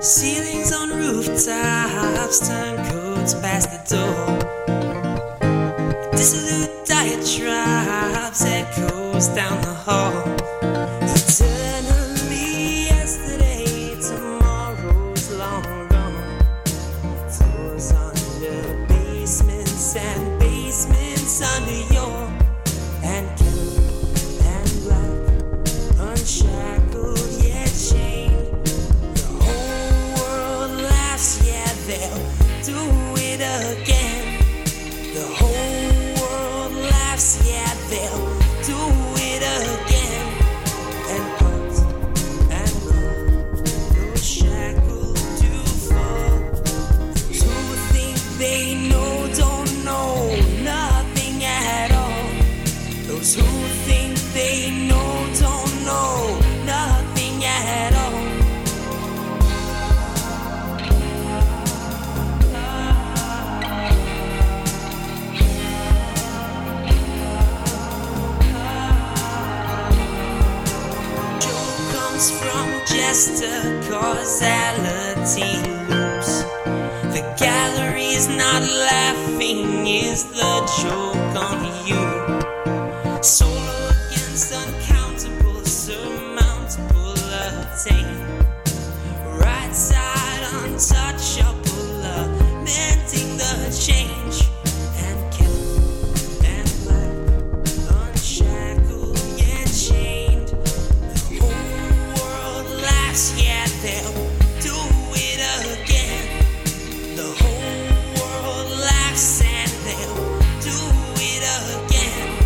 [SPEAKER 5] ceilings on rooftops, turncoats past the door. Dissolute diatribes echoes down the hall. Eternally yesterday, tomorrow's long gone. Floors under basements and basements under your and blue and black, unshackled yet chained. The whole world laughs, yeah, they'll do it again. The whole world laughs, yeah, they'll do it again. And put and roll, no shackle to fall. Who think they know, don't know nothing at all. Those who think they know, don't know nothing at all. comes from just a causality loops. The gallery's not laughing, is the joke on you? Solo against uncountable, surmountable attain. Right side untouchable, lamenting the change. And kill and black, unshackled yet chained. World laughs, yeah, they'll do it again. The whole world laughs and they'll do it again.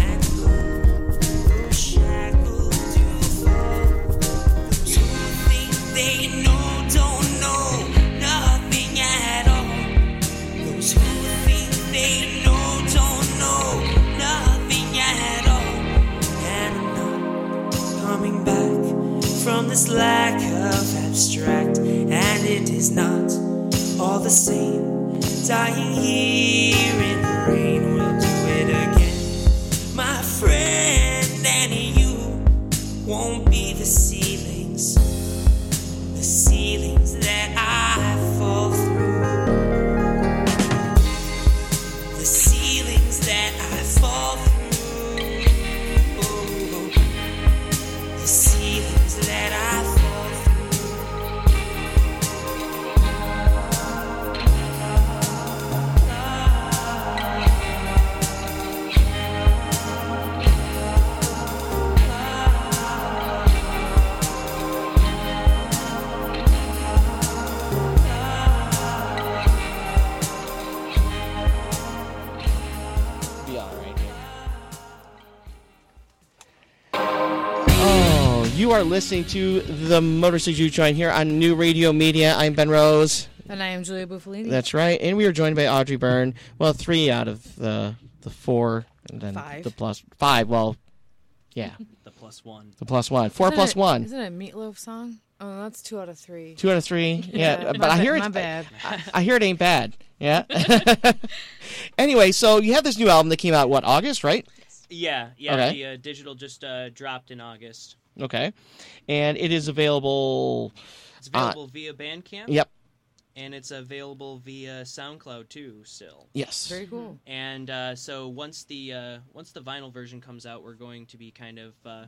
[SPEAKER 5] And out and go, shackled to fall. Those who think they know don't know nothing at all. Those who think they know don't know nothing at all. And coming back from this lack of abstract, and it is not all the same. Dying here in the rain, we'll do it again, my friend. And you won't be the ceilings, the ceilings that I fall through, the ceilings that I fall through the ceilings that I fall
[SPEAKER 1] Be all right here. Oh, you are listening to the Motor City Juke Joint here on New Radio Media. I'm Ben Rose.
[SPEAKER 2] And I am Julia Buffalini.
[SPEAKER 1] That's right. And we are joined by Audrey Byrne. Well, three out of the the four, and then
[SPEAKER 2] Five.
[SPEAKER 1] the plus five. Well, yeah,
[SPEAKER 7] The plus one.
[SPEAKER 1] the plus one, four
[SPEAKER 2] Isn't
[SPEAKER 1] plus
[SPEAKER 2] it-
[SPEAKER 1] one.
[SPEAKER 2] Isn't it a meatloaf song? Oh, that's two out of three.
[SPEAKER 1] Two out of three. Yeah,
[SPEAKER 2] Yeah,
[SPEAKER 1] but
[SPEAKER 2] my
[SPEAKER 1] I
[SPEAKER 2] ba-
[SPEAKER 1] hear it.
[SPEAKER 2] my bad.
[SPEAKER 1] I, I hear it ain't bad. Yeah. anyway, so you have this new album that came out what August, right?
[SPEAKER 7] Yeah, yeah.
[SPEAKER 1] Okay.
[SPEAKER 7] The uh, digital just uh, dropped in August.
[SPEAKER 1] Okay, and it is available.
[SPEAKER 7] It's
[SPEAKER 1] uh,
[SPEAKER 7] available via Bandcamp.
[SPEAKER 1] yep.
[SPEAKER 7] And it's available via SoundCloud too. Still.
[SPEAKER 1] Yes.
[SPEAKER 2] Very cool.
[SPEAKER 7] And uh, so once the uh, once the vinyl version comes out, we're going to be kind of uh,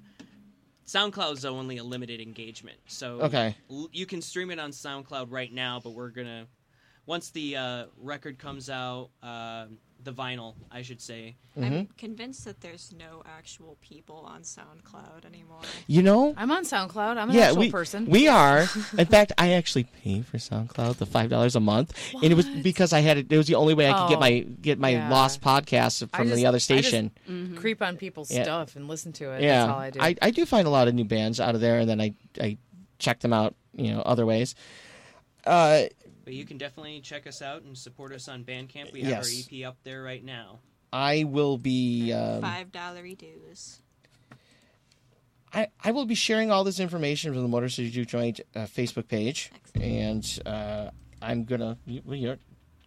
[SPEAKER 7] SoundCloud's only a limited engagement. So
[SPEAKER 1] Okay.
[SPEAKER 7] l- you can stream it on SoundCloud right now, but we're gonna once the uh, record comes out, um the vinyl, I should say.
[SPEAKER 1] Mm-hmm.
[SPEAKER 10] I'm convinced that there's no actual people on SoundCloud anymore.
[SPEAKER 1] You know.
[SPEAKER 2] I'm on SoundCloud. I'm an
[SPEAKER 1] yeah,
[SPEAKER 2] actual
[SPEAKER 1] we
[SPEAKER 2] person.
[SPEAKER 1] we are. In fact, I actually pay for SoundCloud the five dollars a month, and it was because I had it. It was the only way I could get
[SPEAKER 2] Oh,
[SPEAKER 1] my get my
[SPEAKER 2] yeah.
[SPEAKER 1] lost podcast
[SPEAKER 2] I
[SPEAKER 1] from
[SPEAKER 2] just-
[SPEAKER 1] the other
[SPEAKER 2] I just mm-hmm.
[SPEAKER 1] station.
[SPEAKER 2] Creep on people's
[SPEAKER 1] Yeah.
[SPEAKER 2] stuff and listen to it.
[SPEAKER 1] yeah,
[SPEAKER 2] That's all I do.
[SPEAKER 1] I, do find a lot of new bands out of there, and then I I check them out, you know, other ways. Uh,
[SPEAKER 7] But you can definitely check us out and support us on Bandcamp. We have
[SPEAKER 1] Yes.
[SPEAKER 7] our EP up there right now.
[SPEAKER 1] I will be um,
[SPEAKER 10] Five dollar dues.
[SPEAKER 1] I, I will be sharing all this information from the Motor City Juke Joint uh, Facebook page, and uh, I'm gonna. You, well, you're,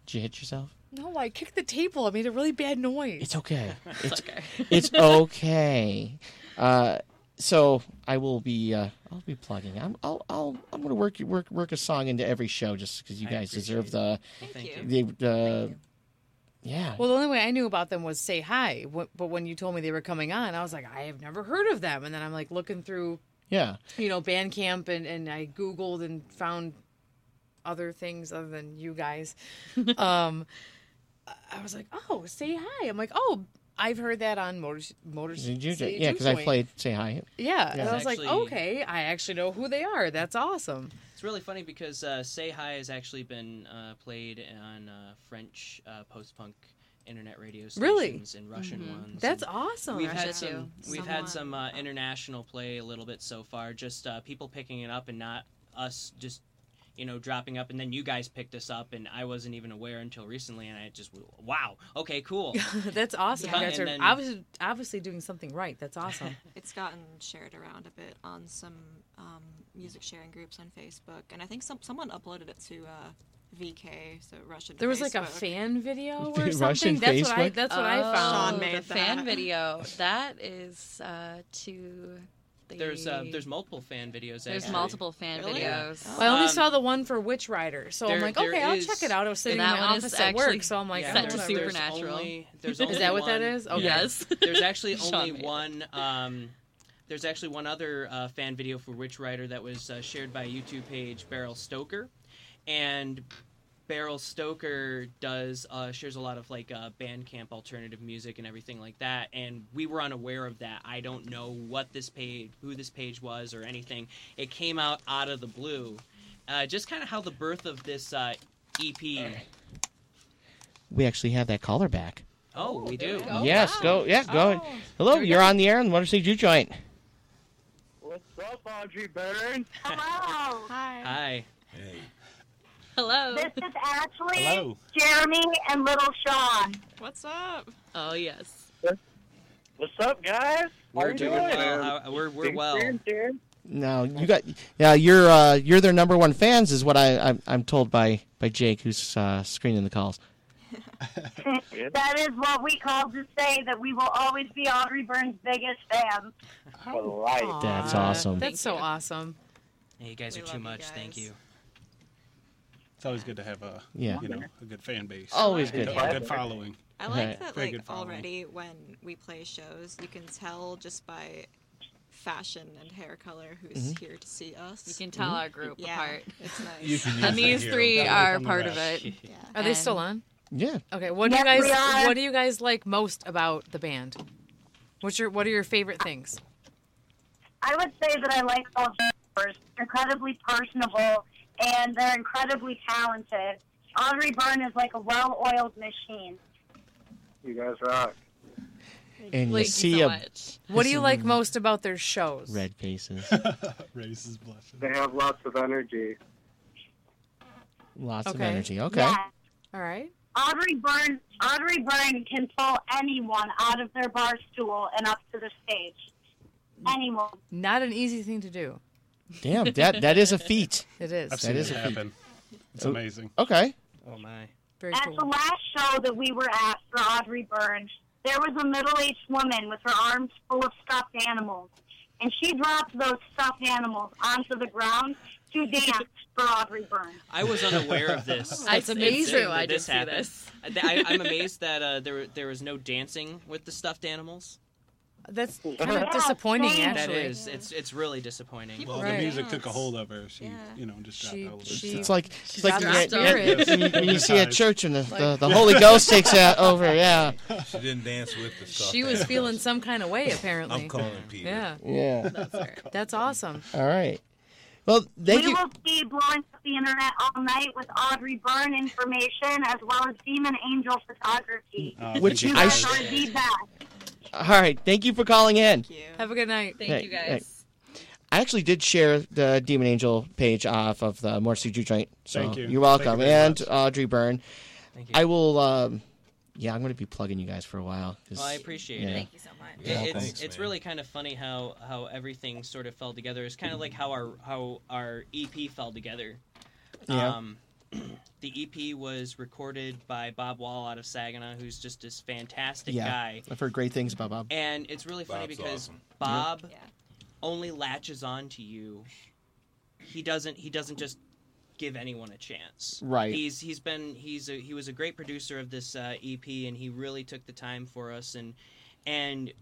[SPEAKER 1] did you hit yourself?
[SPEAKER 2] no, I kicked the table. I made a really bad noise.
[SPEAKER 1] It's okay. It's, it's okay. Uh, so I will be uh, I'll be plugging. I'm I'll, I'll I'm gonna work work work a song into every show just because you
[SPEAKER 7] I
[SPEAKER 1] guys deserve the
[SPEAKER 7] Thank you.
[SPEAKER 1] the, the yeah.
[SPEAKER 2] Well, the only way I knew about them was say hi. Wh- But when you told me they were coming on, I was like, I have never heard of them. And then I'm like looking through,
[SPEAKER 1] yeah.
[SPEAKER 2] you know, Bandcamp, and and I googled and found other things other than you guys. um, I- I was like, oh, say hi. I'm like, oh, I've heard that on Motor Motor
[SPEAKER 1] Did you-
[SPEAKER 2] City
[SPEAKER 1] yeah, because I
[SPEAKER 2] Juke Joint."
[SPEAKER 1] played Say Hi.
[SPEAKER 2] Yeah, and
[SPEAKER 1] Yeah.
[SPEAKER 2] I was like, "Oh,
[SPEAKER 7] Actually-
[SPEAKER 2] okay, I actually know who they are. That's awesome.
[SPEAKER 7] It's really funny because uh, "Say Hi" has actually been uh, played on uh, French uh, post-punk internet radio stations
[SPEAKER 2] Really?
[SPEAKER 7] and Russian
[SPEAKER 8] Mm-hmm.
[SPEAKER 2] Mhm.
[SPEAKER 7] ones.
[SPEAKER 2] That's
[SPEAKER 7] and
[SPEAKER 2] awesome.
[SPEAKER 7] We've
[SPEAKER 2] Russia
[SPEAKER 7] had some.
[SPEAKER 2] too.
[SPEAKER 7] We've had
[SPEAKER 2] Somewhat.
[SPEAKER 7] some uh, international play a little bit so far. Just uh, people picking it up and not us just. You know, dropping up, and then you guys picked us up, and I wasn't even aware until recently, and I just, wow, okay, cool.
[SPEAKER 2] That's awesome.
[SPEAKER 7] Yeah.
[SPEAKER 2] You guys are
[SPEAKER 7] And then-
[SPEAKER 2] obviously, obviously doing something right. That's awesome.
[SPEAKER 10] It's gotten shared around a bit on some um, music sharing groups on Facebook, and I think some someone uploaded it to uh, VK, so Russian.
[SPEAKER 2] There was like a
[SPEAKER 10] Facebook.
[SPEAKER 2] fan video or
[SPEAKER 1] Russian
[SPEAKER 2] something. That's what I.
[SPEAKER 1] Facebook?
[SPEAKER 2] That's what I
[SPEAKER 8] Oh,
[SPEAKER 2] found.
[SPEAKER 10] Sean made
[SPEAKER 8] the fan
[SPEAKER 10] that.
[SPEAKER 8] video. That is uh, to the
[SPEAKER 7] There's uh, there's multiple fan videos.
[SPEAKER 8] There's
[SPEAKER 7] actually.
[SPEAKER 8] multiple fan
[SPEAKER 7] Really?
[SPEAKER 8] videos.
[SPEAKER 2] Oh. I only
[SPEAKER 7] Um,
[SPEAKER 2] saw the one for Witch Rider, so I'm
[SPEAKER 7] there-
[SPEAKER 2] like,
[SPEAKER 7] there
[SPEAKER 2] okay, I'll
[SPEAKER 7] is-
[SPEAKER 2] check it out. I was sitting
[SPEAKER 8] And
[SPEAKER 2] in
[SPEAKER 8] that
[SPEAKER 2] my
[SPEAKER 8] one is
[SPEAKER 2] office at
[SPEAKER 8] actually
[SPEAKER 2] work, so I'm like,
[SPEAKER 7] Yeah,
[SPEAKER 2] oh,
[SPEAKER 8] set to
[SPEAKER 7] there's-
[SPEAKER 2] whatever.
[SPEAKER 7] there's
[SPEAKER 8] Supernatural.
[SPEAKER 7] only- there's
[SPEAKER 2] Is
[SPEAKER 7] only
[SPEAKER 2] that what that
[SPEAKER 7] one-
[SPEAKER 2] is? Oh, Okay.
[SPEAKER 8] Yes.
[SPEAKER 7] there's actually
[SPEAKER 8] Sean
[SPEAKER 7] only
[SPEAKER 8] made it.
[SPEAKER 7] one. Um, there's actually one other uh, fan video for Witch Rider that was uh, shared by YouTube page Beryl Stoker, and Beryl Stoker does uh, shares a lot of like uh, Bandcamp alternative music and everything like that. And we were unaware of that. I don't know what this page, who this page was, or anything. It came out out of the blue. Uh, just kind of how the birth of this uh, EP.
[SPEAKER 1] We actually have that caller back.
[SPEAKER 7] Oh, we do.
[SPEAKER 1] yes, go. Yeah, go. Hello,
[SPEAKER 7] There we
[SPEAKER 1] you're
[SPEAKER 7] go.
[SPEAKER 1] on the air on the Motor City Juke Joint.
[SPEAKER 12] What's up, Audrey Byrne?
[SPEAKER 13] Hello. Hi.
[SPEAKER 7] Hi.
[SPEAKER 8] Hello.
[SPEAKER 13] This is Ashley,
[SPEAKER 7] Hello.
[SPEAKER 13] Jeremy, and little Sean.
[SPEAKER 10] Uh, What's up?
[SPEAKER 8] Oh yes.
[SPEAKER 12] What's up, guys?
[SPEAKER 7] We're
[SPEAKER 12] you
[SPEAKER 7] doing
[SPEAKER 12] doing?
[SPEAKER 7] well. Uh, we're we're
[SPEAKER 12] Big
[SPEAKER 7] well.
[SPEAKER 12] fan here.
[SPEAKER 1] No, you got. Yeah, you're uh, you're their number one fans, is what I I'm, I'm told by by Jake, who's uh, screening the calls.
[SPEAKER 13] that is what we called to say that we will always be Audrey Burns' biggest fan.
[SPEAKER 12] Right.
[SPEAKER 1] That's awesome.
[SPEAKER 2] That's so awesome.
[SPEAKER 7] Yeah, you guys are too much. Thank you.
[SPEAKER 11] It's always good to have a
[SPEAKER 1] Yeah.
[SPEAKER 11] you know a good fan base.
[SPEAKER 1] Always
[SPEAKER 11] You
[SPEAKER 1] good.
[SPEAKER 11] know, A good following.
[SPEAKER 10] I like that,
[SPEAKER 11] Very
[SPEAKER 10] like
[SPEAKER 11] good following.
[SPEAKER 10] already when we play shows, you can tell just by fashion and hair color who's
[SPEAKER 8] Mhm.
[SPEAKER 1] Mm-hmm.
[SPEAKER 10] here to see us. You
[SPEAKER 8] can tell Mhm. our group
[SPEAKER 10] yeah,
[SPEAKER 8] apart.
[SPEAKER 10] It's nice.
[SPEAKER 8] You can use And that these here. three That are on the part of rest. it.
[SPEAKER 10] Yeah.
[SPEAKER 2] Are they still on?
[SPEAKER 1] Yeah.
[SPEAKER 2] Okay. What do
[SPEAKER 13] Yes,
[SPEAKER 2] you
[SPEAKER 13] we
[SPEAKER 2] guys?
[SPEAKER 13] are.
[SPEAKER 2] What do you guys like most about the band? What's your What are your favorite things?
[SPEAKER 13] I would say that I like all members. They're incredibly personable and they're incredibly talented. Audrey Byrne is like a well oiled machine.
[SPEAKER 12] You guys rock.
[SPEAKER 1] And you
[SPEAKER 2] Thank you
[SPEAKER 1] see
[SPEAKER 2] so
[SPEAKER 1] a
[SPEAKER 2] much. What do you like most about their shows?
[SPEAKER 1] red faces,
[SPEAKER 11] Raises blush.
[SPEAKER 12] They have lots of energy.
[SPEAKER 1] lots of
[SPEAKER 12] Okay.
[SPEAKER 1] energy. Okay.
[SPEAKER 13] Yeah.
[SPEAKER 2] All right.
[SPEAKER 13] Audrey Byrne Audrey Byrne can pull anyone out of their bar stool and up to the stage. Anyone.
[SPEAKER 2] Not an easy thing to do.
[SPEAKER 1] Damn that that is a feat.
[SPEAKER 2] It is.
[SPEAKER 11] I've
[SPEAKER 1] That
[SPEAKER 11] seen
[SPEAKER 1] is
[SPEAKER 11] it
[SPEAKER 1] a feat.
[SPEAKER 11] happen. It's
[SPEAKER 1] Oh,
[SPEAKER 11] amazing.
[SPEAKER 1] Okay.
[SPEAKER 7] Oh my.
[SPEAKER 2] Very
[SPEAKER 13] At the last show that we were at for Audrey Byrne, there was a middle aged woman with her arms full of stuffed animals. And she dropped those stuffed animals onto the ground to dance for Audrey Byrne.
[SPEAKER 7] I was unaware of this.
[SPEAKER 8] That's amazing. True, I didn't see
[SPEAKER 7] happened.
[SPEAKER 8] this.
[SPEAKER 7] I, I'm amazed that uh, there there was no dancing with the stuffed animals.
[SPEAKER 2] That's kind of disappointing,
[SPEAKER 7] That
[SPEAKER 2] actually.
[SPEAKER 7] is. It's it's really disappointing.
[SPEAKER 11] Well, the music took a hold of her. She, you know, just dropped
[SPEAKER 2] She-
[SPEAKER 11] out of
[SPEAKER 2] she-
[SPEAKER 11] it.
[SPEAKER 1] It's like it's
[SPEAKER 2] She's
[SPEAKER 1] like
[SPEAKER 2] got
[SPEAKER 1] you-
[SPEAKER 2] spirit.
[SPEAKER 1] you- when you see a
[SPEAKER 11] Hypnotized.
[SPEAKER 1] church and the, the,
[SPEAKER 2] Like-
[SPEAKER 1] the Holy Ghost takes out over. Yeah.
[SPEAKER 9] She didn't dance with the stuff.
[SPEAKER 2] She was feeling some kind of way, apparently.
[SPEAKER 9] I'm calling Peter.
[SPEAKER 2] Yeah.
[SPEAKER 1] Yeah.
[SPEAKER 2] That's, awesome.
[SPEAKER 1] All right. Well, thank
[SPEAKER 13] we
[SPEAKER 1] you.
[SPEAKER 13] will be blowing up the internet all night with Audrey Byrne information as well as demon angel photography.
[SPEAKER 1] Oh, Which
[SPEAKER 13] Uh, you
[SPEAKER 1] I
[SPEAKER 13] guys
[SPEAKER 1] sh-
[SPEAKER 13] are the best.
[SPEAKER 1] All right. Thank you for calling in.
[SPEAKER 2] Have a good night.
[SPEAKER 1] Hey, hey. I actually did share the Demon Angel page off of the Morsi Jew Joint. So
[SPEAKER 11] Thank you.
[SPEAKER 1] are welcome.
[SPEAKER 11] Thank you very
[SPEAKER 1] and Audrey Byrne. Thank you. I will, um, yeah, I'm going to be plugging you guys for a while. 'cause-
[SPEAKER 7] Well, I appreciate
[SPEAKER 1] yeah.
[SPEAKER 7] it. It-
[SPEAKER 1] You're
[SPEAKER 7] it's
[SPEAKER 1] welcome.
[SPEAKER 7] it's really kind of funny how how everything sort of fell together. It's kind of like how our how our EP fell together.
[SPEAKER 1] Yeah.
[SPEAKER 7] Um, the EP was recorded by Bob Wall out of Saginaw, who's just this fantastic
[SPEAKER 1] yeah.
[SPEAKER 7] guy.
[SPEAKER 1] I've heard great things about Bob.
[SPEAKER 7] And it's really funny
[SPEAKER 1] Bob's
[SPEAKER 7] because
[SPEAKER 1] awesome.
[SPEAKER 7] Bob only latches on to you. He doesn't. He doesn't just give anyone a chance.
[SPEAKER 1] Right.
[SPEAKER 7] He's he's been he's a, he was a great producer of this uh, EP, and he really took the time for us, and and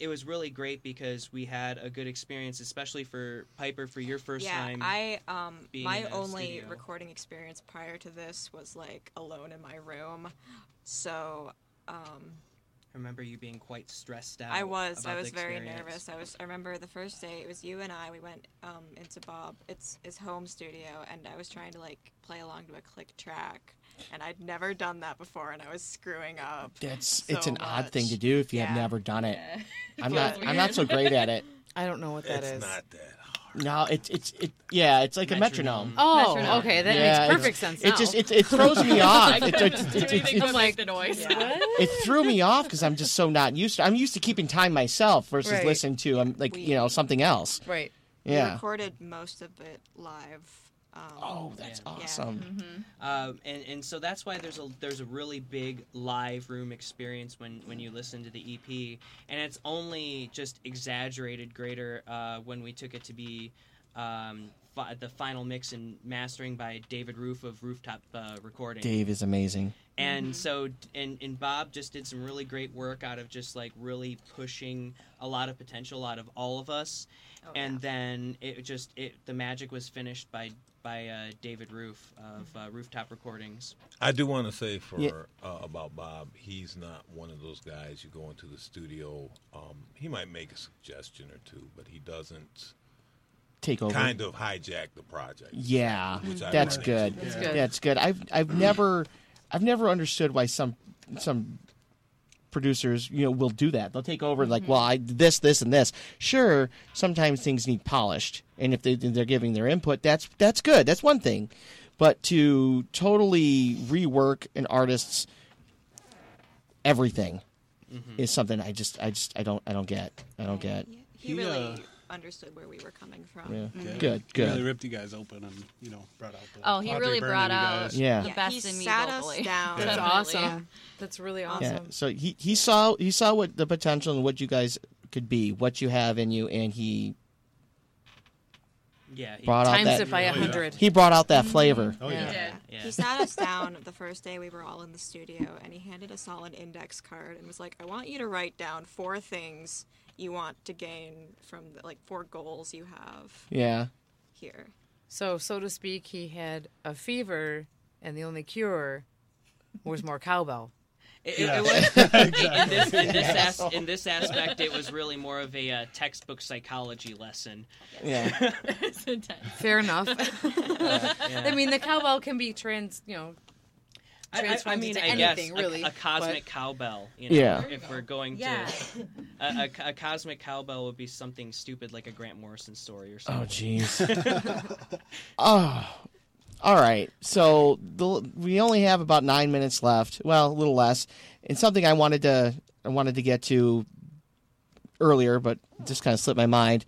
[SPEAKER 7] it was really great because we had a good experience, especially for Piper for your first
[SPEAKER 10] yeah,
[SPEAKER 7] time.
[SPEAKER 10] I um
[SPEAKER 7] being
[SPEAKER 10] my
[SPEAKER 7] in a
[SPEAKER 10] only
[SPEAKER 7] studio.
[SPEAKER 10] recording experience prior to this was like alone in my room. So um
[SPEAKER 7] I remember you being quite stressed out.
[SPEAKER 10] I was
[SPEAKER 7] about
[SPEAKER 10] I
[SPEAKER 7] the
[SPEAKER 10] was very
[SPEAKER 7] experience.
[SPEAKER 10] nervous. I was I remember the first day it was you and I we went um into Bob it's his home studio and I was trying to like play along to a click track and I'd never done that before and I was screwing up.
[SPEAKER 1] That's
[SPEAKER 10] so
[SPEAKER 1] it's an odd
[SPEAKER 10] much.
[SPEAKER 1] thing to do if you have
[SPEAKER 10] Yeah.
[SPEAKER 1] never done it.
[SPEAKER 10] Yeah.
[SPEAKER 1] I'm
[SPEAKER 10] Yeah,
[SPEAKER 1] not
[SPEAKER 10] it's
[SPEAKER 1] I'm not so
[SPEAKER 10] weird.
[SPEAKER 1] great at it.
[SPEAKER 2] I don't know what that
[SPEAKER 9] It's
[SPEAKER 2] is.
[SPEAKER 9] not
[SPEAKER 7] that
[SPEAKER 1] No, it's it's it yeah, it's like a metronome.
[SPEAKER 2] Oh, Metronome. okay, that makes
[SPEAKER 1] it's-
[SPEAKER 2] perfect sense
[SPEAKER 1] It just
[SPEAKER 2] now.
[SPEAKER 1] it, it throws me off. It, it, it, it, it,
[SPEAKER 10] I'm
[SPEAKER 2] like
[SPEAKER 10] the noise.
[SPEAKER 1] it threw me off because I'm just so not used to. I'm used to keeping time myself versus
[SPEAKER 10] Right.
[SPEAKER 1] listen to um like you know something else.
[SPEAKER 2] Right.
[SPEAKER 10] We
[SPEAKER 1] Yeah.
[SPEAKER 10] recorded most of it live. Um, Mm-hmm.
[SPEAKER 1] oh, that's awesome.
[SPEAKER 7] Um, and and so that's why there's a there's a really big live room experience when when you listen to the EP, and it's only just exaggerated greater uh, when we took it to be. Um, fi- the final mix and mastering by David Roof of Rooftop uh, Recording.
[SPEAKER 1] Dave is amazing.
[SPEAKER 7] And so, and, and Bob just did some really great work out of just like really pushing a lot of potential out of all of us. and then it just, it the magic was finished by by uh, David Roof of uh, Rooftop Recordings.
[SPEAKER 9] I do want to say for
[SPEAKER 7] Yeah.
[SPEAKER 9] uh, about Bob, he's not one of those guys you go into the studio. Um, he might make a suggestion or two, but he doesn't
[SPEAKER 1] Take over.
[SPEAKER 9] Kind of hijack the project.
[SPEAKER 1] Yeah,
[SPEAKER 9] which I
[SPEAKER 1] that's
[SPEAKER 9] run
[SPEAKER 1] good.
[SPEAKER 9] into.
[SPEAKER 1] that's good. I've I've never I've never understood why some some producers you know will do that. They'll take over like, well, I did this this and this. Sure, sometimes things need polished, and if they they're giving their input, that's that's good. That's one thing. But to totally rework an artist's everything
[SPEAKER 9] Mm-hmm.
[SPEAKER 10] Mhm.
[SPEAKER 1] is something I just I just I don't I don't get. I don't get.
[SPEAKER 10] He really understood where we were coming from.
[SPEAKER 1] Yeah. Good,
[SPEAKER 11] He really
[SPEAKER 1] good.
[SPEAKER 11] ripped you guys open and you know brought out the.
[SPEAKER 8] Oh, he
[SPEAKER 11] Audrey
[SPEAKER 8] really
[SPEAKER 11] Byrne
[SPEAKER 8] brought
[SPEAKER 11] in you
[SPEAKER 8] out
[SPEAKER 11] guys.
[SPEAKER 1] Yeah.
[SPEAKER 8] the best
[SPEAKER 10] he
[SPEAKER 8] in me
[SPEAKER 10] sat us
[SPEAKER 8] vocally.
[SPEAKER 10] down.
[SPEAKER 2] That's
[SPEAKER 10] Definitely.
[SPEAKER 2] awesome. That's really awesome.
[SPEAKER 1] Yeah. So he, he saw he saw what the potential and what you guys could be, what you have in you, and he
[SPEAKER 7] Yeah.
[SPEAKER 1] brought out
[SPEAKER 2] Times
[SPEAKER 1] that
[SPEAKER 2] it by a hundred.
[SPEAKER 1] He brought out that flavor.
[SPEAKER 10] Oh, He sat us down the first day we were all in the studio and he handed us all an index card and was like, I want you to write down four things you want to gain from, the, like, four goals you have
[SPEAKER 1] Yeah.
[SPEAKER 10] here.
[SPEAKER 2] So, so to speak, he had a fever, and the only cure was more cowbell.
[SPEAKER 7] It, it- it was, in, this, in, this as, in this aspect, it was really more of a uh, textbook psychology lesson.
[SPEAKER 1] Yeah.
[SPEAKER 7] it's intense.
[SPEAKER 2] Fair enough.
[SPEAKER 7] yeah.
[SPEAKER 2] I mean, the cowbell can be trans, you
[SPEAKER 7] I-
[SPEAKER 2] know,
[SPEAKER 7] I, I
[SPEAKER 2] transformed
[SPEAKER 7] mean,
[SPEAKER 2] into
[SPEAKER 7] I guess
[SPEAKER 2] anything,
[SPEAKER 7] a-
[SPEAKER 2] really.
[SPEAKER 7] a, cosmic
[SPEAKER 2] but-
[SPEAKER 7] cowbell. You know,
[SPEAKER 1] Yeah.
[SPEAKER 7] If we're going
[SPEAKER 2] Yeah.
[SPEAKER 7] to, a, a, a cosmic cowbell would be something stupid like a Grant Morrison story or something.
[SPEAKER 1] Oh jeez. oh. All right. So the, we only have about 9 minutes left. Well, a little less. And something I wanted to I wanted to get to earlier but just kind of slipped my mind.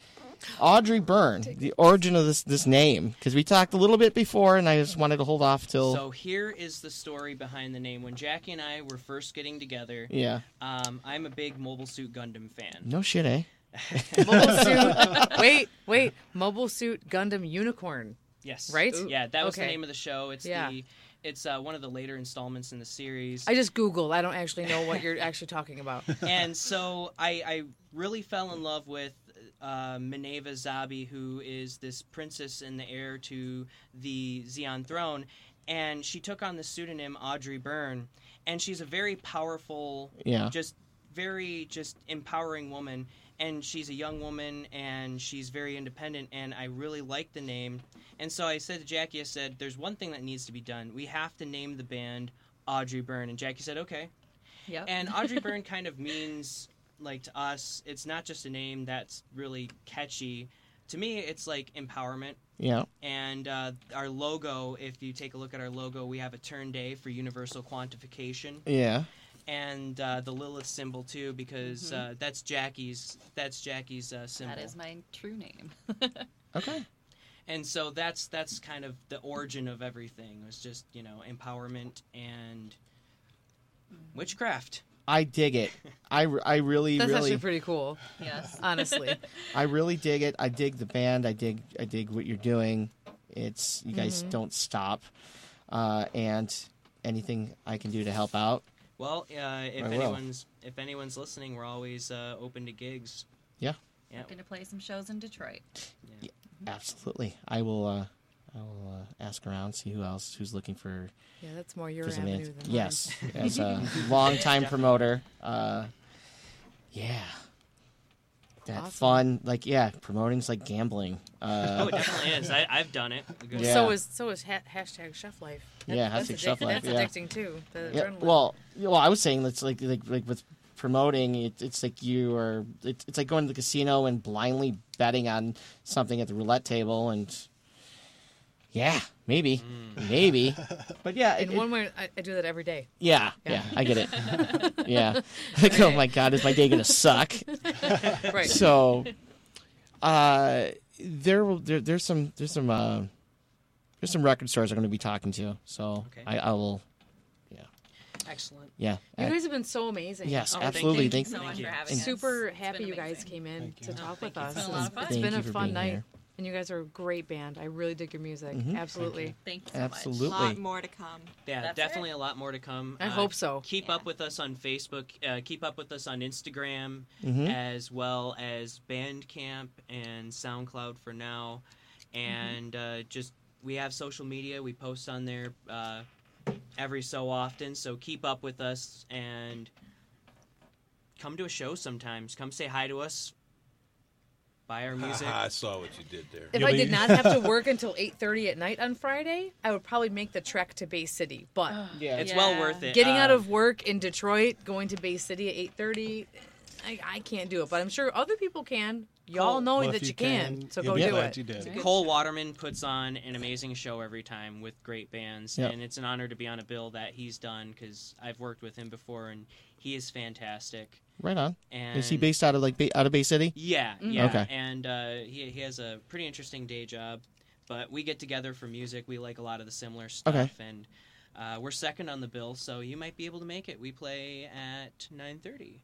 [SPEAKER 1] Audrey Byrne, the origin of this this name because we talked a little bit before and I just wanted to hold off till
[SPEAKER 7] So here is the story behind the name. When Jackie and I were first getting together,
[SPEAKER 1] Yeah.
[SPEAKER 7] um, I'm a big Mobile Suit Gundam fan.
[SPEAKER 1] No shit, eh?
[SPEAKER 2] Mobile suit. wait, wait. Mobile suit Gundam unicorn.
[SPEAKER 7] Yes.
[SPEAKER 2] Right.
[SPEAKER 7] Yeah, that was the
[SPEAKER 2] Okay.
[SPEAKER 7] name of the show. It's
[SPEAKER 2] Yeah.
[SPEAKER 7] the it's uh, one of the later installments in the series.
[SPEAKER 2] I just Googled. I don't actually know what you're actually talking about.
[SPEAKER 7] and so I, I really fell in love with uh, Mineva Zabi, who is this princess and the heir to the Xeon throne. And she took on the pseudonym Audrey Byrne. And she's a very powerful,
[SPEAKER 1] Yeah.
[SPEAKER 7] just very just empowering woman. And she's a young woman and she's very independent. And I really like the name. And so I said to Jackie, I said, there's one thing that needs to be done. We have to name the band Audrey Byrne. And Jackie said, okay.
[SPEAKER 8] Yep.
[SPEAKER 7] And Audrey Byrne kind of means, like, to us, it's not just a name that's really catchy. To me, it's like empowerment.
[SPEAKER 1] Yeah.
[SPEAKER 7] And uh, our logo, if you take a look at our logo, we have a turn day for universal quantification.
[SPEAKER 1] Yeah.
[SPEAKER 7] And uh, the Lilith symbol too, because uh, that's Jackie's. That's Jackie's uh, symbol.
[SPEAKER 8] That is my true name.
[SPEAKER 1] Okay.
[SPEAKER 7] And so that's that's kind of the origin of everything. It was just you know empowerment and witchcraft.
[SPEAKER 1] I dig it. I, r- I really
[SPEAKER 2] That's
[SPEAKER 1] really
[SPEAKER 2] actually pretty cool.
[SPEAKER 8] Yes.
[SPEAKER 2] Honestly.
[SPEAKER 1] I really dig it. I dig the band. I dig I dig what you're doing. It's you
[SPEAKER 2] Mm-hmm.
[SPEAKER 1] guys
[SPEAKER 7] Mhm.
[SPEAKER 1] don't stop. Uh, and anything I can do to help out.
[SPEAKER 7] Well, uh, if
[SPEAKER 1] I will.
[SPEAKER 7] anyone's if anyone's listening, we're always uh, open to gigs.
[SPEAKER 1] Yeah.
[SPEAKER 7] Yeah.
[SPEAKER 8] Going to play some shows in Detroit.
[SPEAKER 1] Absolutely. I will uh, I will uh, ask around, see who else who's looking for
[SPEAKER 2] Yeah, that's more your
[SPEAKER 1] for some
[SPEAKER 2] avenue
[SPEAKER 1] bands.
[SPEAKER 2] than mine.
[SPEAKER 1] Yes. As a long time promoter. Uh, yeah. That
[SPEAKER 2] Awesome.
[SPEAKER 1] fun, like yeah, promoting's like gambling. Uh,
[SPEAKER 7] oh, it definitely is. I, I've done it.
[SPEAKER 1] Well, Yeah.
[SPEAKER 2] So is so is ha- hashtag chef life.
[SPEAKER 1] yeah,
[SPEAKER 2] that's
[SPEAKER 1] hashtag
[SPEAKER 2] addic-
[SPEAKER 1] shelf life.
[SPEAKER 2] That's
[SPEAKER 1] yeah.
[SPEAKER 2] addicting too. The
[SPEAKER 1] Yeah,
[SPEAKER 2] adrenaline.
[SPEAKER 1] Well, yeah, well, I was saying that's like like like with promoting, it, it's like you are. It, it's like going to the casino and blindly betting on something at the roulette table, and yeah, maybe, maybe, but yeah, it,
[SPEAKER 2] in one way, I, I do that every day.
[SPEAKER 1] yeah, yeah, I get it. yeah, like oh my god, is my day gonna suck?
[SPEAKER 2] Right.
[SPEAKER 1] So, uh, there will there, there's some there's some uh, there's some record stores I'm going to be talking to, so I, I will.
[SPEAKER 2] Excellent.
[SPEAKER 1] Yeah.
[SPEAKER 2] You
[SPEAKER 1] I-
[SPEAKER 2] guys have been so amazing.
[SPEAKER 1] Yes, Oh, thank absolutely. you. Thank-
[SPEAKER 8] so much for having us.
[SPEAKER 2] Super
[SPEAKER 8] It's
[SPEAKER 2] happy
[SPEAKER 8] been
[SPEAKER 2] you guys came in to talk with us.
[SPEAKER 8] It's been a lot of fun.
[SPEAKER 2] It's been
[SPEAKER 1] Thank
[SPEAKER 2] a
[SPEAKER 1] you for
[SPEAKER 2] fun
[SPEAKER 1] being
[SPEAKER 2] night.
[SPEAKER 1] here.
[SPEAKER 2] And you guys are a great band. I really dig your music.
[SPEAKER 1] Mhm. Thank
[SPEAKER 2] Absolutely.
[SPEAKER 1] you. Thank you so much. Absolutely. Lot
[SPEAKER 10] more to come.
[SPEAKER 7] Yeah,
[SPEAKER 10] That's
[SPEAKER 7] definitely a lot more to come. Uh,
[SPEAKER 2] I hope so.
[SPEAKER 7] Keep up with us on Facebook. Uh, keep up with us on Instagram,
[SPEAKER 9] Mm-hmm.
[SPEAKER 1] Mhm.
[SPEAKER 7] as well as Bandcamp and SoundCloud for now.
[SPEAKER 9] Mm-hmm.
[SPEAKER 7] And uh, just we have social media. We post on there uh, every so often. So keep up with us and come to a show sometimes. Come say hi to us. Buy our music.
[SPEAKER 9] I saw what you did there.
[SPEAKER 2] If I did not have to work until 8:30 at night on Friday, I would probably make the trek to Bay City. But
[SPEAKER 7] Yeah. It's well worth it.
[SPEAKER 2] Getting
[SPEAKER 1] Um,
[SPEAKER 2] out
[SPEAKER 7] Uh,
[SPEAKER 2] of work in Detroit, going to Bay City at 8:30, I, I can't do it. But I'm sure other people can. Y'all know
[SPEAKER 7] Well, if
[SPEAKER 2] that
[SPEAKER 7] you
[SPEAKER 2] you can,
[SPEAKER 7] can,
[SPEAKER 2] so
[SPEAKER 7] you'll
[SPEAKER 2] go
[SPEAKER 7] be
[SPEAKER 2] do
[SPEAKER 7] glad
[SPEAKER 2] it.
[SPEAKER 7] you
[SPEAKER 11] did.
[SPEAKER 2] It's a good
[SPEAKER 7] Cole Waterman puts on an amazing show every time with great bands,
[SPEAKER 1] Yep.
[SPEAKER 7] and it's an honor to be on a bill that he's done because I've worked with him before, and he is fantastic.
[SPEAKER 1] Right on.
[SPEAKER 7] And
[SPEAKER 1] Is he based out of like ba- out of Bay City?
[SPEAKER 7] Yeah,
[SPEAKER 2] Mm-hmm.
[SPEAKER 7] yeah.
[SPEAKER 1] Okay.
[SPEAKER 7] And uh, he he has a pretty interesting day job, but we get together for music. We like a lot of the similar stuff,
[SPEAKER 1] Okay.
[SPEAKER 7] and uh, we're second on the bill, so you might be able to make it. We play at nine thirty,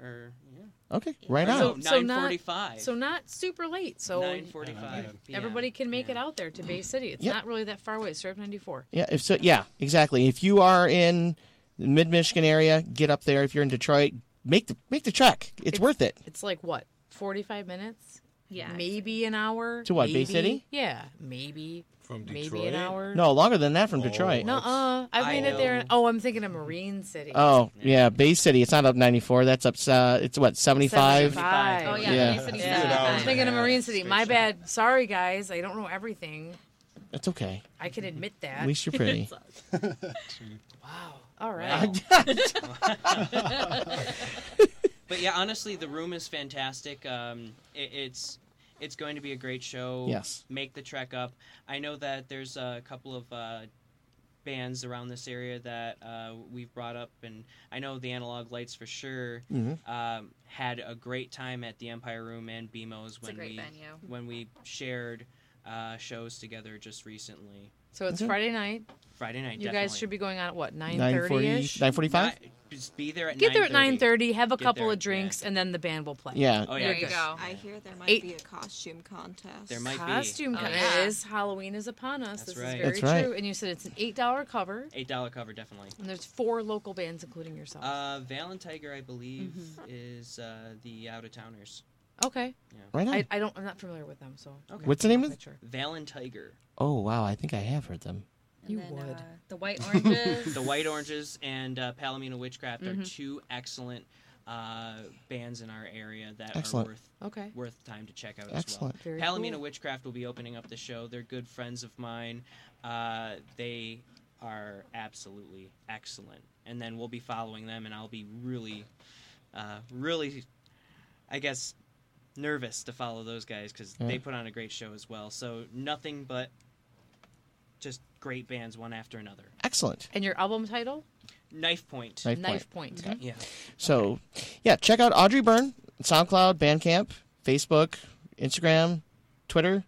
[SPEAKER 7] or yeah.
[SPEAKER 1] Okay, right
[SPEAKER 7] Or
[SPEAKER 1] on.
[SPEAKER 7] no,
[SPEAKER 2] So- so not-
[SPEAKER 7] 9:45.
[SPEAKER 2] So not super late. So
[SPEAKER 7] 9:45 p.m..
[SPEAKER 2] Everybody can make it out there to Bay City. It's
[SPEAKER 1] Yeah.
[SPEAKER 2] not really that far away. It's right 94.
[SPEAKER 1] Yeah. If so, yeah, exactly. If you are in the Mid Michigan area, get up there. If you're in Detroit, make the make the trek. It's, worth it.
[SPEAKER 2] It's like what 45 minutes.
[SPEAKER 8] Yeah.
[SPEAKER 2] Maybe an hour.
[SPEAKER 1] To what, Bay
[SPEAKER 2] maybe,
[SPEAKER 1] City?
[SPEAKER 2] Yeah. Maybe.
[SPEAKER 9] From
[SPEAKER 2] Maybe
[SPEAKER 9] Detroit? Oh,
[SPEAKER 2] an hour.
[SPEAKER 1] No, longer than that from Detroit.
[SPEAKER 2] No, uh, I've made it there. Oh, I'm thinking of Marine City.
[SPEAKER 1] Oh yeah, Bay City. It's not up 94. That's up. Uh, it's what 75.
[SPEAKER 2] 75.
[SPEAKER 8] Oh, yeah, Marine City's Yeah. 75.
[SPEAKER 2] I'm thinking of
[SPEAKER 8] Yeah.
[SPEAKER 2] Marine City. My bad. Sorry, guys. I don't know everything.
[SPEAKER 1] That's okay.
[SPEAKER 2] I can admit that.
[SPEAKER 1] At least you're pretty.
[SPEAKER 2] All right.
[SPEAKER 7] but yeah, honestly, the room is fantastic. Um, it, it's it's going to be a great show.
[SPEAKER 1] Yes.
[SPEAKER 7] Make the trek up. I know that there's a couple of uh, bands around this area that uh, we've brought up, and I know the Analog Lights for sure
[SPEAKER 2] Mm-hmm.
[SPEAKER 1] Mhm.
[SPEAKER 7] um, had a great time at the Empire Room and BMO's
[SPEAKER 8] a
[SPEAKER 7] when
[SPEAKER 8] great
[SPEAKER 7] we
[SPEAKER 8] venue.
[SPEAKER 7] when we shared uh, shows together just recently.
[SPEAKER 2] So
[SPEAKER 1] Mm-hmm.
[SPEAKER 2] it's Friday night.
[SPEAKER 7] Friday night.
[SPEAKER 2] You guys
[SPEAKER 7] definitely.
[SPEAKER 2] should be going out at what
[SPEAKER 1] 9:40
[SPEAKER 2] 9:30 ish.
[SPEAKER 1] 9:45?
[SPEAKER 7] Ni- Just be there at
[SPEAKER 2] Get there at
[SPEAKER 7] 9:30.
[SPEAKER 2] 9:30. Have a
[SPEAKER 7] Get
[SPEAKER 2] couple
[SPEAKER 7] there
[SPEAKER 2] of drinks, and then the band will play.
[SPEAKER 1] Yeah.
[SPEAKER 7] Oh, yeah. There you
[SPEAKER 2] You're good.
[SPEAKER 7] go.
[SPEAKER 10] I hear there might
[SPEAKER 2] Eight-
[SPEAKER 10] be a costume contest.
[SPEAKER 7] There might be.
[SPEAKER 2] Costume
[SPEAKER 7] Oh,
[SPEAKER 2] con-
[SPEAKER 7] yeah.
[SPEAKER 2] it is Halloween is upon
[SPEAKER 7] That's
[SPEAKER 2] us. this
[SPEAKER 7] right.
[SPEAKER 2] is very
[SPEAKER 7] That's
[SPEAKER 1] right.
[SPEAKER 2] true. And you said it's an eight dollar cover,
[SPEAKER 7] Eight dollar cover, definitely.
[SPEAKER 2] and there's four local bands, including yourself.
[SPEAKER 7] Uh, Valentiger, I believe,
[SPEAKER 2] Mm-hmm.
[SPEAKER 7] is uh, the out of towners.
[SPEAKER 2] okay.
[SPEAKER 1] Right on.
[SPEAKER 2] I, I don't. I'm not familiar with them, so.
[SPEAKER 1] What's the name of? it?
[SPEAKER 7] Valentiger.
[SPEAKER 1] Oh wow, I think I have heard them.
[SPEAKER 2] You would.
[SPEAKER 10] uh,
[SPEAKER 8] the white oranges.
[SPEAKER 7] the White Oranges and uh, Palomino Witchcraft are
[SPEAKER 8] Mhm.
[SPEAKER 7] two excellent uh, bands in our area that
[SPEAKER 1] Excellent.
[SPEAKER 7] are worth
[SPEAKER 2] okay.
[SPEAKER 7] worth time to check out
[SPEAKER 1] Excellent.
[SPEAKER 7] as well.
[SPEAKER 1] Very
[SPEAKER 7] Palomino
[SPEAKER 1] cool.
[SPEAKER 7] Witchcraft will be opening up the show. They're good friends of mine. Uh, they are absolutely excellent. And then we'll be following them, and I'll be really, uh, really, I guess, nervous to follow those guys because
[SPEAKER 1] Yeah.
[SPEAKER 7] they put on a great show as well. So nothing but just great bands, one after another.
[SPEAKER 1] Excellent.
[SPEAKER 2] And your album title?
[SPEAKER 7] Knife Point.
[SPEAKER 1] Knife Knife
[SPEAKER 2] Point.
[SPEAKER 1] Point. Okay.
[SPEAKER 7] Yeah.
[SPEAKER 1] So, yeah, check out Audrey Byrne, SoundCloud, Bandcamp, Facebook, Instagram, Twitter.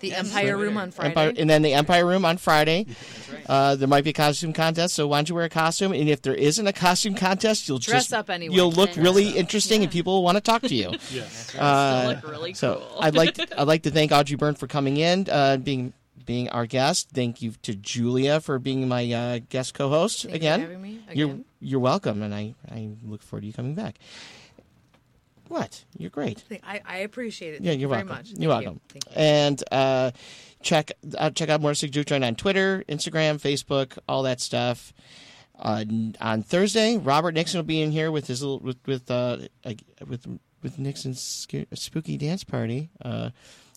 [SPEAKER 2] The
[SPEAKER 1] Yes.
[SPEAKER 2] Empire Room on Friday.
[SPEAKER 1] Empire, and then the Empire Room on Friday.
[SPEAKER 7] That's right.
[SPEAKER 1] Uh, there might be a costume contest, so why don't you wear a costume? And if there isn't a costume contest, you'll
[SPEAKER 2] Dress
[SPEAKER 1] just,
[SPEAKER 2] up anyway.
[SPEAKER 1] You'll look
[SPEAKER 2] Dress
[SPEAKER 1] really
[SPEAKER 2] up.
[SPEAKER 1] interesting, and people will want to talk to you.
[SPEAKER 2] Yes.
[SPEAKER 1] Uh,
[SPEAKER 2] Still look really
[SPEAKER 1] so
[SPEAKER 2] cool.
[SPEAKER 1] I'd like to, I'd like to thank Audrey Byrne for coming in, uh, being being our guest. Thank you to Julia for being my uh, guest co-host
[SPEAKER 2] Thank you for
[SPEAKER 1] again.
[SPEAKER 2] having me
[SPEAKER 1] You're
[SPEAKER 2] again.
[SPEAKER 1] you're welcome, and I I look forward to you coming back. What? You're great.
[SPEAKER 2] I, I appreciate it.
[SPEAKER 1] Yeah,
[SPEAKER 2] Thank
[SPEAKER 1] you're
[SPEAKER 2] you very
[SPEAKER 1] welcome.
[SPEAKER 2] much.
[SPEAKER 1] You're
[SPEAKER 2] Thank you.
[SPEAKER 1] welcome.
[SPEAKER 2] Thank you.
[SPEAKER 1] And uh, check uh, check out Morning Juke Joint on Twitter, Instagram, Facebook, all that stuff. Uh, n- on Thursday, Robert Nixon will be in here with his little with with uh, uh, with with Nixon's sco- spooky dance party. Uh,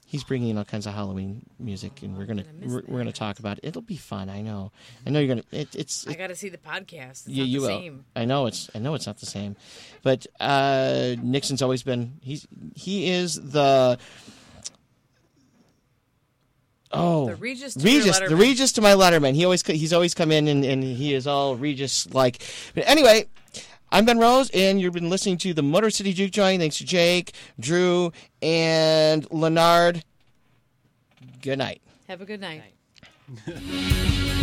[SPEAKER 1] he's bringing in all kinds of Halloween music, and we're gonna, we're, we're gonna talk about it. It'll be fun. I know. I know you're gonna. It, it's
[SPEAKER 2] I got to see the podcast. It's
[SPEAKER 1] yeah,
[SPEAKER 2] not
[SPEAKER 1] you
[SPEAKER 2] the
[SPEAKER 1] will.
[SPEAKER 2] same.
[SPEAKER 1] I know it's. I know it's not the same, but uh, Nixon's always been. He's he is the. Oh,
[SPEAKER 2] The Regis to your
[SPEAKER 1] Regis, the
[SPEAKER 2] Letterman.
[SPEAKER 1] Regis to my Letterman. He always co- he's always come in and, and he is all Regis like. But anyway, I'm Ben Rose, and you've been listening to the Motor City Juke Joint. Thanks to Jake, Drew, and Leonard. Good night.
[SPEAKER 2] Have a good night.